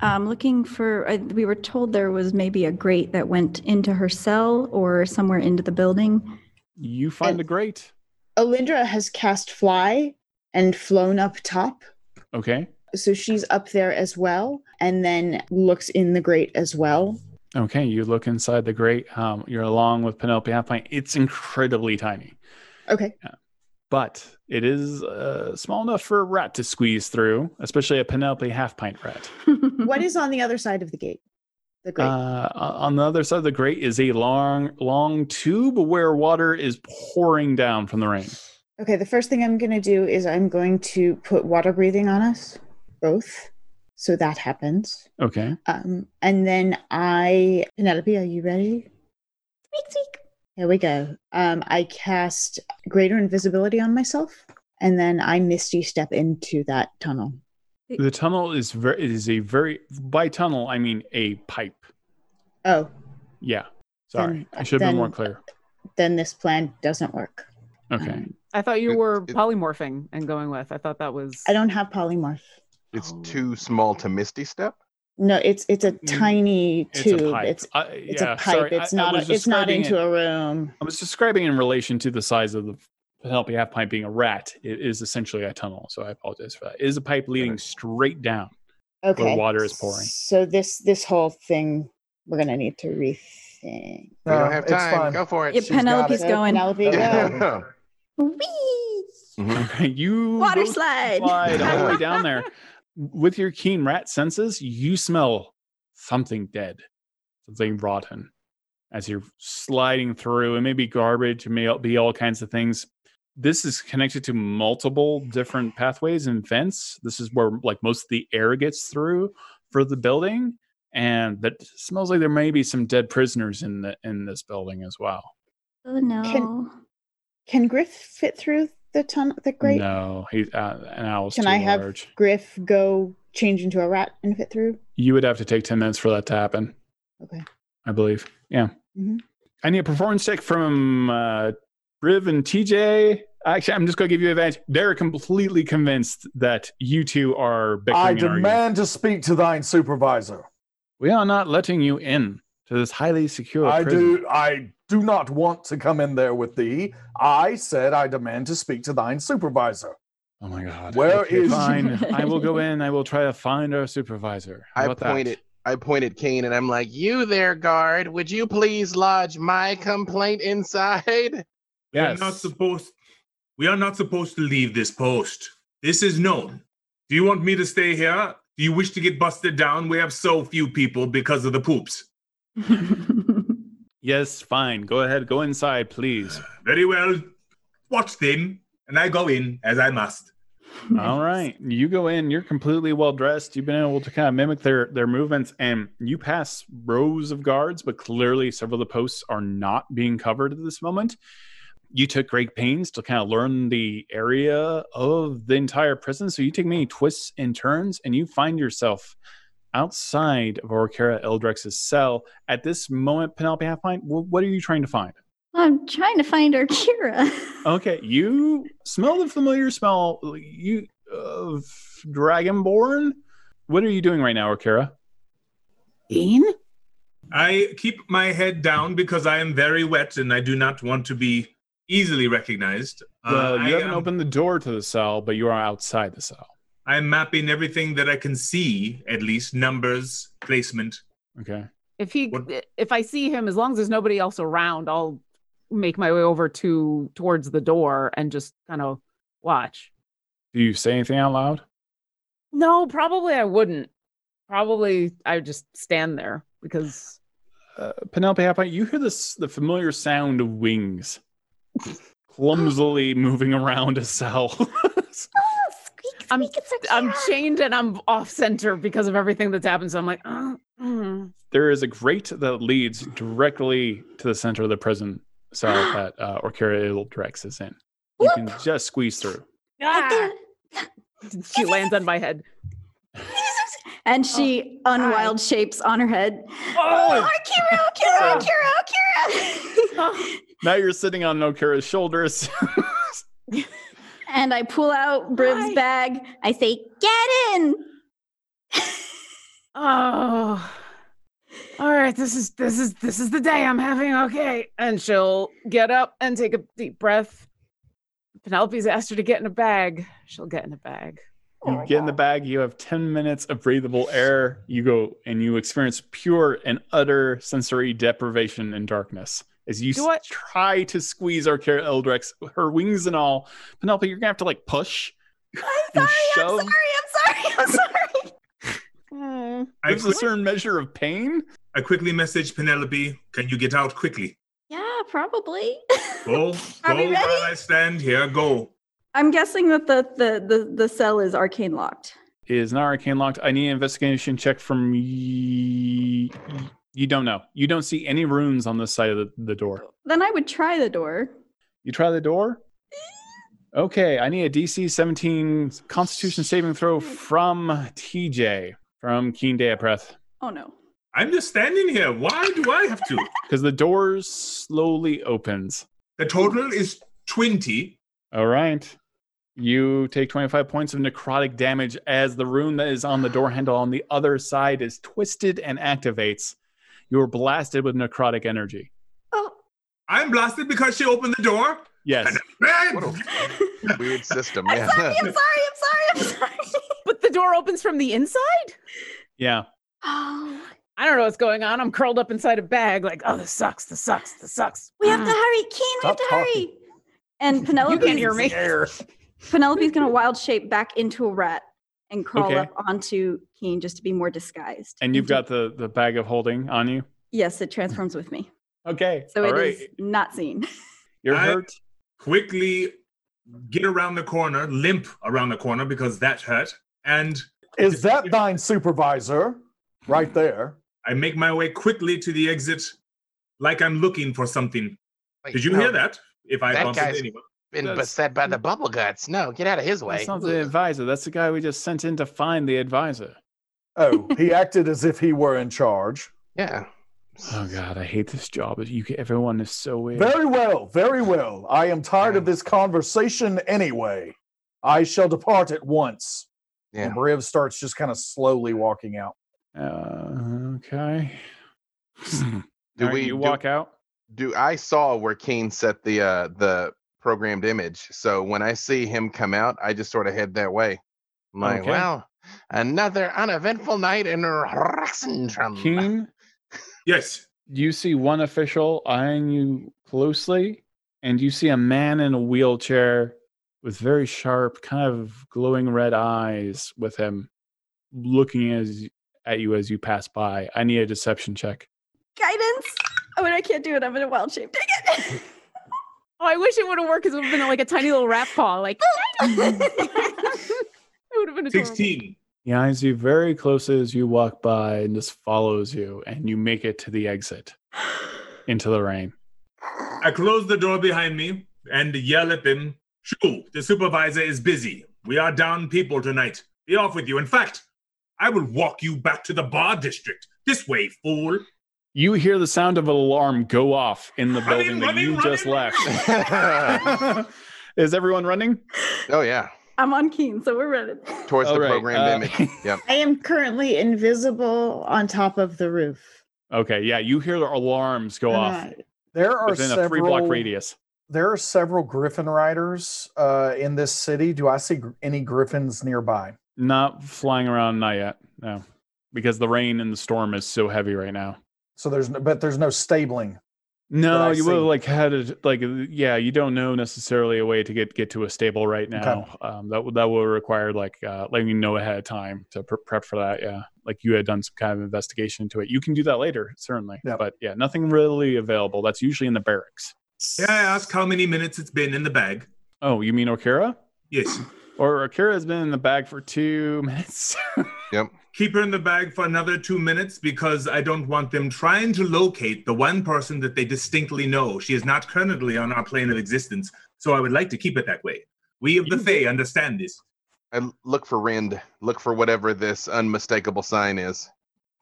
Speaker 7: I'm looking for. I, we were told there was maybe a grate that went into her cell or somewhere into the building.
Speaker 1: You find a grate.
Speaker 5: Alindra has cast fly and flown up top,
Speaker 1: Okay.
Speaker 5: so she's up there as well, and then looks in the grate as well.
Speaker 1: Okay. You look inside the grate. Um, you're along with Penelope Halfpint. It's incredibly tiny,
Speaker 5: Okay,
Speaker 1: but it is uh, small enough for a rat to squeeze through, especially a Penelope Halfpint rat.
Speaker 5: what is on the other side of the gate? The grate.
Speaker 1: Uh, on the other side of the grate is a long, long tube where water is pouring down from the rain.
Speaker 5: Okay, the first thing I'm going to do is I'm going to put water breathing on us both. So that happens.
Speaker 1: Okay.
Speaker 5: Um, and then I, Penelope, are you ready?
Speaker 9: Squeak, squeak.
Speaker 5: Here we go. Um, I cast greater invisibility on myself, and then I misty step into that tunnel.
Speaker 1: The tunnel is very is a very by tunnel I mean a pipe.
Speaker 5: Oh,
Speaker 1: Yeah. Sorry,
Speaker 5: Then-
Speaker 1: I should have been more
Speaker 5: then-
Speaker 1: clear.
Speaker 5: then this plan doesn't work.
Speaker 1: Okay.
Speaker 5: Um,
Speaker 4: I thought you
Speaker 3: It-
Speaker 4: were
Speaker 3: it-
Speaker 4: polymorphing and going with. I thought that was.
Speaker 5: I don't have polymorph.
Speaker 3: It's
Speaker 4: Oh.
Speaker 3: too small to Misty Step.
Speaker 5: No, it's it's a tiny
Speaker 1: Mm, It's
Speaker 5: tube.
Speaker 1: a pipe.
Speaker 5: It's
Speaker 1: I-
Speaker 5: it's
Speaker 1: yeah,
Speaker 5: a pipe.
Speaker 1: sorry,
Speaker 5: it's
Speaker 1: I- I
Speaker 5: not
Speaker 1: was
Speaker 5: a, it's not
Speaker 1: describing
Speaker 5: into
Speaker 1: it-
Speaker 5: a room.
Speaker 1: I was describing in relation to the size of the Penelope half pipe being a rat. It is essentially a tunnel, so I apologize for that. It is a pipe leading straight down.
Speaker 5: Okay.
Speaker 1: water is pouring.
Speaker 5: So this this whole thing we're gonna need to rethink.
Speaker 3: We don't
Speaker 2: No,
Speaker 3: have
Speaker 2: Um, it's
Speaker 3: time.
Speaker 2: fine.
Speaker 3: Go for it.
Speaker 7: Yeah,
Speaker 2: She's got
Speaker 7: Penelope's
Speaker 5: So
Speaker 7: going.
Speaker 5: Penelope, go.
Speaker 9: Wee!
Speaker 1: Okay, you
Speaker 9: Water
Speaker 1: both
Speaker 9: slide.
Speaker 1: slide all the way down there. With your keen rat senses, you smell something dead, something rotten, as you're sliding through. It may be garbage, it may be all kinds of things. This is connected to multiple different pathways and vents. This is where like most of the air gets through for the building, and that smells like there may be some dead prisoners in the in this building as well.
Speaker 9: Oh no.
Speaker 5: Can Griff fit through the tunnel? The grate?
Speaker 1: No, he uh, an owl's
Speaker 5: Can
Speaker 1: too
Speaker 5: I have
Speaker 1: large.
Speaker 5: Griff go change into a rat and fit through?
Speaker 1: You would have to take 10 minutes for that to happen.
Speaker 5: Okay.
Speaker 1: I believe. Yeah.
Speaker 5: Mhm.
Speaker 1: I need a performance check from uh, Riv and TJ. Actually, I'm just going to give you advantage. They're completely convinced that you two are bickering.
Speaker 2: I
Speaker 1: and arguing.
Speaker 2: demand to speak to thine supervisor.
Speaker 1: We are not letting you in to this highly secure
Speaker 2: I
Speaker 1: prison.
Speaker 2: do I do not want to come in there with thee. I said I demand to speak to thine supervisor.
Speaker 1: Oh my God.
Speaker 2: Where is-
Speaker 1: Fine. I will go in. I will try to find our supervisor. How
Speaker 3: I
Speaker 1: about that?
Speaker 3: pointed. I pointed Kane and I'm like, "You there, guard? Would you please lodge my complaint inside?"
Speaker 1: Yes.
Speaker 6: We're not supposed. We are not supposed to leave this post. This is known. Do you want me to stay here? Do you wish to get busted down? We have so few people because of the poops.
Speaker 1: yes, fine. Go ahead. Go inside, please.
Speaker 6: Very well. Watch them, and I go in as I must.
Speaker 1: All right. You go in, you're completely well dressed. You've been able to kind of mimic their their movements and you pass rows of guards, but clearly several of the posts are not being covered at this moment. You took great pains to kind of learn the area of the entire prison. So you take many twists and turns and you find yourself outside of Orkara Eldrex's cell. At this moment, Penelope Halfpine, wh- what are you trying to find?
Speaker 9: I'm trying to find our Kira.
Speaker 1: Okay, you smell the familiar smell. You of Dragonborn. What are you doing right now, Akira?
Speaker 4: Bean?
Speaker 6: I keep my head down because I am very wet and I do not want to be easily recognized. Uh,
Speaker 1: Well,
Speaker 6: I um,
Speaker 1: you haven't
Speaker 6: am-
Speaker 1: opened the door to the cell, but you are outside the cell.
Speaker 6: I'm mapping everything that I can see, at least numbers, placement.
Speaker 1: Okay.
Speaker 4: If he
Speaker 6: What-
Speaker 4: if I see him, as long as there's nobody else around, I'll make my way over to towards the door and just kind of watch.
Speaker 1: Do you say anything out loud?
Speaker 4: No, probably I wouldn't. Probably I would just stand there because
Speaker 1: Uh, Penelope Halfpint, you hear this the familiar sound of wings clumsily moving around a cell.
Speaker 9: oh, squeak, squeak,
Speaker 4: I'm-
Speaker 9: it's our
Speaker 4: I'm
Speaker 9: Kira.
Speaker 4: chained and I'm off center because of everything that's happened. So I'm like, oh, mm.
Speaker 1: there is a grate that leads directly to the center of the prison cell that uh, Orkira Ildrex is in. You can just squeeze through.
Speaker 9: Right
Speaker 4: Ah!
Speaker 9: there.
Speaker 4: she lands on my head.
Speaker 7: And she unwild shapes on her head.
Speaker 9: Oh, Kira, Kira,
Speaker 4: So-
Speaker 9: Kira, Kira.
Speaker 1: Now you're sitting on Okira's shoulders.
Speaker 7: And I pull out
Speaker 9: Hi.
Speaker 7: Briv's bag. I say, get in.
Speaker 4: Oh, all right. This is this is this is the day I'm having. Okay, and she'll get up and take a deep breath. Penelope's asked her to get in a bag. She'll get in a bag.
Speaker 9: Oh
Speaker 1: you get in the bag, you have 10 minutes of breathable air. You go and you experience pure and utter sensory deprivation and darkness. As you
Speaker 4: Do I-
Speaker 1: s- try to squeeze Arkara Eldrex, her wings and all, Penelope, you're gonna have to like push.
Speaker 9: I'm
Speaker 1: and
Speaker 9: sorry, I'm
Speaker 1: shove.
Speaker 9: sorry, I'm sorry, I'm sorry.
Speaker 6: I,
Speaker 1: There's
Speaker 9: Mhm.
Speaker 1: a
Speaker 6: quick,
Speaker 1: certain measure of pain.
Speaker 6: I quickly message Penelope, can you get out quickly?
Speaker 9: Yeah, probably.
Speaker 6: Go,
Speaker 9: Are
Speaker 6: go
Speaker 9: we ready?
Speaker 6: while I stand here, go.
Speaker 7: I'm guessing that the the the, the cell is arcane locked.
Speaker 1: Is not arcane locked. I need an investigation check from ye- you. Don't know. You don't see any runes on this side of the, the door.
Speaker 7: Then I would try the door.
Speaker 1: You try the door. Okay, I need a DC 17 Constitution saving throw from TJ from Keen Day of Breath
Speaker 7: Oh no.
Speaker 6: I'm just standing here. Why do I have to?
Speaker 1: because the door slowly opens.
Speaker 6: The total is 20.
Speaker 1: All right, You take 25 points of necrotic damage as the rune that is on the door handle on the other side is twisted and activates. You are blasted with necrotic energy.
Speaker 9: Oh.
Speaker 6: I'm blasted because she opened the door.
Speaker 1: Yes.
Speaker 3: What
Speaker 6: Man,
Speaker 3: a weird system.
Speaker 9: I'm sorry,
Speaker 3: Yeah.
Speaker 9: I'm sorry, I'm sorry, I'm sorry.
Speaker 4: But the door opens from the inside?
Speaker 1: Yeah.
Speaker 9: Oh,
Speaker 4: I don't know what's going on. I'm curled up inside a bag, like, oh, this sucks, this sucks, this sucks.
Speaker 9: we have to hurry, Keen, we have
Speaker 2: Stop
Speaker 9: to
Speaker 2: talking.
Speaker 9: hurry. And Penelope
Speaker 4: You can't hear me.
Speaker 7: Penelope's gonna wild shape back into a rat and crawl
Speaker 1: Okay.
Speaker 7: up onto Keen just to be more disguised.
Speaker 1: And you've got the, the bag of holding on you.
Speaker 7: yes, it transforms with me,
Speaker 1: Okay.
Speaker 7: so
Speaker 1: All
Speaker 7: it
Speaker 1: right.
Speaker 7: is not seen.
Speaker 1: You're
Speaker 6: I-
Speaker 1: hurt.
Speaker 6: quickly get around the corner, limp around the corner because that hurt. And
Speaker 2: Is that thine supervisor right there?
Speaker 6: I make my way quickly to the exit like I'm looking for something.
Speaker 3: Wait,
Speaker 6: Did you
Speaker 3: no,
Speaker 6: hear that? If I
Speaker 3: That
Speaker 6: bumped into
Speaker 3: guy's-
Speaker 6: anyone.
Speaker 3: Been
Speaker 1: That's-
Speaker 3: beset by the bubble guts. No, get out of his way.
Speaker 1: That's not the advisor. That's the guy we just sent in to find the advisor.
Speaker 2: Oh, he acted as if he were in charge.
Speaker 3: Yeah.
Speaker 1: Oh God, I hate this job. You, ca- everyone is so weird.
Speaker 2: Very well, very well. I am tired of this conversation anyway. I shall depart at once.
Speaker 3: Yeah.
Speaker 2: And Riv starts just kind of slowly walking out.
Speaker 1: Uh, okay.
Speaker 3: Do
Speaker 1: All right,
Speaker 3: we
Speaker 1: you
Speaker 3: do-
Speaker 1: walk out?
Speaker 3: do I saw where Kane set the uh the programmed image. So when I see him come out, I just sort of head that way. I'm like,
Speaker 1: Okay.
Speaker 3: well, another uneventful night in Roxentrum.
Speaker 1: Keen,
Speaker 6: Yes.
Speaker 1: you see one official eyeing you closely, and you see a man in a wheelchair with very sharp, kind of glowing red eyes with him looking as at you as you pass by. I need a deception check.
Speaker 7: Guidance. Oh, and I can't do it. I'm in a wild shape. Dang
Speaker 4: Oh, I wish it would have worked because it would have been like a tiny little rat paw. Like,
Speaker 7: it.
Speaker 4: it would have been adorable.
Speaker 6: 16.
Speaker 1: He eyes you very closely as you walk by and just follows you, and you make it to the exit into the rain.
Speaker 6: I close the door behind me and yell at him, Shoo, the supervisor is busy. We are down people tonight. Be off with you. In fact, I will walk you back to the bar district. This way, fool.
Speaker 1: You hear the sound of an alarm go off in the building
Speaker 6: Running,
Speaker 1: that
Speaker 6: running,
Speaker 1: you just
Speaker 6: running,
Speaker 1: left.
Speaker 3: oh
Speaker 1: Is everyone running?
Speaker 3: yeah,
Speaker 7: I'm on Keen, so we're running.
Speaker 3: towards
Speaker 1: All
Speaker 3: the
Speaker 1: right,
Speaker 3: programmed
Speaker 1: uh,
Speaker 3: image. Yep.
Speaker 5: I am currently invisible on top of the roof.
Speaker 1: Okay, yeah, you hear the alarms go off
Speaker 5: And I-
Speaker 2: There are
Speaker 1: within
Speaker 2: several
Speaker 1: a three block radius.
Speaker 2: There are several Griffin riders uh, in this city. Do I see gr- any Griffins nearby?
Speaker 1: Not flying around, not yet. No, because the rain and the storm is so heavy right now.
Speaker 2: So there's no, but there's no stabling.
Speaker 1: No,
Speaker 2: I
Speaker 1: you would have
Speaker 2: see.
Speaker 1: like had a, like yeah, you don't know necessarily a way to get get to a stable right now. Um, that would that will require like uh, letting you know ahead of time to pre- prep for that. Yeah, like you had done some kind of investigation into it. You can do that later, certainly.
Speaker 2: Yep.
Speaker 1: But yeah, nothing really available. That's usually in the barracks.
Speaker 6: May I ask how many minutes it's been in the bag?
Speaker 1: Oh, you mean Okira?
Speaker 6: Yes.
Speaker 1: Or Okira has been in the bag for two minutes.
Speaker 6: Keep her in the bag for another two minutes because I don't want them trying to locate the one person that they distinctly know. She is not currently on our plane of existence, so I would like to keep it that way. We of the Fae understand this.
Speaker 3: I l- look for Rind. Look for whatever this unmistakable sign is.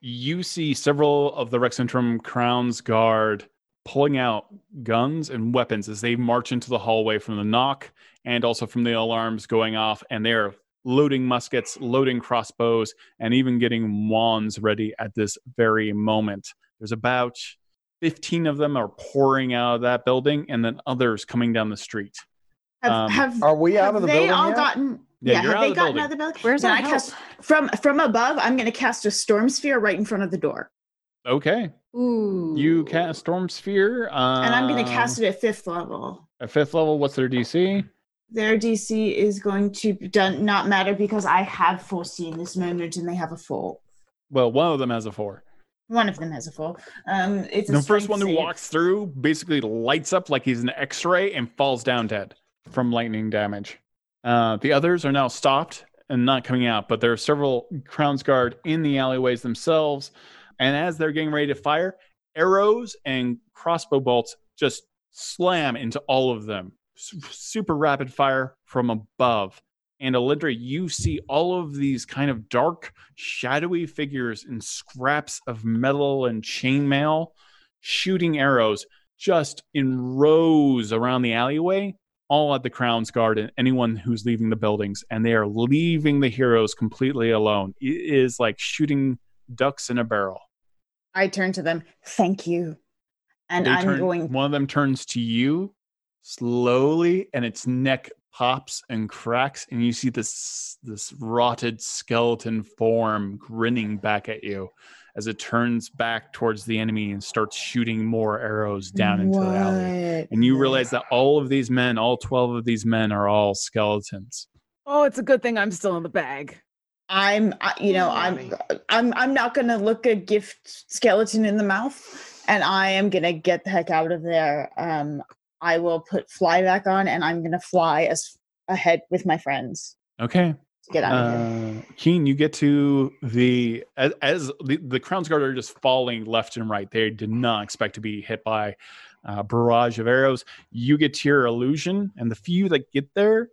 Speaker 1: you see several of the Rexentrum Crown's guard pulling out guns and weapons as they march into the hallway from the knock and also from the alarms going off. And they're loading muskets, loading crossbows, and even getting wands ready at this very moment. There's about 15 of them are pouring out of that building and then others coming down the street.
Speaker 5: Have,
Speaker 1: Um,
Speaker 5: have,
Speaker 2: Are we out
Speaker 5: have
Speaker 2: of the
Speaker 5: they
Speaker 2: building
Speaker 5: all
Speaker 2: yet?
Speaker 5: gotten?
Speaker 1: Yeah,
Speaker 5: Yeah,
Speaker 1: you're
Speaker 5: have
Speaker 1: out
Speaker 5: they
Speaker 1: of the
Speaker 5: gotten
Speaker 1: building.
Speaker 5: out of the building?
Speaker 7: Where's
Speaker 5: Then
Speaker 7: our
Speaker 5: I
Speaker 7: help?
Speaker 5: cast from from above. I'm going to cast a storm sphere right in front of the door,
Speaker 1: Okay.
Speaker 7: Ooh.
Speaker 1: You cast Storm Sphere. Um,
Speaker 5: and I'm going to cast it at fifth level.
Speaker 1: at fifth level. What's their DC?
Speaker 5: Their DC is going to be done not matter because I have foreseen this moment, and they have a four.
Speaker 1: Well, one of them has a four.
Speaker 5: One of them has a four. Um, it's a
Speaker 1: the first
Speaker 5: strength
Speaker 1: one who
Speaker 5: save.
Speaker 1: walks through basically lights up like he's an x-ray and falls down dead from lightning damage uh, the others are now stopped and not coming out but there are several crowns guard in the alleyways themselves and as they're getting ready to fire arrows and crossbow bolts just slam into all of them S- super rapid fire from above and Alindra, you see all of these kind of dark, shadowy figures in scraps of metal and chainmail shooting arrows just in rows around the alleyway all at the Crown's Guard and anyone who's leaving the buildings, and they are leaving the heroes completely alone. It is like shooting ducks in a barrel.
Speaker 5: I turn to them. Thank you. And
Speaker 1: They
Speaker 5: I'm
Speaker 1: turn-
Speaker 5: going.
Speaker 1: One of them turns to you slowly, and its neck pops and cracks, and you see this this rotted skeleton form grinning back at you as it turns back towards the enemy and starts shooting more arrows down into the alley.
Speaker 5: "What
Speaker 1: And you
Speaker 5: the-
Speaker 1: realize that all of these men, all twelve of these men, are all skeletons.
Speaker 4: Oh, it's a good thing I'm still in the bag.
Speaker 5: I'm, I, you know, I'm, I'm, I'm not gonna look a gift skeleton in the mouth, and I am gonna get the heck out of there. Um, I will put fly back on, and I'm gonna fly as ahead with my friends
Speaker 1: Okay.
Speaker 5: to get out of here.
Speaker 1: Uh, Keen, you get to the as, as the, the Crown's Guard are just falling left and right. They did not expect to be hit by uh, barrage of arrows. You get to your illusion, and the few that get there,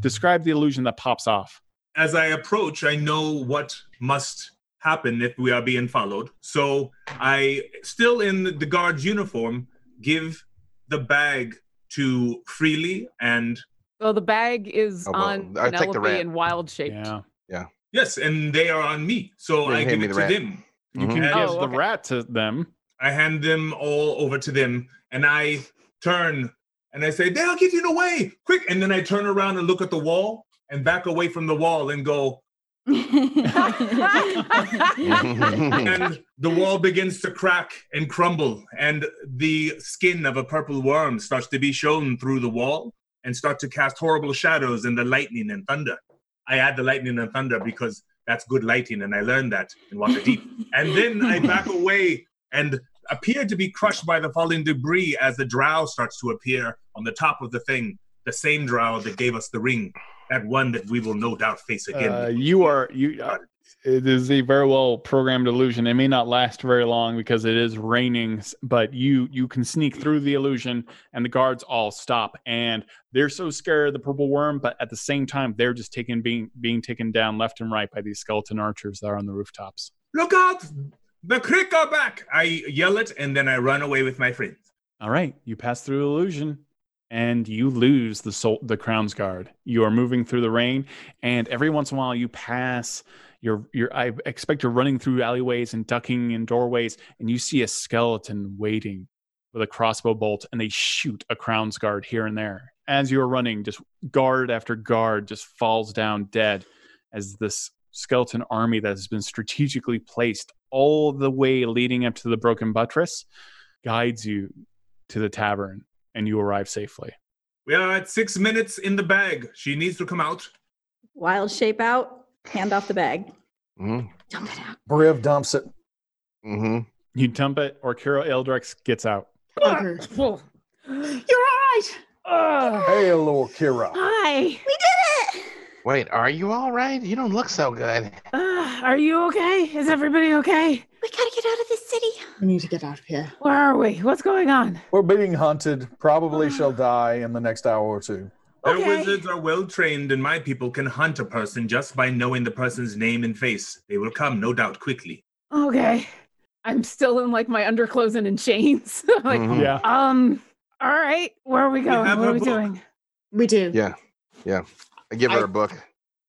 Speaker 1: describe the illusion that pops off.
Speaker 6: as I approach, I know what must happen if we are being followed. So I, still in the guard's uniform, give the bag to Freely and
Speaker 4: So the bag is
Speaker 3: Oh, well,
Speaker 4: on
Speaker 3: I take the
Speaker 4: Penelope
Speaker 3: rat.
Speaker 4: and wild shaped.
Speaker 1: Yeah,
Speaker 6: yes, and they are on me. So
Speaker 3: Yeah,
Speaker 6: I
Speaker 3: hand
Speaker 6: give
Speaker 3: me
Speaker 6: it
Speaker 3: the
Speaker 6: to
Speaker 3: rat.
Speaker 6: them.
Speaker 1: you
Speaker 3: Mhm.
Speaker 1: can
Speaker 4: Oh,
Speaker 1: give
Speaker 4: okay.
Speaker 1: the rat to them.
Speaker 6: I hand them all over to them, and I turn and I say, "They'll get you away, quick!" And then I turn around and look at the wall and back away from the wall and go,
Speaker 3: Mm-hmm.
Speaker 6: and the wall begins to crack and crumble, and the skin of a purple worm starts to be shown through the wall and start to cast horrible shadows in the lightning and thunder. I add the lightning and thunder because that's good lighting, and I learned that in Waterdeep. and then I back away and appear to be crushed by the falling debris as the drow starts to appear on the top of the thing, the same drow that gave us the ring, that one that we will no doubt face again.
Speaker 1: Uh, you are you. Uh, it is a very well programmed illusion. It may not last very long because it is raining, s- but you you can sneak through the illusion, and the guards all stop. And they're so scared of the purple worm, but at the same time, they're just taken being being taken down left and right by these skeleton archers that are on the rooftops.
Speaker 6: Look out! The crick are back! I yell it and then I run away with my friends.
Speaker 1: All right, you pass through illusion, and you lose the soul, the crown's guard. You are moving through the rain, and every once in a while, you pass. You're, you're, I expect you're running through alleyways and ducking in doorways, and you see a skeleton waiting with a crossbow bolt, and they shoot a crown's guard here and there. As you're running, just guard after guard just falls down dead as this skeleton army that has been strategically placed all the way leading up to the broken buttress guides you to the tavern and you arrive safely.
Speaker 6: We are at six minutes in the bag. She needs to come out.
Speaker 7: Wild shape out, hand off the bag.
Speaker 3: Mm
Speaker 7: Dump it out.
Speaker 2: Briv dumps it.
Speaker 3: hmm. Mm
Speaker 1: You dump it, or Kira Eldrex gets out.
Speaker 5: Bugger.
Speaker 4: Well,
Speaker 5: You're all right.
Speaker 2: Hail, Lord Kira.
Speaker 4: hi.
Speaker 9: We did it!
Speaker 3: hmm. Wait, are you all right? You don't look so good.
Speaker 4: Uh, are you okay? Is everybody okay?
Speaker 9: We gotta get out of this city.
Speaker 5: We need to get out of here.
Speaker 4: Where are we? What's going on?
Speaker 2: We're being hunted. Probably shall die in the next hour or two.
Speaker 6: Their
Speaker 4: Okay.
Speaker 6: wizards are well trained, and my people can hunt a person just by knowing the person's name and face. They will come, no doubt, quickly.
Speaker 4: Okay. I'm still in like my underclothes and in chains. like,
Speaker 3: Mhm.
Speaker 1: Yeah.
Speaker 4: um, all right, where are we going?
Speaker 6: have
Speaker 4: What
Speaker 6: her
Speaker 4: are we
Speaker 6: book.
Speaker 4: doing?
Speaker 5: We do.
Speaker 3: Yeah. I give her
Speaker 5: I-
Speaker 3: a book.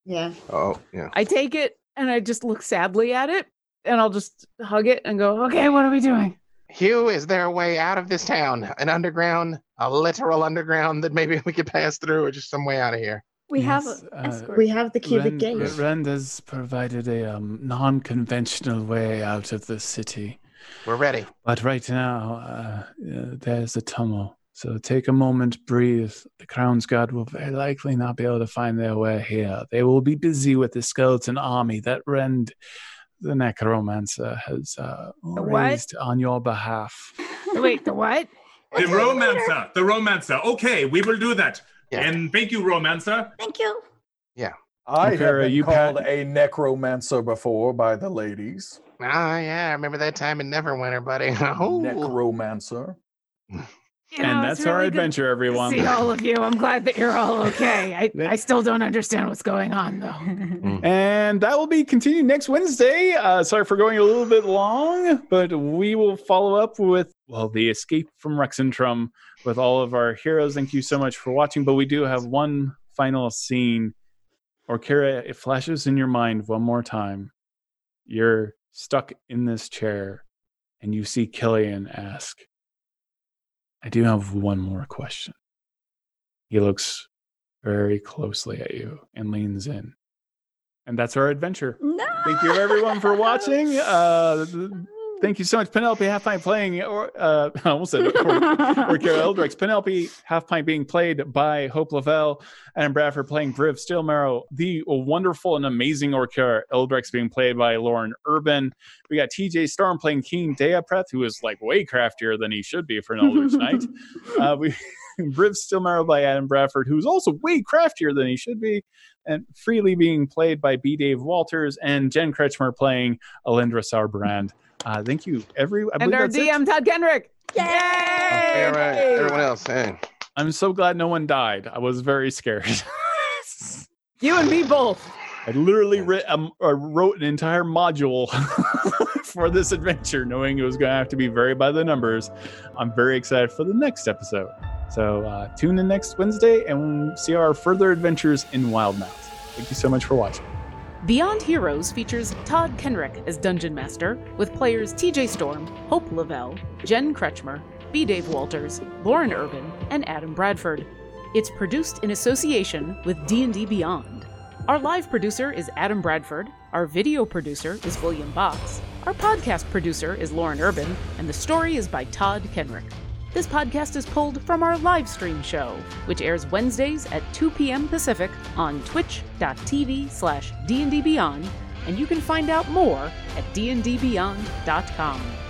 Speaker 5: Yeah.
Speaker 3: Oh, yeah.
Speaker 4: I take it and I just look sadly at it and I'll just hug it and go, okay, what are we doing?
Speaker 3: Hugh, is there a way out of this town? An underground, a literal underground that maybe we could pass through or just some way out of here?
Speaker 7: We
Speaker 1: Yes,
Speaker 7: have
Speaker 1: uh,
Speaker 7: an escort.
Speaker 5: We have the cubic gate.
Speaker 1: Rand has provided a um, non conventional way out of the city.
Speaker 3: We're ready.
Speaker 1: But right now, uh, uh, there's a tunnel. So take a moment, breathe. The Crown's Guard will very likely not be able to find their way here. They will be busy with the skeleton army that Rend, the necromancer, has uh,
Speaker 4: what?
Speaker 1: raised on your behalf.
Speaker 4: Wait, the what?
Speaker 6: The romancer, the romancer. Okay, we will do that.
Speaker 3: Yeah.
Speaker 6: And thank you, romancer.
Speaker 9: Thank you.
Speaker 2: I have
Speaker 1: Kira,
Speaker 2: been
Speaker 1: you
Speaker 2: called
Speaker 1: pat-
Speaker 2: a necromancer before by the ladies.
Speaker 3: Oh, yeah. I remember that time in Neverwinter, buddy. Oh,
Speaker 2: Necromancer.
Speaker 4: You know, it's really good to
Speaker 1: everyone.
Speaker 4: See all of you. I'm glad that you're all okay. I,
Speaker 1: That-
Speaker 4: I still don't understand what's going on though.
Speaker 1: And that will be continued next Wednesday. Uh, sorry for going a little bit long, but we will follow up with well, the escape from Rexentrum with all of our heroes. Thank you so much for watching. But we do have one final scene. Or Kara, it flashes in your mind one more time. You're stuck in this chair, and you see Killian ask, I do have one more question. He looks very closely at you and leans in. And that's our adventure.
Speaker 9: No.
Speaker 1: Thank you everyone for watching. Uh, th- thank you so much, Penelope Half Pint playing, or uh, I almost said, or, or Kara Eldrex. Penelope Half Pint being played by Hope Lavelle, and Bradford playing Briv Steelmarrow. The wonderful and amazing Orkara Eldrex being played by Lauren Urban. We got TJ Storm playing King Deapreth, who is like way craftier than he should be for an Elder's Knight. Uh, we Briv Stillmarrow by Adam Bradford, who's also way craftier than he should be, and freely being played by B. Dave Walters and Jen Kretschmer playing Alindra Sauerbrand. Uh, thank you, every. I
Speaker 4: and
Speaker 1: believe
Speaker 4: our
Speaker 1: that's it.
Speaker 4: DM, Todd Kendrick.
Speaker 3: All right, everyone else. Hey.
Speaker 1: I'm so glad no one died. I was very scared.
Speaker 4: You and me both.
Speaker 1: I literally writ, um, uh, wrote an entire module for this adventure, knowing it was going to have to be very by the numbers. I'm very excited for the next episode. So uh, tune in next Wednesday and see our further adventures in Wild Mounts. Thank you so much for watching.
Speaker 4: Beyond Heroes features Todd Kenrick as Dungeon Master, with players TJ Storm, Hope Lavelle, Jen Kretschmer, B. Dave Walters, Lauren Urban, and Adam Bradford. It's produced in association with D&D Beyond. Our live producer is Adam Bradford, our video producer is William Box, our podcast producer is Lauren Urban, and the story is by Todd Kenrick. This podcast is pulled from our live stream show, which airs Wednesdays at 2 p.m. Pacific on twitch.tv slash dndbeyond, and you can find out more at dndbeyond.com.